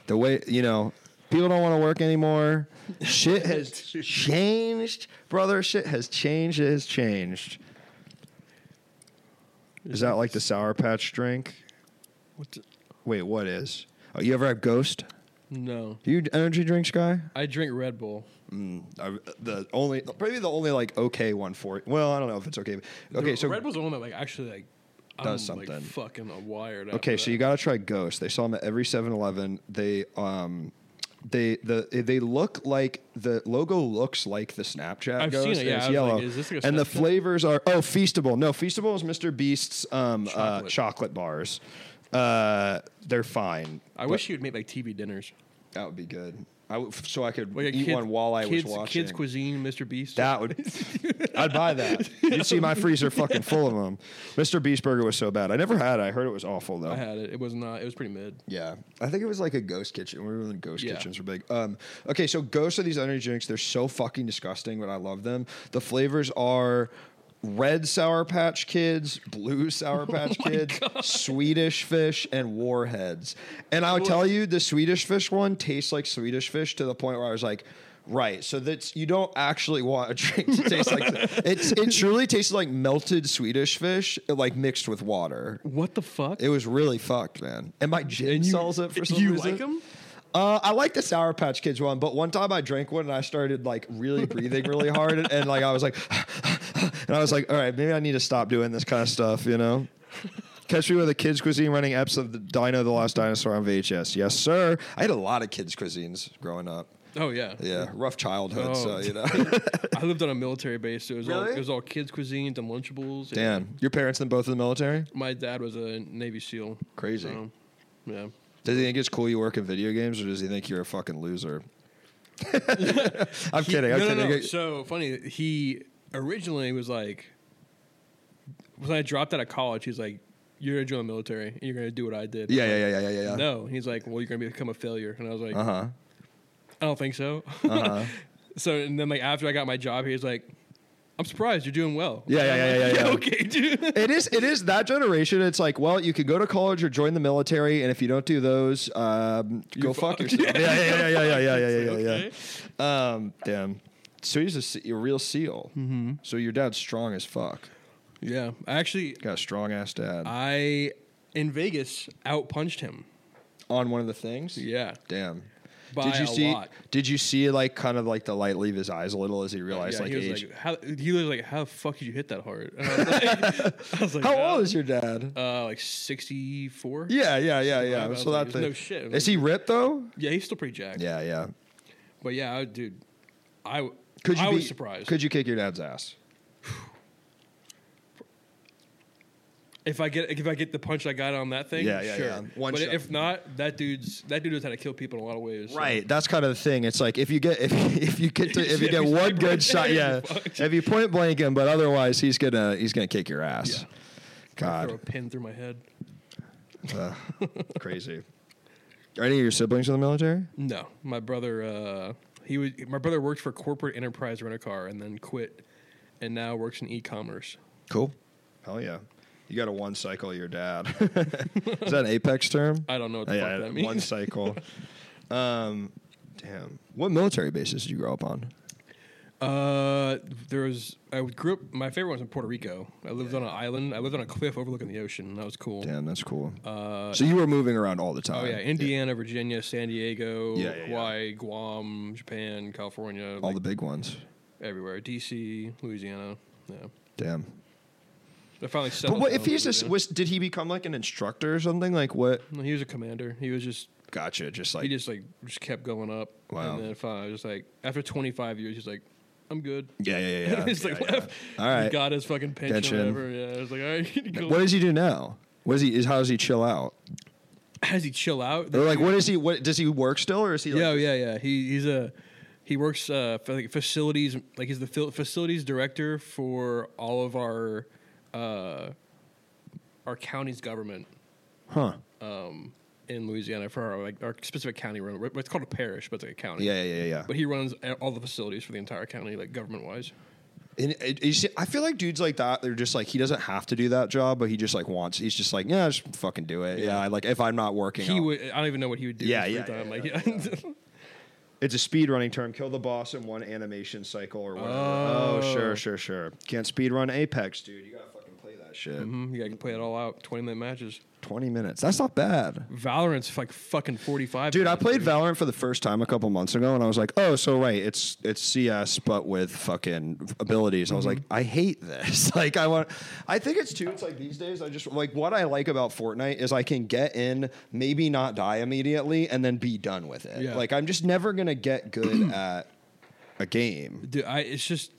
Speaker 1: The way, you know, people don't want to work anymore. Shit has changed, brother. Shit has changed. It has changed. Is that like the Sour Patch drink?
Speaker 2: What's it?
Speaker 1: Wait, what is? Oh, you ever have Ghost?
Speaker 2: No,
Speaker 1: Do you energy drinks guy?
Speaker 2: I drink Red Bull.
Speaker 1: I, the only probably the only like okay one for well I don't know if it's okay but- okay
Speaker 2: The-
Speaker 1: so
Speaker 2: Red Bull's the one that like actually like
Speaker 1: Does
Speaker 2: I'm, like,
Speaker 1: something.
Speaker 2: fucking wired. after
Speaker 1: okay so
Speaker 2: that.
Speaker 1: you got to try Ghost they sell them at every 7-Eleven they um they the they look like the logo looks like the Snapchat
Speaker 2: I've
Speaker 1: Ghost
Speaker 2: seen it,
Speaker 1: and
Speaker 2: yeah,
Speaker 1: it's
Speaker 2: I was like,
Speaker 1: yellow
Speaker 2: is this like a
Speaker 1: and the
Speaker 2: Snapchat?
Speaker 1: flavors are oh Feastable no Feastable is Mr Beast's um chocolate, uh,
Speaker 2: Chocolate.
Speaker 1: chocolate bars uh they're fine
Speaker 2: I wish you'd make like TV dinners,
Speaker 1: that would be good I w- so I could
Speaker 2: like a
Speaker 1: eat
Speaker 2: kid-
Speaker 1: one while I
Speaker 2: kids,
Speaker 1: was watching
Speaker 2: kids cuisine, Mr. Beast.
Speaker 1: That would, I'd buy that. You'd see my freezer fucking full of them. Mr. Beast Burger was so bad. I never had it. I heard it was awful though.
Speaker 2: I had it. It was not. It was pretty mid.
Speaker 1: Yeah, I think it was like a ghost kitchen. We were when ghost
Speaker 2: Yeah.
Speaker 1: kitchens were big. Um, okay, so ghosts are these energy drinks. They're so fucking disgusting, but I love them. The flavors are red Sour Patch Kids, blue Sour Patch Kids, Swedish Fish, and Warheads. And I'll tell you, the Swedish Fish one tastes like Swedish Fish to the point where I was like. Right, so that's you don't actually want a drink to taste like that. It's it truly tastes like melted Swedish fish, like mixed with water.
Speaker 2: What the fuck?
Speaker 1: It was really fucked, man. And my gin
Speaker 2: And you-
Speaker 1: sells it for some
Speaker 2: you
Speaker 1: reason.
Speaker 2: like 'em?
Speaker 1: Uh, I like the Sour Patch Kids one, but one time I drank one and I started like really breathing really hard, and, like I was like, and I was like, all right, maybe I need to stop doing this kind of stuff, you know. Catch me with a kids cuisine running eps of the Dino the Last Dinosaur on VHS. Yes, sir. I had a lot of kids cuisines growing up.
Speaker 2: Oh yeah.
Speaker 1: Yeah, rough childhood, so
Speaker 2: Oh.
Speaker 1: you know.
Speaker 2: I lived on a military base, so it was all
Speaker 1: Really?
Speaker 2: it was all kids' cuisines and Lunchables. and
Speaker 1: Damn, your parents then both in the military.
Speaker 2: my dad was a Navy SEAL.
Speaker 1: Crazy.
Speaker 2: so, yeah.
Speaker 1: Does he think it's cool you work in video games, or does he think you're a fucking loser? I'm kidding. I'm
Speaker 2: no, no,
Speaker 1: kidding.
Speaker 2: no. So funny. He originally was like, when I dropped out of college, he's like, "You're gonna join the military. And you're gonna do what I did."
Speaker 1: yeah, yeah, yeah, yeah, yeah, yeah.
Speaker 2: No, and he's like, "Well, you're gonna become a failure," and I was like,
Speaker 1: Uh huh.
Speaker 2: "I don't think so."
Speaker 1: Uh-huh.
Speaker 2: so, and then like after I got my job, he was like, "I'm surprised you're doing well."
Speaker 1: Yeah, yeah, yeah, yeah, yeah, yeah.
Speaker 2: okay, dude.
Speaker 1: It is. It is that generation. It's like, well, you could go to college or join the military, and if you don't do those, um, go fuck
Speaker 2: fucked.
Speaker 1: yourself. Yeah, yeah, yeah, yeah, yeah, yeah, yeah, yeah, yeah.
Speaker 2: Okay.
Speaker 1: yeah. Um, damn. So he's a, se- a real seal. Mm-hmm. So your dad's strong as fuck.
Speaker 2: Yeah, actually,
Speaker 1: Got a strong ass dad.
Speaker 2: I in Vegas outpunched him.
Speaker 1: On one of the things.
Speaker 2: Yeah,
Speaker 1: Damn.
Speaker 2: By
Speaker 1: did you
Speaker 2: a
Speaker 1: see?
Speaker 2: lot.
Speaker 1: Did you see like kind of like the light leave his eyes a little as he realized
Speaker 2: yeah,
Speaker 1: like
Speaker 2: he was
Speaker 1: age?
Speaker 2: like, how, he was like, how the fuck did you hit that hard? And I was like, I was like,
Speaker 1: How
Speaker 2: "Uh,
Speaker 1: old is your dad?
Speaker 2: Uh, like sixty four.
Speaker 1: Yeah, yeah, yeah,
Speaker 2: I
Speaker 1: yeah.
Speaker 2: was
Speaker 1: So
Speaker 2: like,
Speaker 1: that thing.
Speaker 2: no shit.
Speaker 1: Is he ripped though?
Speaker 2: yeah, he's still pretty jacked.
Speaker 1: Yeah, yeah.
Speaker 2: but yeah, I, dude, I
Speaker 1: Could you
Speaker 2: I was
Speaker 1: beat-
Speaker 2: surprised.
Speaker 1: Could you kick your dad's ass?
Speaker 2: If I get if I get the punch I got on that thing,
Speaker 1: Yeah, yeah,
Speaker 2: sure.
Speaker 1: yeah. One
Speaker 2: but
Speaker 1: shot.
Speaker 2: if not, that dude's that dude knows how to kill people in a lot of ways. so-
Speaker 1: Right, that's kind of the thing. It's like if you get if if you get to if you
Speaker 2: Yeah,
Speaker 1: get
Speaker 2: he's
Speaker 1: one
Speaker 2: like,
Speaker 1: good shot, yeah,
Speaker 2: you're fucked.
Speaker 1: if you point blank him, but otherwise he's gonna he's gonna kick your ass.
Speaker 2: Yeah. Throw a
Speaker 1: God,
Speaker 2: pin through my head.
Speaker 1: crazy. Are any of your siblings in the military?
Speaker 2: No, my brother. Uh, he was my brother worked for corporate enterprise rent a car and then quit, and now works in e-commerce.
Speaker 1: Cool. Hell yeah. You got a one cycle your dad. Is that an apex term?
Speaker 2: I don't know what the
Speaker 1: yeah,
Speaker 2: fuck that
Speaker 1: one
Speaker 2: means.
Speaker 1: cycle. um, damn. What military bases did you grow up on?
Speaker 2: Uh, there was I grew up. My favorite one was in Puerto Rico. I lived on an island. I lived on a cliff overlooking the ocean. That was cool.
Speaker 1: Damn, that's cool. so you were moving around all the time.
Speaker 2: Uh, Oh yeah, Indiana, Virginia, San Diego,
Speaker 1: Yeah, yeah, yeah.
Speaker 2: Hawaii, Guam, Japan, California,
Speaker 1: all
Speaker 2: like,
Speaker 1: the big ones.
Speaker 2: everywhere. DC, Louisiana. Yeah,
Speaker 1: Damn.
Speaker 2: I finally settled.
Speaker 1: But what
Speaker 2: down
Speaker 1: if he's
Speaker 2: in
Speaker 1: this?
Speaker 2: Louisiana.
Speaker 1: Was did he become like an instructor or something? Like what?
Speaker 2: No, he was a commander. He was just
Speaker 1: Gotcha. Just
Speaker 2: he
Speaker 1: like
Speaker 2: just like just kept going up.
Speaker 1: Wow.
Speaker 2: And then finally, just like after 25 years, he's like, I'm good.
Speaker 1: yeah, yeah, yeah. yeah.
Speaker 2: he's
Speaker 1: yeah,
Speaker 2: like
Speaker 1: yeah.
Speaker 2: left.
Speaker 1: All right.
Speaker 2: He got his fucking pension,
Speaker 1: Pension.
Speaker 2: or whatever. Yeah, I was like, all right, you can go.
Speaker 1: What does he do now? What is he? Is how does he chill out?
Speaker 2: Has he chill out?
Speaker 1: Or like what is he? What does he work still or is he? Like,
Speaker 2: yeah, yeah, yeah. He he's a he works uh for like facilities like he's the fil- facilities director for all of our uh our county's government Um,
Speaker 1: Huh.
Speaker 2: in Louisiana for our like our specific county run. It's called a parish, but it's like a county.
Speaker 1: Yeah, yeah, yeah, yeah.
Speaker 2: But he runs e, all the facilities for the entire county, like government wise.
Speaker 1: And it, you see, I feel like dudes like that, they're just like he doesn't have to do that job, but he just like wants. He's just like, yeah, just fucking do it. Yeah, I like if I'm not working,
Speaker 2: He
Speaker 1: I'll-"
Speaker 2: would. I don't even know what he would do. in
Speaker 1: Yeah,
Speaker 2: his
Speaker 1: yeah,
Speaker 2: free time,
Speaker 1: yeah,
Speaker 2: like, yeah.
Speaker 1: It's a speed running term. Kill the boss in one animation cycle or whatever. Oh,
Speaker 2: Oh.
Speaker 1: sure, sure, sure. Can't speed run Apex, dude. You gotta fucking play that shit.
Speaker 2: Mhm, yeah, you can play it all out. Twenty minute matches.
Speaker 1: Twenty minutes. That's not bad.
Speaker 2: Valorant's like fucking forty five.
Speaker 1: Dude, I played Valorant for the first time a couple months ago, and I was like, "Oh, so right, it's it's CS, but with fucking abilities." I was
Speaker 2: Mm-hmm.
Speaker 1: like, "I hate this." like, I want. I think it's too. It's like these days, I just like what I like about Fortnite is I can get in, maybe not die immediately, and then be done with it.
Speaker 2: Yeah.
Speaker 1: Like, I'm just never gonna get good at a game.
Speaker 2: Dude, I it's just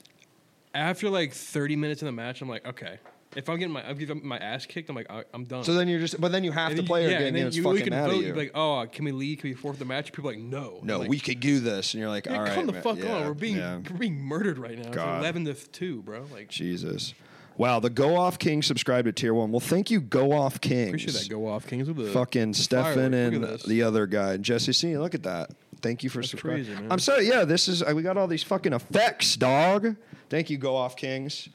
Speaker 2: after like thirty minutes in the match, I'm like, okay. If I'm getting my I'm getting my ass kicked, I'm like, I, I'm done.
Speaker 1: So then you're just, but then you have to play or
Speaker 2: yeah,
Speaker 1: get
Speaker 2: and then
Speaker 1: games
Speaker 2: you, we
Speaker 1: fucking
Speaker 2: can
Speaker 1: out of
Speaker 2: vote. You'd
Speaker 1: you.
Speaker 2: be like, oh, can we leave? Can we forfeit the match? People are like, no.
Speaker 1: no,
Speaker 2: I'm like,
Speaker 1: we could do this, and you're like,
Speaker 2: yeah,
Speaker 1: "All right,
Speaker 2: come the
Speaker 1: man."
Speaker 2: fuck on.
Speaker 1: Yeah.
Speaker 2: We're being
Speaker 1: Yeah.
Speaker 2: we're being murdered right now. It's
Speaker 1: God.
Speaker 2: eleven to two, bro. Like,
Speaker 1: Jesus. Wow, the Go Off King subscribed to Tier One. Well, thank you, Go Off Kings.
Speaker 2: appreciate that. Go off, Kings. With the
Speaker 1: Fucking Stefan
Speaker 2: fireworks. Look
Speaker 1: and
Speaker 2: at this.
Speaker 1: the other guy, Jesse C. Look at that. Thank you for
Speaker 2: That's
Speaker 1: subscribing.
Speaker 2: crazy, man.
Speaker 1: I'm sorry. Yeah, this is uh, we got all these fucking effects, dog. Thank you, Go Off Kings.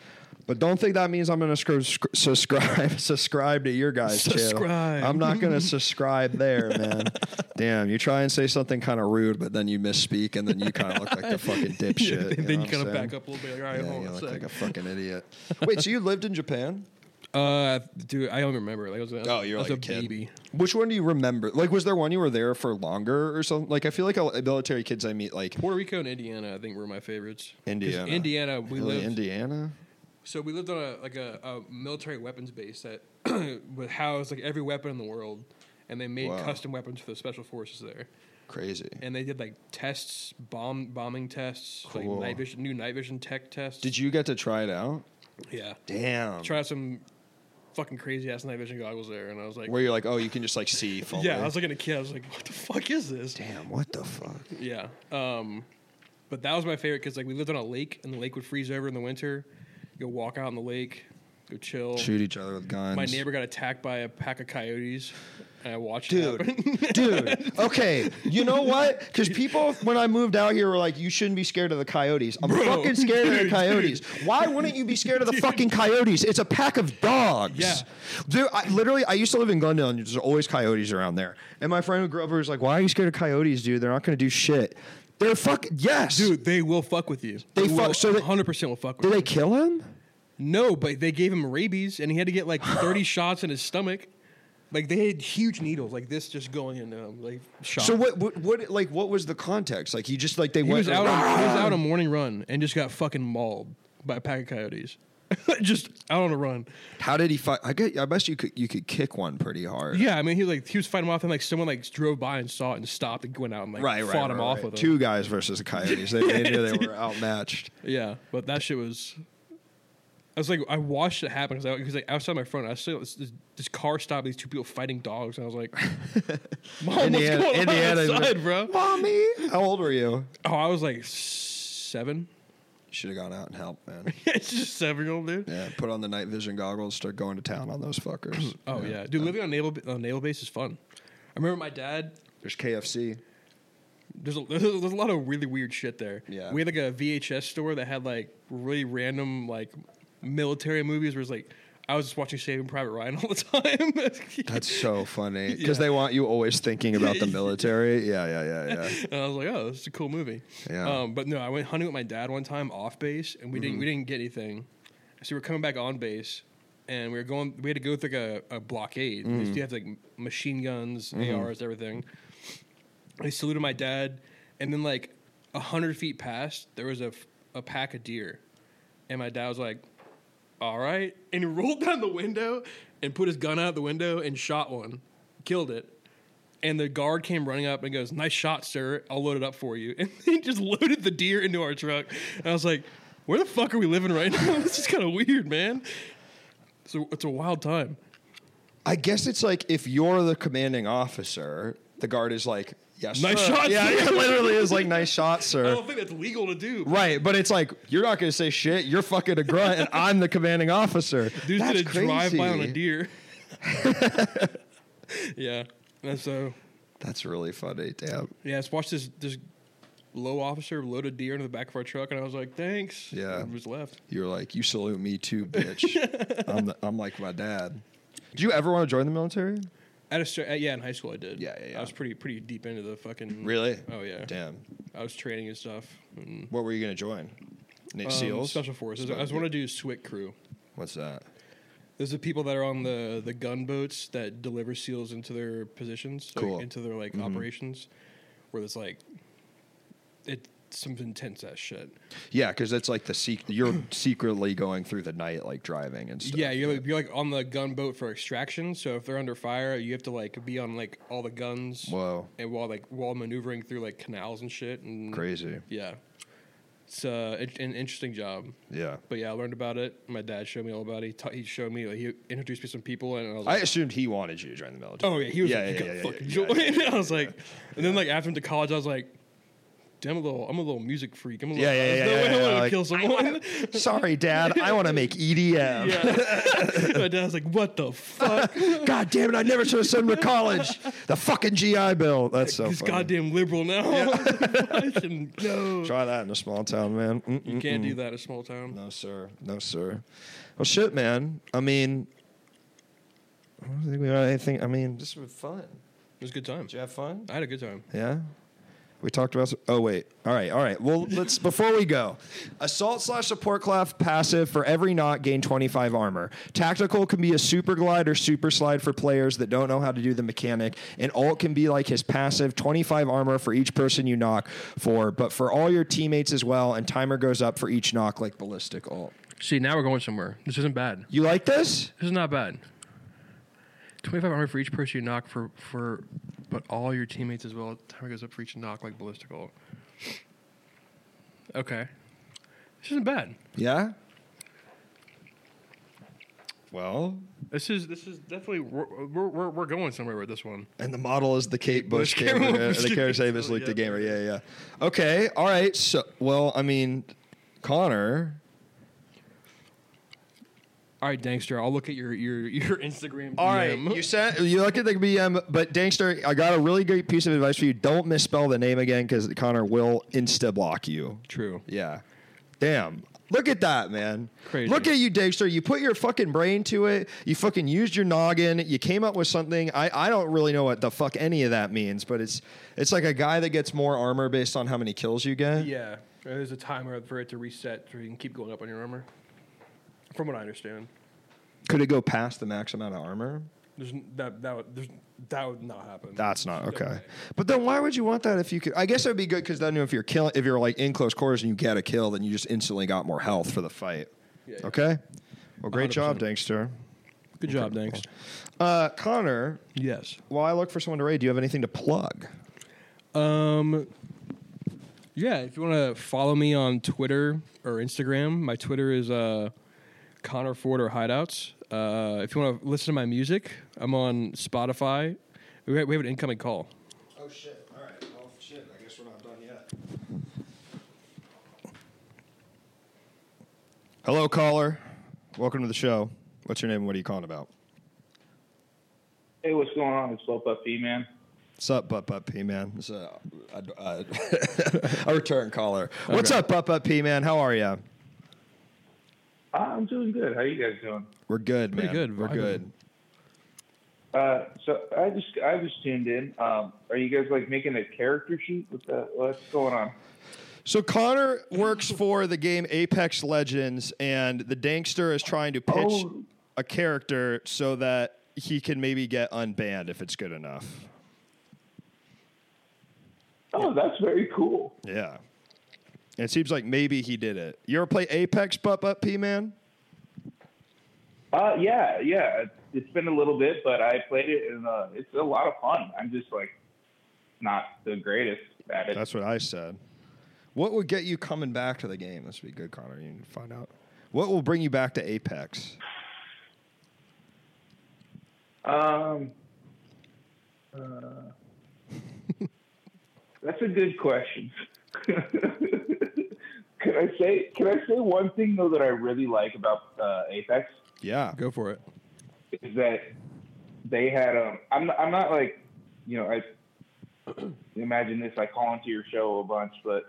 Speaker 1: But don't think that means I'm gonna scr- scr- subscribe subscribe to your guys'
Speaker 2: Subscribe.
Speaker 1: channel. I'm not gonna subscribe there, man. Damn, you try and say something kind of rude, but then you misspeak, and then you kind of look like the fucking dipshit.
Speaker 2: Yeah,
Speaker 1: you know
Speaker 2: then
Speaker 1: what I'm
Speaker 2: you kind of
Speaker 1: saying?
Speaker 2: back up a little bit. Like, all right,
Speaker 1: Yeah,
Speaker 2: hold
Speaker 1: you
Speaker 2: on a
Speaker 1: look like
Speaker 2: second.
Speaker 1: a fucking idiot. Wait, so you lived in Japan?
Speaker 2: Uh, dude, I don't remember. Like, I was, I was-
Speaker 1: Oh,
Speaker 2: I was baby.
Speaker 1: Which one do you remember? Like, was there one you were there for longer or something? Like, I feel like a, military kids I meet, like
Speaker 2: Puerto Rico and Indiana, I think, were my favorites. 'Cause
Speaker 1: Indiana.
Speaker 2: Indiana, we
Speaker 1: really,
Speaker 2: lived.
Speaker 1: Indiana.
Speaker 2: So we lived on a like a, a military weapons base that would house like every weapon in the world, and they made
Speaker 1: Wow.
Speaker 2: custom weapons for the special forces there.
Speaker 1: Crazy.
Speaker 2: And they did like tests, bomb bombing tests,
Speaker 1: Cool.
Speaker 2: like night vision, new night vision tech tests.
Speaker 1: Did you get to try it out?
Speaker 2: Yeah,
Speaker 1: Damn.
Speaker 2: try some fucking crazy ass night vision goggles there, and I was like,
Speaker 1: Where you're like, oh, you can just like see. Fully.
Speaker 2: yeah, I was looking at a kid, I was like, what the fuck is this?
Speaker 1: damn, what the fuck?
Speaker 2: Yeah. Um, but that was my favorite because like we lived on a lake, and the lake would freeze over in the winter. Go walk out on the lake, go chill.
Speaker 1: Shoot each other with guns.
Speaker 2: My neighbor got attacked by a pack of coyotes, and I watched it happen.
Speaker 1: Dude, dude. Okay, you know what? Because people, when I moved out here, were like, "You shouldn't be scared of the coyotes." I'm
Speaker 2: Bro,
Speaker 1: fucking scared of the
Speaker 2: dude,
Speaker 1: coyotes. Why wouldn't you be scared of the fucking coyotes? It's a pack of dogs.
Speaker 2: Yeah.
Speaker 1: Dude, I, literally, I used to live in Glendale, and there's always coyotes around there. And my friend who grew up here was like, "Why are you scared of coyotes, dude? They're not going to do shit." They're fuck. Yes,
Speaker 2: Dude, they will fuck with you.
Speaker 1: They fuck- so they-
Speaker 2: 100 percent will fuck with
Speaker 1: Did
Speaker 2: you.
Speaker 1: they kill him?
Speaker 2: no, but they gave him rabies, and he had to get like thirty shots in his stomach. Like they had huge needles, like this, just going in um, like shot.
Speaker 1: So what, what? What? Like, what was the context? Like, he just like "Ah." they
Speaker 2: He
Speaker 1: went
Speaker 2: was out. On, he was out on morning run and just got fucking mauled by a pack of coyotes. just out on a run.
Speaker 1: How did he fight? I get. I bet you could. You could kick one pretty hard.
Speaker 2: Yeah, I mean, he like he was fighting him off, and like someone like drove by and saw it and stopped and went out and like
Speaker 1: Right. Right.
Speaker 2: fought him
Speaker 1: right,
Speaker 2: off
Speaker 1: right.
Speaker 2: with
Speaker 1: Two
Speaker 2: him.
Speaker 1: guys versus the Coyotes. They, they knew they were outmatched.
Speaker 2: Yeah, but that shit was. I was like, I watched it happen because I was like outside my front. I saw this, this, this car stop these two people fighting dogs, and I was like, "Mom,
Speaker 1: Indiana,
Speaker 2: what's going
Speaker 1: Indiana,
Speaker 2: on outside, bro?"
Speaker 1: Mommy, how old were you?
Speaker 2: Oh, I was like seven.
Speaker 1: Should have gone out and helped, man.
Speaker 2: it's just seven year old dude.
Speaker 1: Yeah, put on the night vision goggles, start going to town on those fuckers.
Speaker 2: Oh yeah, dude, living on naval on naval base is fun. I remember my dad.
Speaker 1: There's KFC.
Speaker 2: There's a, there's a there's a lot of really weird shit there.
Speaker 1: Yeah.
Speaker 2: we had like a VHS store that had like really random like military movies. Where it's like I was just watching Saving Private Ryan all the time.
Speaker 1: That's so funny because
Speaker 2: Yeah.
Speaker 1: they want you always thinking about the military. Yeah, yeah, yeah, yeah.
Speaker 2: and I was like, oh, this is a cool movie.
Speaker 1: Yeah.
Speaker 2: Um, but no, I went hunting with my dad one time off base, and we didn't we didn't get anything. So we were coming back on base, and we were going. We had to go through like a, a blockade. You have like machine guns, ARs, everything. I saluted my dad, and then like a hundred feet past, there was a f- a pack of deer, and my dad was like, "All right," and he rolled down the window and put his gun out the window and shot one, killed it. And the guard came running up and goes, "Nice shot, sir. I'll load it up for you." And he just loaded the deer into our truck. And I was like, "Where the fuck are we living right now? this is kind of weird, man." So it's a wild time.
Speaker 1: I guess it's like if you're the commanding officer, the guard is like, "Yes,
Speaker 2: Nice
Speaker 1: sir."
Speaker 2: shot,
Speaker 1: Yeah,
Speaker 2: sir.
Speaker 1: it literally is like, "Nice shot,
Speaker 2: I
Speaker 1: sir."
Speaker 2: don't think that's legal to do.
Speaker 1: Right, but it's like you're not gonna say shit. You're fucking a grunt, and I'm the commanding officer.
Speaker 2: Dude's
Speaker 1: That's
Speaker 2: did a drive by on a
Speaker 1: crazy.
Speaker 2: deer. yeah. And so
Speaker 1: That's really funny. Damn.
Speaker 2: yeah, I just watched this this low officer load a deer into the back of our truck and I was like, Thanks.
Speaker 1: Yeah.
Speaker 2: And just left.
Speaker 1: You're like, you salute me too, bitch. I'm, the, I'm like my dad. Do you ever want to join the military?
Speaker 2: At a cer- uh, yeah, in high school I did.
Speaker 1: Yeah, yeah, yeah.
Speaker 2: I was pretty pretty deep into the fucking Oh yeah.
Speaker 1: Damn.
Speaker 2: I was training and stuff. And,
Speaker 1: What were you gonna join? Nate
Speaker 2: um,
Speaker 1: Seals.
Speaker 2: Special forces. I was want to do SWIT crew.
Speaker 1: What's that?
Speaker 2: Those are people that are on the the gunboats that deliver seals into their positions, like,
Speaker 1: Cool. Mm-hmm.
Speaker 2: into their like operations, where it's like it's some intense ass shit.
Speaker 1: Yeah, because it's like the sec- you're secretly going through the night, like driving and stuff.
Speaker 2: yeah, you're like, you're like on the gunboat for extraction. So if they're under fire, you have to like be on like all the guns
Speaker 1: Whoa,
Speaker 2: and while like while maneuvering through like canals and shit. And
Speaker 1: crazy.
Speaker 2: Yeah, it's uh, it, an interesting job.
Speaker 1: Yeah.
Speaker 2: But yeah, I learned about it. My dad showed me all about it. He, ta- he showed me like he introduced me to some people, and I was
Speaker 1: I
Speaker 2: like,
Speaker 1: assumed he wanted you to join the military.
Speaker 2: Oh yeah, he was like, you gotta fucking join. I was like, and then like after him to college, I was like, damn, I'm a little, I'm a little music freak. I'm a little,
Speaker 1: Yeah, yeah,
Speaker 2: there's
Speaker 1: yeah,
Speaker 2: no
Speaker 1: yeah,
Speaker 2: way
Speaker 1: yeah,
Speaker 2: I want to
Speaker 1: yeah, like-
Speaker 2: kill someone.
Speaker 1: Sorry, Dad. I want to make E EDM.
Speaker 2: yeah, my dad's like, what the fuck?
Speaker 1: God damn it! I never should have sent him to college. The fucking GI Bill. That's so
Speaker 2: He's
Speaker 1: funny.
Speaker 2: goddamn liberal now. Fucking no,
Speaker 1: Try that in a small town, man. Mm-mm.
Speaker 2: you can't do that in a small town.
Speaker 1: No sir, no sir. Well, shit, man. I mean, I don't think we got anything. I mean, this was fun.
Speaker 2: It was a good time.
Speaker 1: Did you have fun?
Speaker 2: I had a good time.
Speaker 1: Yeah. We talked about. Oh wait. All right. All right. Well, let's before we go, assault slash support class passive for every knot gain twenty five armor. Tactical can be a super glide or super slide for players that don't know how to do the mechanic, and alt can be like his passive twenty five armor for each person you knock for, but for all your teammates as well. And timer goes up for each knock like ballistic alt.
Speaker 2: See, now we're going somewhere. This isn't bad.
Speaker 1: You like this?
Speaker 2: This is not bad. Twenty-five armor for each person you knock for for, but all your teammates as well. Timer goes up for each knock like ballistical. Okay, this isn't bad.
Speaker 1: Yeah. Well,
Speaker 2: This is this is definitely we're we're, we're, we're going somewhere with this one.
Speaker 1: And the model is the Kate Bush
Speaker 2: Bush
Speaker 1: gamer,
Speaker 2: gamer.
Speaker 1: uh, the Kara Samus leaked the
Speaker 2: Yeah.
Speaker 1: gamer. Yeah, yeah. Okay, all right. So, well, I mean, Connor,
Speaker 2: All right, Dankster, I'll look at your your your Instagram.
Speaker 1: All right,
Speaker 2: DM.
Speaker 1: you sent you look at the BM, um, but Dankster, I got a really great piece of advice for you. Don't misspell the name again because Connor will insta block you.
Speaker 2: true.
Speaker 1: Yeah, damn. Look at that, man.
Speaker 2: Crazy.
Speaker 1: Look at you, Dankster. You put your fucking brain to it. You fucking used your noggin. You came up with something. I, I don't really know what the fuck any of that means, but it's it's like a guy that gets more armor based on how many kills you get.
Speaker 2: Yeah, there's a timer for it to reset, so you can keep going up on your armor. From what I understand,
Speaker 1: Could it go past the max amount of armor?
Speaker 2: there's n- that that would, there's, that would not happen.
Speaker 1: That's not okay.
Speaker 2: way.
Speaker 1: But then why would you want that if you could? I guess it would be good because then if you're killing, if you're like in close quarters and you get a kill, then you just instantly got more health for the fight.
Speaker 2: Yeah, yeah.
Speaker 1: Okay. Well, great job, Dankster.
Speaker 2: Good job, thanks.
Speaker 1: Uh, Connor,
Speaker 2: Yes.
Speaker 1: while I look for someone to raid, do you have anything to plug?
Speaker 2: Um, yeah, if you want to follow me on Twitter or Instagram, my Twitter is uh, Connor Ford or Hideouts. Uh, if you want to listen to my music, I'm on Spotify. We have, we have an incoming call.
Speaker 1: Oh shit! All right. Well, shit. I guess we're not done yet. Hello, caller. Welcome to the show. What's your name? and What are you calling about?
Speaker 5: Hey, what's going on? It's Low Puffy, man.
Speaker 1: What's up, Butt Butt P Man? It's a, a, a- a return caller. What's up, Butt Butt P Man? How are you?
Speaker 5: I'm doing good. How you guys doing?
Speaker 1: We're good,
Speaker 2: Pretty
Speaker 1: man.
Speaker 2: good,
Speaker 1: We're
Speaker 2: vibing.
Speaker 1: good.
Speaker 5: Uh, so I just I just tuned in. Um, are you guys like making a character sheet? What's that? What's going on?
Speaker 1: So Connor works for the game Apex Legends, and the Dankster is trying to pitch
Speaker 5: Oh.
Speaker 1: a character so that he can maybe get unbanned if it's good enough.
Speaker 5: Oh, that's very cool.
Speaker 1: Yeah. It seems like maybe he did it. You ever play Apex Butt Butt P Man?
Speaker 5: Uh, yeah, yeah. It's been a little bit, but I played it and uh, it's a lot of fun. I'm just like not the greatest at it.
Speaker 1: That's what I said. What would get you coming back to the game? This would be good, Connor. You can find out. What will bring you back to Apex?
Speaker 5: Um, uh, that's a good question. can I say Can I say one thing though that I really like about uh, Apex
Speaker 1: Yeah.
Speaker 2: Go for it.
Speaker 5: is that they had um I'm not, I'm not like you know I imagine this I call into your show a bunch but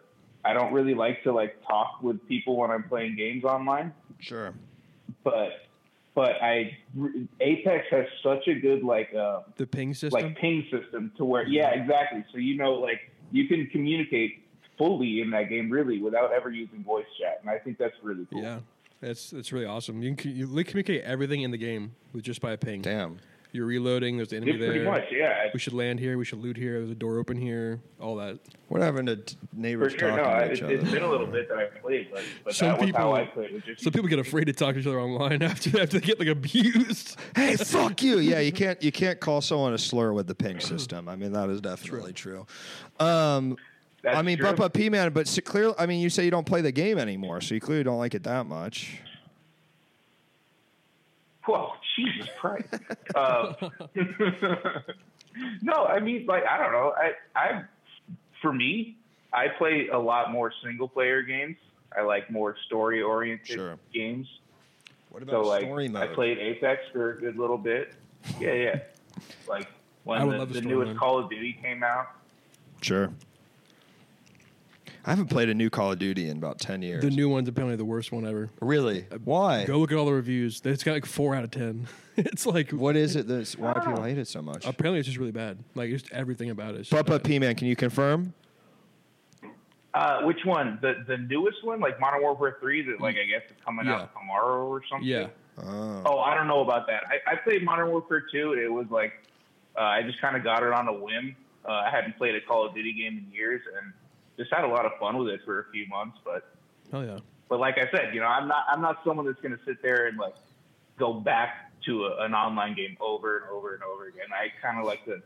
Speaker 5: I don't really like to like talk with people when I'm playing games online
Speaker 1: Sure.
Speaker 5: but but I Apex has such a good like um
Speaker 2: The ping system.
Speaker 5: like ping system to where yeah exactly so you know like you can communicate fully in that game really without ever using voice chat and i think that's really cool
Speaker 2: yeah, that's that's really awesome. You can you literally communicate everything in the game with just by a ping.
Speaker 1: Damn.
Speaker 2: You're reloading. There's the
Speaker 5: Yeah,
Speaker 2: enemy
Speaker 5: pretty
Speaker 2: there.
Speaker 5: much yeah
Speaker 2: We should land here. We should loot here. There's a door open here. All that.
Speaker 1: What happened to t-
Speaker 5: for
Speaker 1: neighbors
Speaker 5: sure
Speaker 1: talking
Speaker 5: no
Speaker 1: to
Speaker 5: I,
Speaker 1: each
Speaker 5: it,
Speaker 1: other?
Speaker 5: it's been a little bit that i played but, but
Speaker 2: Some
Speaker 5: that was
Speaker 2: people-
Speaker 5: how i played it just
Speaker 2: So people get afraid to talk to each other online after after they get like abused.
Speaker 1: hey, fuck you. Yeah, you can't you can't call someone a slur with the ping system. I mean, that is definitely true. Um,
Speaker 5: that's
Speaker 1: I mean,
Speaker 5: true.
Speaker 1: Butt Butt P Man, but s clearly, I mean, you say you don't play the game anymore, so you clearly don't like it that much.
Speaker 5: Whoa, Jesus Christ. um, no, I mean, like, I don't know. I, I, for me, I play a lot more single player games. I like more story oriented
Speaker 1: Sure.
Speaker 5: games.
Speaker 1: What
Speaker 5: So,
Speaker 1: about
Speaker 5: like,
Speaker 1: story
Speaker 5: I
Speaker 1: mode?
Speaker 5: played Apex for a good little bit. Yeah, yeah. like,
Speaker 2: I
Speaker 5: when
Speaker 2: would
Speaker 5: the,
Speaker 2: love a
Speaker 5: the
Speaker 2: story
Speaker 5: newest
Speaker 2: mode.
Speaker 5: Call of Duty came out.
Speaker 1: sure. I haven't played a new Call of Duty in about ten years.
Speaker 2: The new one's apparently the worst one ever.
Speaker 1: really? Why?
Speaker 2: Go look at all the reviews. It's got like four out of ten. It's like
Speaker 1: What is it that's why people hate it so much?
Speaker 2: apparently it's just really bad. Like just everything about it. Is
Speaker 1: Butt
Speaker 2: just
Speaker 1: Butt
Speaker 2: bad.
Speaker 1: P Man, can you confirm?
Speaker 5: Uh, which one? The the newest one, like Modern Warfare Three, that like I guess is coming out
Speaker 2: Yeah.
Speaker 5: tomorrow or something.
Speaker 2: Yeah,
Speaker 1: Oh,
Speaker 5: Oh, I don't know about that. I, I played Modern Warfare 2, and it was like uh, I just kind of got it on a whim. Uh, I hadn't played a Call of Duty game in years, and just had a lot of fun with it for a few months. But
Speaker 2: hell yeah.
Speaker 5: but like I said, you know, I'm not I'm not someone that's going to sit there and like go back to a, an online game over and over and over again. I kind of like to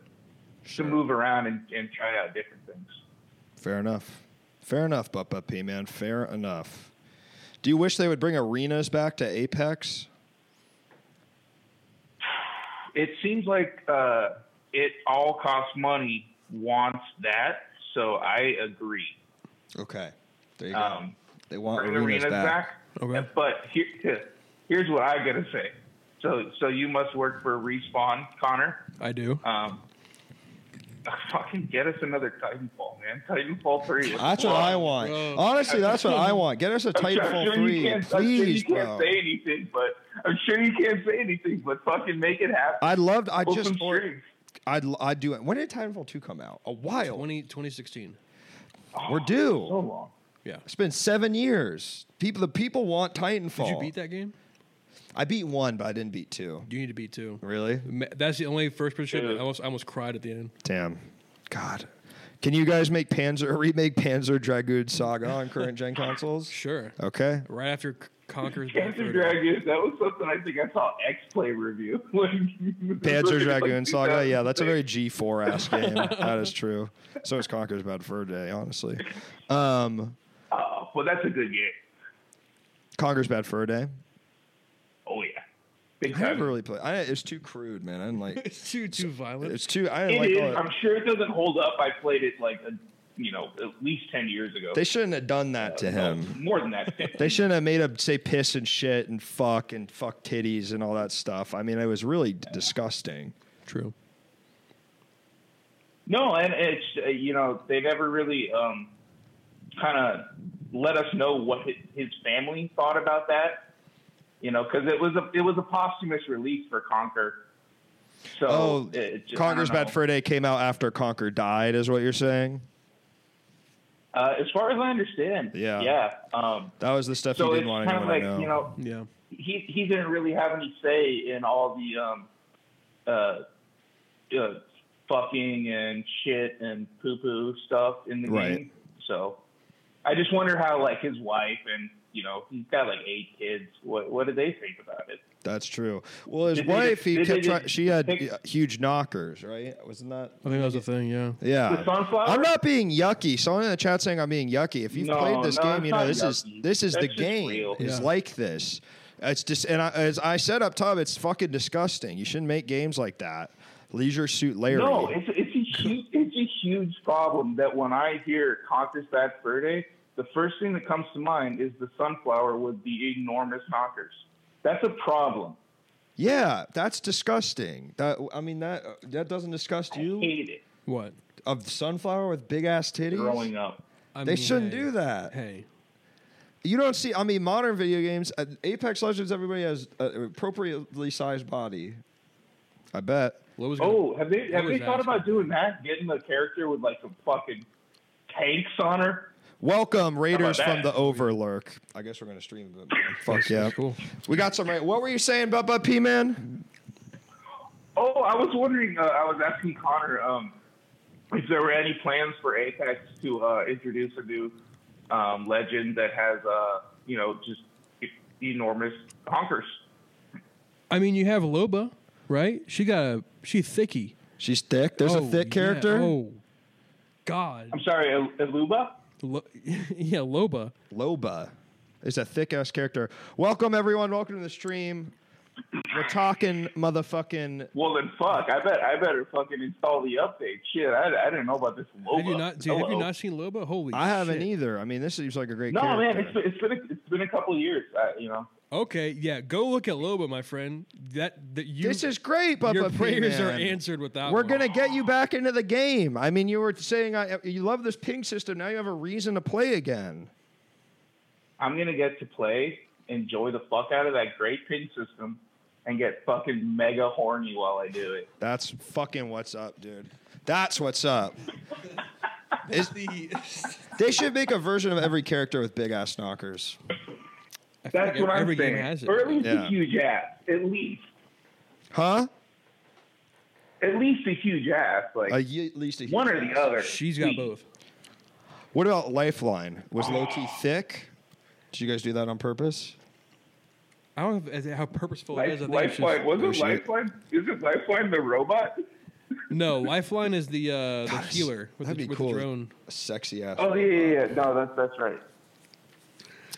Speaker 1: Sure.
Speaker 5: to move around and, and try out different things.
Speaker 1: fair enough. Fair enough, Butt Butt P Man. Fair enough. Do you wish they would bring arenas back to Apex?
Speaker 5: It seems like uh, it all costs money. Wants that, so I agree.
Speaker 1: Okay. There you go.
Speaker 5: Um,
Speaker 1: they want
Speaker 5: bring
Speaker 1: arenas,
Speaker 5: arenas
Speaker 1: back.
Speaker 5: back.
Speaker 2: Okay.
Speaker 5: But here, here's what I gotta say. So, so you must work for Respawn, Connor.
Speaker 2: I do.
Speaker 5: Um, fucking get us another Titanfall, man. Titanfall three.
Speaker 1: That's what I want.
Speaker 2: Bro.
Speaker 1: Honestly, that's what I want. Get us a
Speaker 5: I'm sure- I'm
Speaker 1: Titanfall
Speaker 5: sure you
Speaker 1: 3,
Speaker 5: can't- I'm sure
Speaker 1: please,
Speaker 5: you can't
Speaker 1: bro.
Speaker 5: say anything, but I'm sure you can't say anything, but fucking make it happen.
Speaker 1: I'd love. I
Speaker 5: Pull
Speaker 1: just.
Speaker 5: some
Speaker 1: or-
Speaker 5: strings.
Speaker 1: I'd. I'd do it. When did Titanfall 2 come out? A while.
Speaker 2: 20, 2016.
Speaker 1: We're
Speaker 5: so
Speaker 2: Oh.
Speaker 1: due.
Speaker 5: long.
Speaker 2: Yeah.
Speaker 1: It's been seven years. People. The people want Titanfall.
Speaker 2: Did you beat that game?
Speaker 1: I beat one, but I didn't beat two.
Speaker 2: You need to beat two.
Speaker 1: Really?
Speaker 2: Ma- That's the only first person
Speaker 5: Dude.
Speaker 2: I almost I almost cried at the end.
Speaker 1: Damn. God. Can you guys make Panzer remake Panzer Dragoon Saga on current gen consoles?
Speaker 2: Sure.
Speaker 1: Okay.
Speaker 2: Right after C- Conquer's Bad
Speaker 5: Panzer
Speaker 2: Fur Day.
Speaker 5: Dragoon. That was something I think I saw X Play review.
Speaker 1: Panzer
Speaker 5: Panzer
Speaker 1: Dragoon Saga. Yeah, that's a very G4 ass game. that is true. So is Conker's Bad Fur Day, honestly. Um,
Speaker 5: Oh, well, that's a good game.
Speaker 1: Conker's Bad Fur Day.
Speaker 5: Oh yeah, big
Speaker 1: I never
Speaker 5: time.
Speaker 1: really played. I, it's too crude, man. I didn't like.
Speaker 2: It's too too violent.
Speaker 1: It's too. I didn't
Speaker 5: It is.
Speaker 1: like. All
Speaker 5: I'm
Speaker 1: that.
Speaker 5: sure it doesn't hold up. I played it like a, you know at least ten years ago.
Speaker 1: They shouldn't have done that to
Speaker 5: No,
Speaker 1: him.
Speaker 5: more than that.
Speaker 1: They shouldn't have made him say piss and shit and fuck and fuck titties and all that stuff. I mean, it was really d- disgusting.
Speaker 2: True.
Speaker 5: No, and it's uh, you know they never really um, kind of let us know what hi- his family thought about that. You know, because it was a it was a posthumous release for Conquer. So
Speaker 1: Oh,
Speaker 5: it- it just- I
Speaker 1: Conker's
Speaker 5: don't know.
Speaker 1: Bad Fur Day came out after Conker died, is what you're saying?
Speaker 5: Uh, as far as I understand,
Speaker 1: Yeah.
Speaker 5: yeah. Um,
Speaker 1: That was the stuff
Speaker 5: so
Speaker 1: you
Speaker 5: it's
Speaker 1: didn't want
Speaker 5: kind of
Speaker 1: anyone
Speaker 5: like
Speaker 1: to know.
Speaker 5: you know
Speaker 2: Yeah.
Speaker 5: he he didn't really have any say in all the um, uh, uh, fucking and shit and poo poo stuff in the
Speaker 1: Right.
Speaker 5: game. So I just wonder how like his wife and you know he's got like eight kids. What what do they think about it?
Speaker 1: That's true. Well, his
Speaker 5: Did they
Speaker 1: wife,
Speaker 5: just-
Speaker 1: he
Speaker 5: did they
Speaker 1: kept
Speaker 5: just
Speaker 1: trying. She had
Speaker 5: pick-
Speaker 1: uh, huge knockers, right? Wasn't that?
Speaker 2: I think that was the thing. Yeah.
Speaker 1: Yeah.
Speaker 5: The sunflower?
Speaker 1: I'm not being yucky. Someone in the chat saying I'm being yucky. If you've
Speaker 5: No,
Speaker 1: played this
Speaker 5: no,
Speaker 1: game,
Speaker 5: it's
Speaker 1: you know
Speaker 5: not
Speaker 1: this is
Speaker 5: yucky.
Speaker 1: this is
Speaker 5: That's
Speaker 1: the
Speaker 5: just
Speaker 1: game.
Speaker 5: real.
Speaker 1: It's
Speaker 2: Yeah.
Speaker 1: like this. It's just and I, as I said up top, it's fucking disgusting. You shouldn't make games like that. Leisure Suit Larry.
Speaker 5: No, it's it's a huge it's a huge problem that when I hear Conquer's Bad Fur Day, the first thing that comes to mind is the sunflower with the enormous knockers. That's a problem.
Speaker 1: yeah, that's disgusting. That I mean that that doesn't disgust
Speaker 5: I
Speaker 1: you
Speaker 5: hate it
Speaker 2: What?
Speaker 1: of sunflower with big ass titties.
Speaker 5: growing up.
Speaker 2: I
Speaker 1: They
Speaker 2: mean,
Speaker 1: shouldn't
Speaker 2: hey.
Speaker 1: do that.
Speaker 2: Hey.
Speaker 1: You don't see. I mean, modern video games, uh, Apex Legends, everybody has an appropriately sized body. I bet.
Speaker 2: What was?
Speaker 5: Oh, have they have
Speaker 2: was
Speaker 5: they thought
Speaker 2: asking.
Speaker 5: about doing that? Getting a character with like some fucking tanks on her.
Speaker 1: Welcome, Raiders from
Speaker 5: that?
Speaker 1: the Overlurk. I guess we're gonna stream it. Fuck yeah,
Speaker 2: That's cool.
Speaker 1: We got some. Right. What were you saying, Bubba P Man?
Speaker 5: Oh, I was wondering. Uh, I was asking Connor um, if there were any plans for Apex to uh, introduce a new um, legend that has uh, you know just e- enormous honkers.
Speaker 2: I mean, you have Loba, right? She got a she thicky.
Speaker 1: She's thick. There's
Speaker 2: Oh,
Speaker 1: a thick
Speaker 2: yeah.
Speaker 1: character.
Speaker 2: Oh, God.
Speaker 5: I'm sorry, El- Eluba.
Speaker 2: Lo- yeah, Loba.
Speaker 1: Loba is a thick ass character. Welcome everyone. Welcome to the stream. We're talking motherfucking.
Speaker 5: Well then, fuck. I bet I better fucking install the update. Shit, I, I didn't know about this. Loba.
Speaker 2: Have you not? Dude, have you
Speaker 5: Hello.
Speaker 2: not seen Loba? Holy.
Speaker 1: I haven't
Speaker 2: shit.
Speaker 1: either. I mean, this seems like a great.
Speaker 5: No, man.
Speaker 1: character.
Speaker 5: It's been, it's been a, it's been a couple years. Uh, you know.
Speaker 2: Okay, yeah. Go look at Loba, my friend. That that you.
Speaker 1: this is great, Bubba
Speaker 2: your
Speaker 1: P.
Speaker 2: prayers are
Speaker 1: Man.
Speaker 2: answered with that.
Speaker 1: We're
Speaker 2: one.
Speaker 1: gonna get you back into the game. I mean, you were saying I, you love this ping system. Now you have a reason to play again.
Speaker 5: I'm gonna get to play, enjoy the fuck out of that great ping system, and get fucking mega horny while I do it.
Speaker 1: That's fucking what's up, dude. That's what's up. Is- they should make a version of every character with big ass knockers.
Speaker 2: I feel
Speaker 5: That's
Speaker 2: like
Speaker 5: what
Speaker 2: every
Speaker 5: I'm saying.
Speaker 2: game has it.
Speaker 5: Or at least
Speaker 1: Yeah.
Speaker 5: a huge ass. At least,
Speaker 1: Huh?
Speaker 5: at least a huge ass. Like
Speaker 1: A, ye- at least a huge
Speaker 5: one or the
Speaker 1: ass.
Speaker 5: other.
Speaker 2: She's got both.
Speaker 1: What about Lifeline? Was Loki thick? Did you guys do that on purpose?
Speaker 2: I don't know if- how purposeful it
Speaker 5: Life,
Speaker 2: is. I think it's just-
Speaker 5: lifeline
Speaker 1: Oh,
Speaker 5: wasn't
Speaker 1: shit.
Speaker 5: lifeline. Isn't lifeline the robot?
Speaker 2: no, Lifeline is the uh, the
Speaker 1: that's-
Speaker 2: healer with,
Speaker 1: that'd
Speaker 2: the,
Speaker 1: be
Speaker 2: with
Speaker 1: cool.
Speaker 2: the drone.
Speaker 1: A sexy ass.
Speaker 5: Oh yeah, yeah, yeah. No, that's that's right.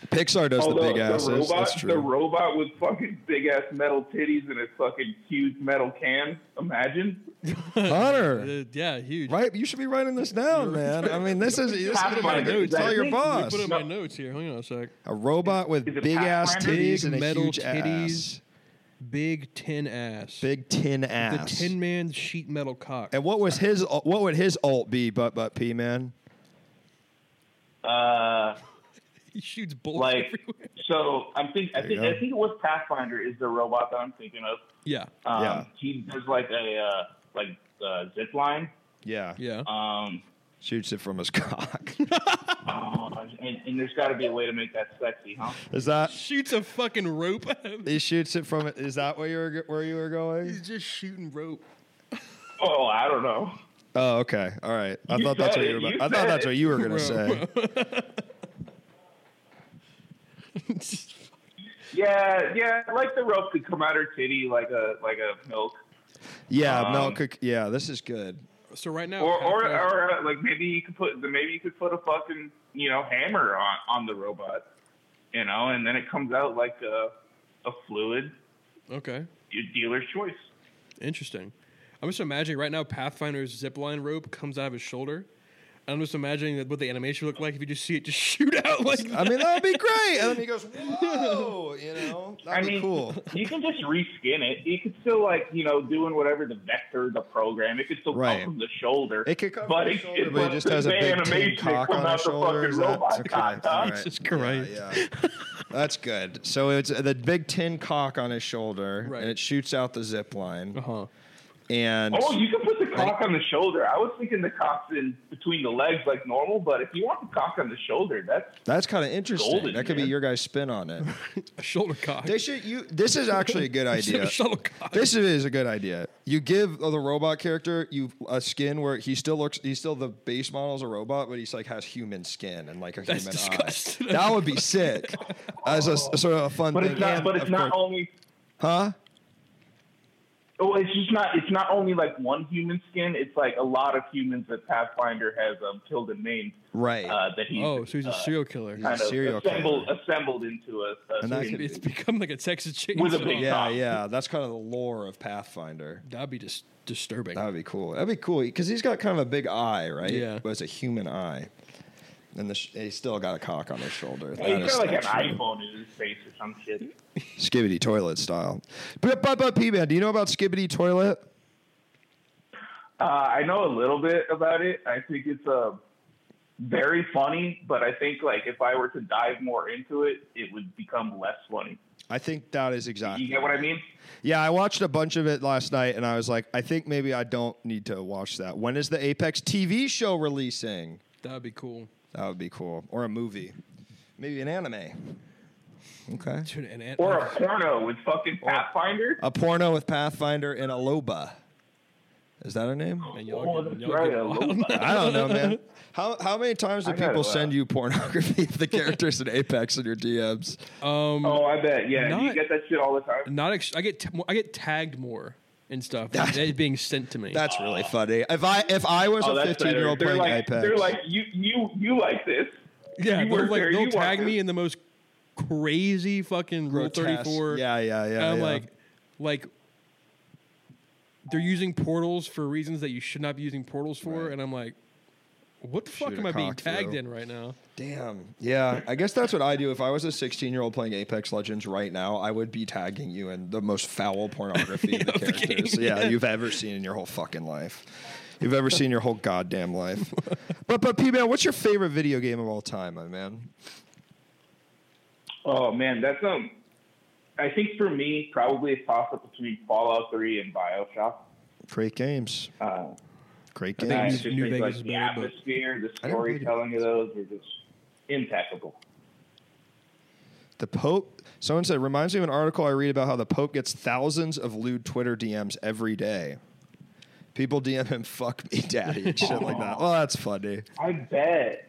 Speaker 1: Pixar does the big asses.
Speaker 5: Oh, robot,
Speaker 1: That's
Speaker 5: the
Speaker 1: true.
Speaker 5: robot with fucking big ass metal titties and a fucking huge metal can. Imagine.
Speaker 1: Hunter.
Speaker 2: Uh, yeah, huge.
Speaker 1: Right, you should be writing this down, man. I mean, this is this
Speaker 5: Have
Speaker 1: could
Speaker 5: my
Speaker 1: have been a good.
Speaker 5: notes.
Speaker 1: Tell your
Speaker 5: Let me
Speaker 2: Let me
Speaker 1: boss.
Speaker 2: put up my notes here. Hang on a sec.
Speaker 1: A robot with
Speaker 5: Is it
Speaker 1: big ass
Speaker 5: Pathfinder?
Speaker 1: titties and a
Speaker 2: Metal
Speaker 1: huge
Speaker 2: titties.
Speaker 1: ass.
Speaker 2: Big tin ass.
Speaker 1: Big tin
Speaker 2: the
Speaker 1: ass.
Speaker 2: tin man sheet metal cock.
Speaker 1: and what was his what would his alt be, butt butt P man?
Speaker 5: Uh.
Speaker 2: He shoots bullets
Speaker 5: like
Speaker 2: everywhere.
Speaker 5: so i'm think i
Speaker 1: There you
Speaker 5: think
Speaker 1: go.
Speaker 5: i think it was pathfinder is the robot that i'm thinking of
Speaker 2: Yeah,
Speaker 5: um
Speaker 1: Yeah.
Speaker 5: he does like a uh like uh zip line
Speaker 1: Yeah.
Speaker 2: yeah.
Speaker 5: um
Speaker 1: Shoots it from his cock.
Speaker 5: oh, and, and there's got to be a way to make that sexy huh
Speaker 1: is that
Speaker 2: Shoots a fucking rope. at him.
Speaker 1: he shoots it from is that where you were where you were going?
Speaker 2: He's just shooting rope.
Speaker 5: oh i don't know
Speaker 1: Oh, okay. All right. I
Speaker 5: You
Speaker 1: thought that's
Speaker 5: said
Speaker 1: what you were.
Speaker 5: it. You
Speaker 1: About. I thought
Speaker 5: said
Speaker 1: that's
Speaker 5: it.
Speaker 1: what you were gonna say.
Speaker 5: Yeah, yeah. Like the rope could come out her titty like a like a milk,
Speaker 1: Yeah,
Speaker 5: Um,
Speaker 1: no. Cook, yeah, this is good.
Speaker 2: so right now,
Speaker 5: or
Speaker 2: Pat
Speaker 5: or
Speaker 2: Flair-
Speaker 5: or uh, like maybe you could put maybe you could put a fucking you know hammer on on the robot, you know, and then it comes out like a a fluid.
Speaker 2: okay,
Speaker 5: Your dealer's choice.
Speaker 2: interesting. I'm just imagining right now Pathfinder's zipline rope comes out of his shoulder. I'm just imagining that what the animation would look like if you just see it just shoot out like
Speaker 1: I mean, that would be great. And then he goes, "Whoa!" You know, that'd
Speaker 5: I
Speaker 1: be
Speaker 5: mean,
Speaker 1: cool.
Speaker 5: you can just reskin it. You could still like you know doing whatever the vector, the program. It could still
Speaker 1: Right.
Speaker 5: come from the shoulder.
Speaker 1: It could come
Speaker 5: but
Speaker 1: from the
Speaker 5: it-
Speaker 1: shoulder,
Speaker 5: it-
Speaker 1: but it
Speaker 5: but
Speaker 1: just has a
Speaker 5: the
Speaker 1: big tin
Speaker 5: animation
Speaker 1: cock
Speaker 5: come
Speaker 1: on the
Speaker 5: out the
Speaker 1: shoulder.
Speaker 5: fucking
Speaker 1: Is that
Speaker 5: robot
Speaker 1: okay?
Speaker 5: cock,
Speaker 1: all
Speaker 5: huh?
Speaker 1: right.
Speaker 2: Jesus Christ.
Speaker 1: Yeah, yeah. That's good. So it's the big tin cock on his shoulder,
Speaker 2: Right.
Speaker 1: and it shoots out the zip line.
Speaker 2: Uh-huh.
Speaker 1: And
Speaker 5: Oh, you can put the cock on the shoulder. I was thinking the cock's in between the legs like normal, but if you want the cock on the shoulder, that's
Speaker 1: that's kind of interesting.
Speaker 5: Golden,
Speaker 1: that could be
Speaker 5: man.
Speaker 1: your guys' spin on it.
Speaker 2: A shoulder cock.
Speaker 1: They should. You. This is actually a good idea.
Speaker 2: A shuttlecock.
Speaker 1: This is a good idea. You give the robot character you a skin where he still looks. He's still the base model as a robot, but he's like has human skin and like a
Speaker 2: That's
Speaker 1: human
Speaker 2: disgusting.
Speaker 1: eye. That would be sick. As a s- sort of a fun
Speaker 5: but
Speaker 1: thing.
Speaker 5: it's not
Speaker 1: And,
Speaker 5: but it's
Speaker 1: of
Speaker 5: not
Speaker 1: course-
Speaker 5: only
Speaker 1: huh?
Speaker 5: oh it's just not it's not only like one human skin, it's like a lot of humans that Pathfinder has um, killed and maimed
Speaker 1: Right.
Speaker 5: uh, that he's
Speaker 2: Oh, so he's
Speaker 5: uh,
Speaker 2: a serial killer.
Speaker 1: he's a
Speaker 5: kind of
Speaker 1: serial
Speaker 5: assembled
Speaker 1: killer.
Speaker 5: assembled into a, a
Speaker 1: And that
Speaker 5: human.
Speaker 1: could-
Speaker 2: It's become like a Texas chainsaw.
Speaker 5: With a big-
Speaker 1: yeah,
Speaker 5: cock.
Speaker 1: yeah. That's kind of the lore of Pathfinder.
Speaker 2: That'd be just disturbing.
Speaker 1: That would be cool. That'd be cool because he's got kind of a big eye, right?
Speaker 2: Yeah.
Speaker 1: But it's a human eye, and the sh- he's still got a cock on his shoulder.
Speaker 5: Well,
Speaker 1: That
Speaker 5: he's
Speaker 1: is
Speaker 5: got like an
Speaker 1: actually-
Speaker 5: iPhone in his face or some shit.
Speaker 1: Skibbity toilet style. But but but P man, do you know about Skibbity toilet?
Speaker 5: Uh, I know a little bit about it. I think it's uh, very funny, but I think like if I were to dive more into it, it would become less funny.
Speaker 1: I think that is exactly.
Speaker 5: You get what I mean?
Speaker 1: Yeah, I watched a bunch of it last night, and I was like, I think maybe I don't need to watch that. When is the Apex TV show releasing?
Speaker 2: That'd be cool.
Speaker 1: That would be cool, or a movie, maybe an anime. Okay,
Speaker 2: Dude, an ant-
Speaker 5: Or a porno with fucking Pathfinder.
Speaker 1: a porno with Pathfinder and a Loba. Is that her name?
Speaker 2: and y'all
Speaker 5: Oh,
Speaker 2: get-
Speaker 5: that's
Speaker 2: y'all
Speaker 5: right.
Speaker 2: get
Speaker 5: I
Speaker 2: wild.
Speaker 5: love that.
Speaker 1: I don't know, man. How how many times do
Speaker 5: I gotta,
Speaker 1: people send
Speaker 5: uh,
Speaker 1: you pornography of the characters in Apex in your DMs?
Speaker 2: Um,
Speaker 5: Oh, I bet. Yeah,
Speaker 2: Not-
Speaker 5: you get that shit all the time.
Speaker 2: not ex- I get t- more- I get tagged more and stuff. That is being sent to me.
Speaker 1: That's really funny. If I if I was
Speaker 5: Oh,
Speaker 1: a
Speaker 5: that's
Speaker 1: fifteen year
Speaker 5: better.
Speaker 1: old
Speaker 5: They're
Speaker 1: playing
Speaker 5: like,
Speaker 1: Apex,
Speaker 5: they're like, you, you, you like this?
Speaker 2: yeah,
Speaker 5: You
Speaker 2: they'll,
Speaker 5: work
Speaker 2: like,
Speaker 5: there,
Speaker 2: they'll
Speaker 5: you want
Speaker 2: tag me
Speaker 5: this.
Speaker 2: in the most crazy fucking Rule
Speaker 1: grotesque.
Speaker 2: Thirty Four.
Speaker 1: Yeah, yeah, yeah.
Speaker 2: and I'm
Speaker 1: yeah.
Speaker 2: like, like they're using portals for reasons that you should not be using portals for,
Speaker 1: Right.
Speaker 2: and I'm like, what the fuck
Speaker 1: Shoot
Speaker 2: am
Speaker 1: a
Speaker 2: I being
Speaker 1: cock
Speaker 2: tagged
Speaker 1: through.
Speaker 2: in right now?
Speaker 1: damn. Yeah, I guess that's what I do. If I was a sixteen year old playing Apex Legends right now, I would be tagging you in the most foul pornography of the
Speaker 2: Of the game,
Speaker 1: characters. yeah,
Speaker 2: yeah.
Speaker 1: you've ever seen in your whole fucking life. You've ever seen your whole goddamn life. but but P man, what's your favorite video game of all time, my man?
Speaker 5: Oh man, that's um. I think for me, probably a toss up between Fallout Three and Bioshock.
Speaker 1: Great games.
Speaker 5: Uh,
Speaker 1: Great
Speaker 2: I
Speaker 1: games.
Speaker 2: think
Speaker 5: I
Speaker 2: New-
Speaker 5: just
Speaker 2: New
Speaker 5: think,
Speaker 2: Vegas is
Speaker 5: like, the
Speaker 2: better, but-
Speaker 5: atmosphere, the
Speaker 1: I never played it.
Speaker 5: storytelling of those were just impeccable.
Speaker 1: The Pope. Someone said reminds me of an article I read about how the Pope gets thousands of lewd Twitter DMs every day. People DM him "fuck me, daddy" and shit like that. Well, that's funny.
Speaker 5: I bet.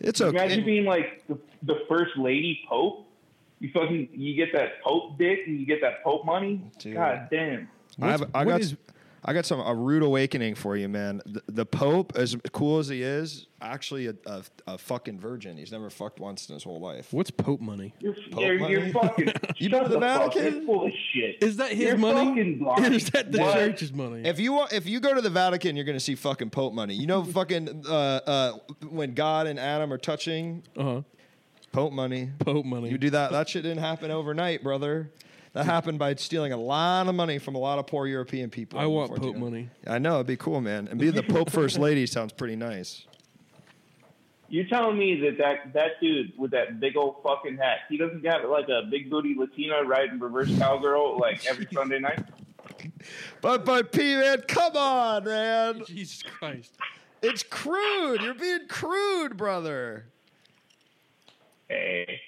Speaker 1: It's
Speaker 5: Imagine
Speaker 1: okay.
Speaker 5: being like the, the first lady pope. You fucking you get that pope dick and you get that pope money.
Speaker 1: Dude.
Speaker 5: God damn.
Speaker 1: I, have, I
Speaker 2: what
Speaker 1: got.
Speaker 2: is-
Speaker 1: I got some a rude awakening for you, man. The, the Pope, as cool as he is, actually a, a, a fucking virgin. He's never fucked once in his whole life.
Speaker 2: What's Pope money?
Speaker 5: You're,
Speaker 1: Pope
Speaker 5: you're,
Speaker 1: money?
Speaker 5: you're fucking.
Speaker 1: You
Speaker 5: shut
Speaker 1: know the
Speaker 5: fuck-
Speaker 1: Vatican?
Speaker 5: you're Full of shit.
Speaker 2: Is that his
Speaker 5: You're
Speaker 2: money?
Speaker 5: fucking lying.
Speaker 2: Is that the
Speaker 5: What?
Speaker 2: church's money?
Speaker 1: If you want, if you go to the Vatican, you're going to see fucking Pope money. You know, fucking uh, uh, when God and Adam are touching,
Speaker 2: uh-huh.
Speaker 1: Pope money.
Speaker 2: Pope money.
Speaker 1: You do that. That shit didn't happen overnight, brother. That happened by stealing a lot of money from a lot of poor European people.
Speaker 2: I want
Speaker 1: Unfortunately.
Speaker 2: Pope money.
Speaker 1: I know it'd be cool, man. And being the Pope first lady sounds pretty nice.
Speaker 5: You're telling me that, that that dude with that big old fucking hat, he doesn't got like a big booty Latina riding reverse cowgirl like every Sunday night?
Speaker 1: But but P man, come on, man.
Speaker 2: Jesus Christ.
Speaker 1: It's crude. You're being crude, brother.
Speaker 5: Hey.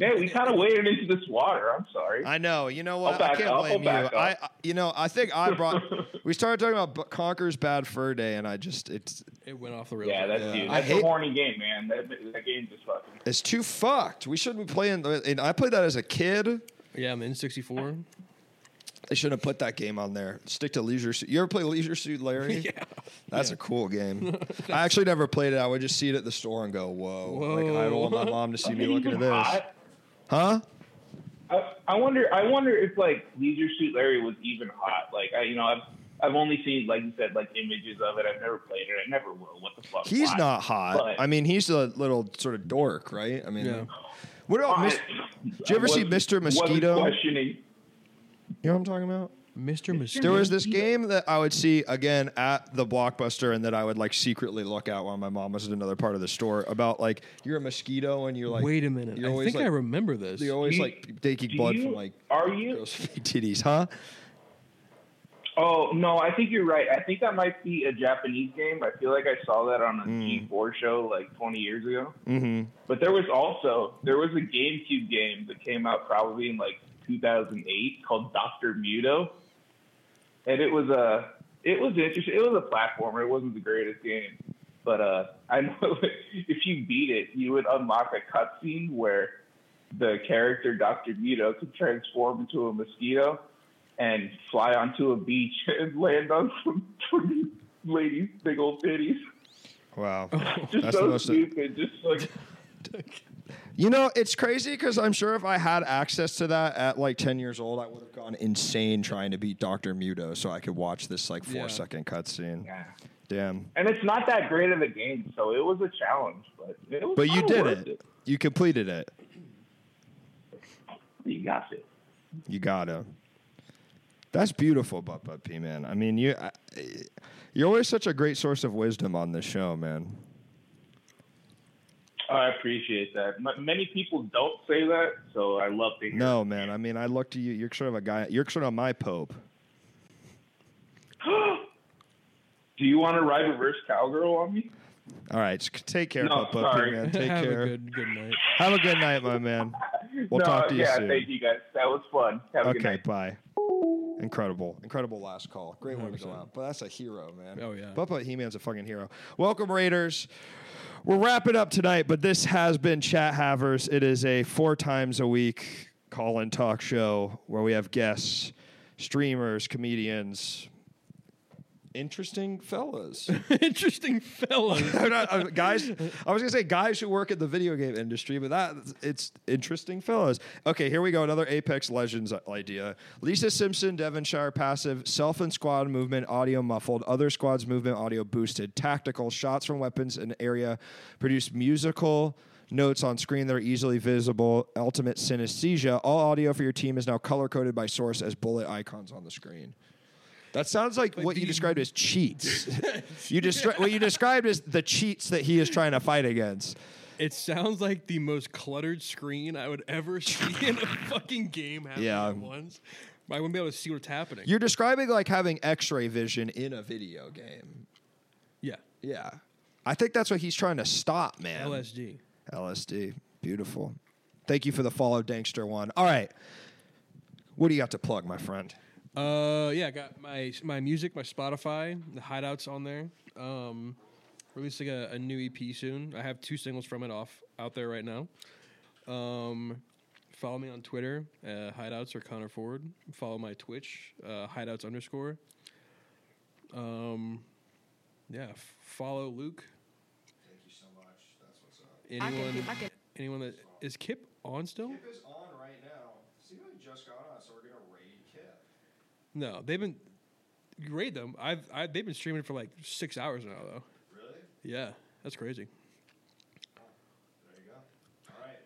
Speaker 5: Man, we kind of waded into this water. I'm sorry.
Speaker 1: I know. You know what?
Speaker 5: I'll
Speaker 1: I
Speaker 5: back
Speaker 1: can't
Speaker 5: up, I'll
Speaker 1: blame you.
Speaker 5: back up.
Speaker 1: I, I, you know, I think I brought. we started talking about B- Conker's Bad Fur Day, and I just it's
Speaker 2: It went off the rails.
Speaker 5: yeah, that's
Speaker 1: Yeah.
Speaker 5: you.
Speaker 1: I
Speaker 5: That's a
Speaker 1: hate-
Speaker 5: horny game, man. That, that game's just fucking.
Speaker 1: it's too fucked. We shouldn't be playing. the- And I played that as a kid.
Speaker 2: yeah, I'm in 64.
Speaker 1: They shouldn't have put that game on there. Stick to Leisure Suit. You ever play Leisure Suit Larry?
Speaker 2: Yeah.
Speaker 1: That's a cool game. I actually never played it. I would just see it at the store and go, "Whoa!" Like I don't want my
Speaker 2: Whoa.
Speaker 1: mom to see me
Speaker 5: Are you
Speaker 1: looking at
Speaker 5: even
Speaker 1: this,
Speaker 5: hot?
Speaker 1: huh?
Speaker 5: I, I wonder. I wonder if like Leisure Suit Larry was even hot. Like I, you know, I've I've only seen like you said like images of it. I've never played it. I never will. What the fuck?
Speaker 1: He's
Speaker 5: Why?
Speaker 1: not hot.
Speaker 5: But-
Speaker 1: I mean, he's a little sort of dork, right? I mean,
Speaker 2: Yeah.
Speaker 1: what about?
Speaker 5: I-
Speaker 1: Mis- Did you ever
Speaker 5: I
Speaker 1: see
Speaker 5: wasn't-
Speaker 1: Mr.
Speaker 5: wasn't
Speaker 1: Mosquito?
Speaker 5: questioning.
Speaker 1: you know what I'm talking about?
Speaker 2: Mr.
Speaker 1: There
Speaker 2: Mosquito.
Speaker 1: was this game that I would see again at the blockbuster, and that I would like secretly look out while my mom was at another part of the store. About like you're a mosquito, and you're like,
Speaker 2: Wait a minute.
Speaker 1: You're
Speaker 2: I
Speaker 1: always
Speaker 2: think
Speaker 1: like,
Speaker 2: I remember this.
Speaker 1: You're always
Speaker 5: Do you-
Speaker 1: like taking
Speaker 5: do
Speaker 1: blood
Speaker 5: you-
Speaker 1: from like
Speaker 5: Are you?
Speaker 1: girls' titties, huh?
Speaker 5: Oh no, I think you're right. I think that might be a Japanese game. I feel like I saw that on a G4 show like 20 years ago.
Speaker 1: Mm. Mm-hmm.
Speaker 5: But there was also there was a GameCube game that came out probably in like 2008 called Doctor Muto, and it was a it was interesting. It was a platformer. It wasn't the greatest game, but uh, I know if you beat it, you would unlock a cutscene where the character Doctor Muto could transform into a mosquito and fly onto a beach and land on some twenty ladies' big old titties.
Speaker 1: Wow.
Speaker 2: Oh.
Speaker 1: That's
Speaker 5: Just
Speaker 1: the
Speaker 5: so
Speaker 1: most-
Speaker 5: stupid. Just like.
Speaker 1: You know, it's crazy because I'm sure if I had access to that at like 10 years old, I would have gone insane trying to beat Dr. Muto so I could watch this like
Speaker 2: Yeah.
Speaker 1: four second cutscene.
Speaker 5: Yeah.
Speaker 1: Damn.
Speaker 5: And it's not that great of a game, so it was a challenge, but it was
Speaker 1: But you
Speaker 5: kinda
Speaker 1: did
Speaker 5: worth
Speaker 1: it. You completed it.
Speaker 5: You got it.
Speaker 1: You gotta. That's beautiful, Butt Butt P, man. I mean, you, I, you're always such a great source of wisdom on this show, man.
Speaker 5: I appreciate that. M- many people don't say that, so I love to hear.
Speaker 1: No, man. I mean, I look to you. You're sort of a guy. You're sort of my pope.
Speaker 5: Do you want to ride reverse cowgirl on me?
Speaker 1: All right, s- take care,
Speaker 5: No,
Speaker 1: Butt Butt P,
Speaker 5: sorry.
Speaker 1: man. Take
Speaker 2: Have
Speaker 1: care.
Speaker 2: a good good night.
Speaker 1: Have a good night, my man. We'll
Speaker 5: no,
Speaker 1: talk to you
Speaker 5: yeah,
Speaker 1: soon.
Speaker 5: thank you guys. That was fun. Have a good
Speaker 1: Okay,
Speaker 5: night.
Speaker 1: bye. Incredible, incredible last call. Great one to go
Speaker 2: 100%.
Speaker 1: out, but that's a hero, man.
Speaker 2: Oh, yeah.
Speaker 1: Bubba He Man's a fucking hero. Welcome Raiders. We're wrapping up tonight, but this has been Chat Havers. It is a four times a week call and talk show where we have guests, streamers, comedians, interesting fellas.
Speaker 2: Interesting fellas.
Speaker 1: They're not- uh, guys, I was gonna say guys who work in the video game industry, but that it's interesting fellows. Okay, here we go. Another Apex Legends idea. Lisa Simpson, Devonshire passive, self and squad movement audio muffled, other squads movement audio boosted, tactical shots from weapons in area produce musical. Notes on screen that are easily visible. Ultimate synesthesia. All audio for your team is now color coded by source as bullet icons on the screen. That sounds like what you described as cheats. you descri- what you described as the cheats that he is trying to fight against.
Speaker 2: It sounds like the most cluttered screen I would ever see in a fucking game happening
Speaker 1: Yeah.
Speaker 2: at once. I wouldn't be able to see what's happening.
Speaker 1: You're describing like having X-ray vision in a video game.
Speaker 2: yeah.
Speaker 1: Yeah, I think that's what he's trying to stop, man.
Speaker 2: LSD.
Speaker 1: LSD, beautiful. Thank you for the follow, Dankster one. All right, what do you got to plug, my friend?
Speaker 2: Uh, yeah, I got my my music, my Spotify, the hideouts on there. Um, releasing a, a new EP soon. I have two singles from it off out there right now. Um, follow me on Twitter, uh, hideouts or Connor Ford. Follow my Twitch, uh, hideouts underscore. Um, yeah, f- follow Luke. Thank you so much. That's what's up. Anyone, anyone that is Kip on still?
Speaker 1: is on right now. See, we just got on, so we're gonna raid Kip.
Speaker 2: No, they've been you raid them. I've I, they've been streaming for like six hours now though.
Speaker 1: Really?
Speaker 2: Yeah, that's crazy.
Speaker 1: There you go. All right.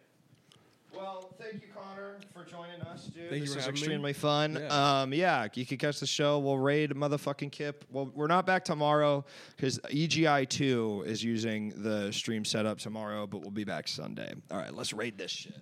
Speaker 1: Well, thank you, Connor, for joining us, dude.
Speaker 2: Thank you
Speaker 1: this
Speaker 2: for
Speaker 1: is
Speaker 2: having me.
Speaker 1: extremely fun. Yeah.
Speaker 2: Yeah.
Speaker 1: Um, yeah, you can catch the show. We'll raid motherfucking Kip. Well, we're not back tomorrow E because EGI two is using the stream setup tomorrow, but we'll be back Sunday. All right, let's raid this shit.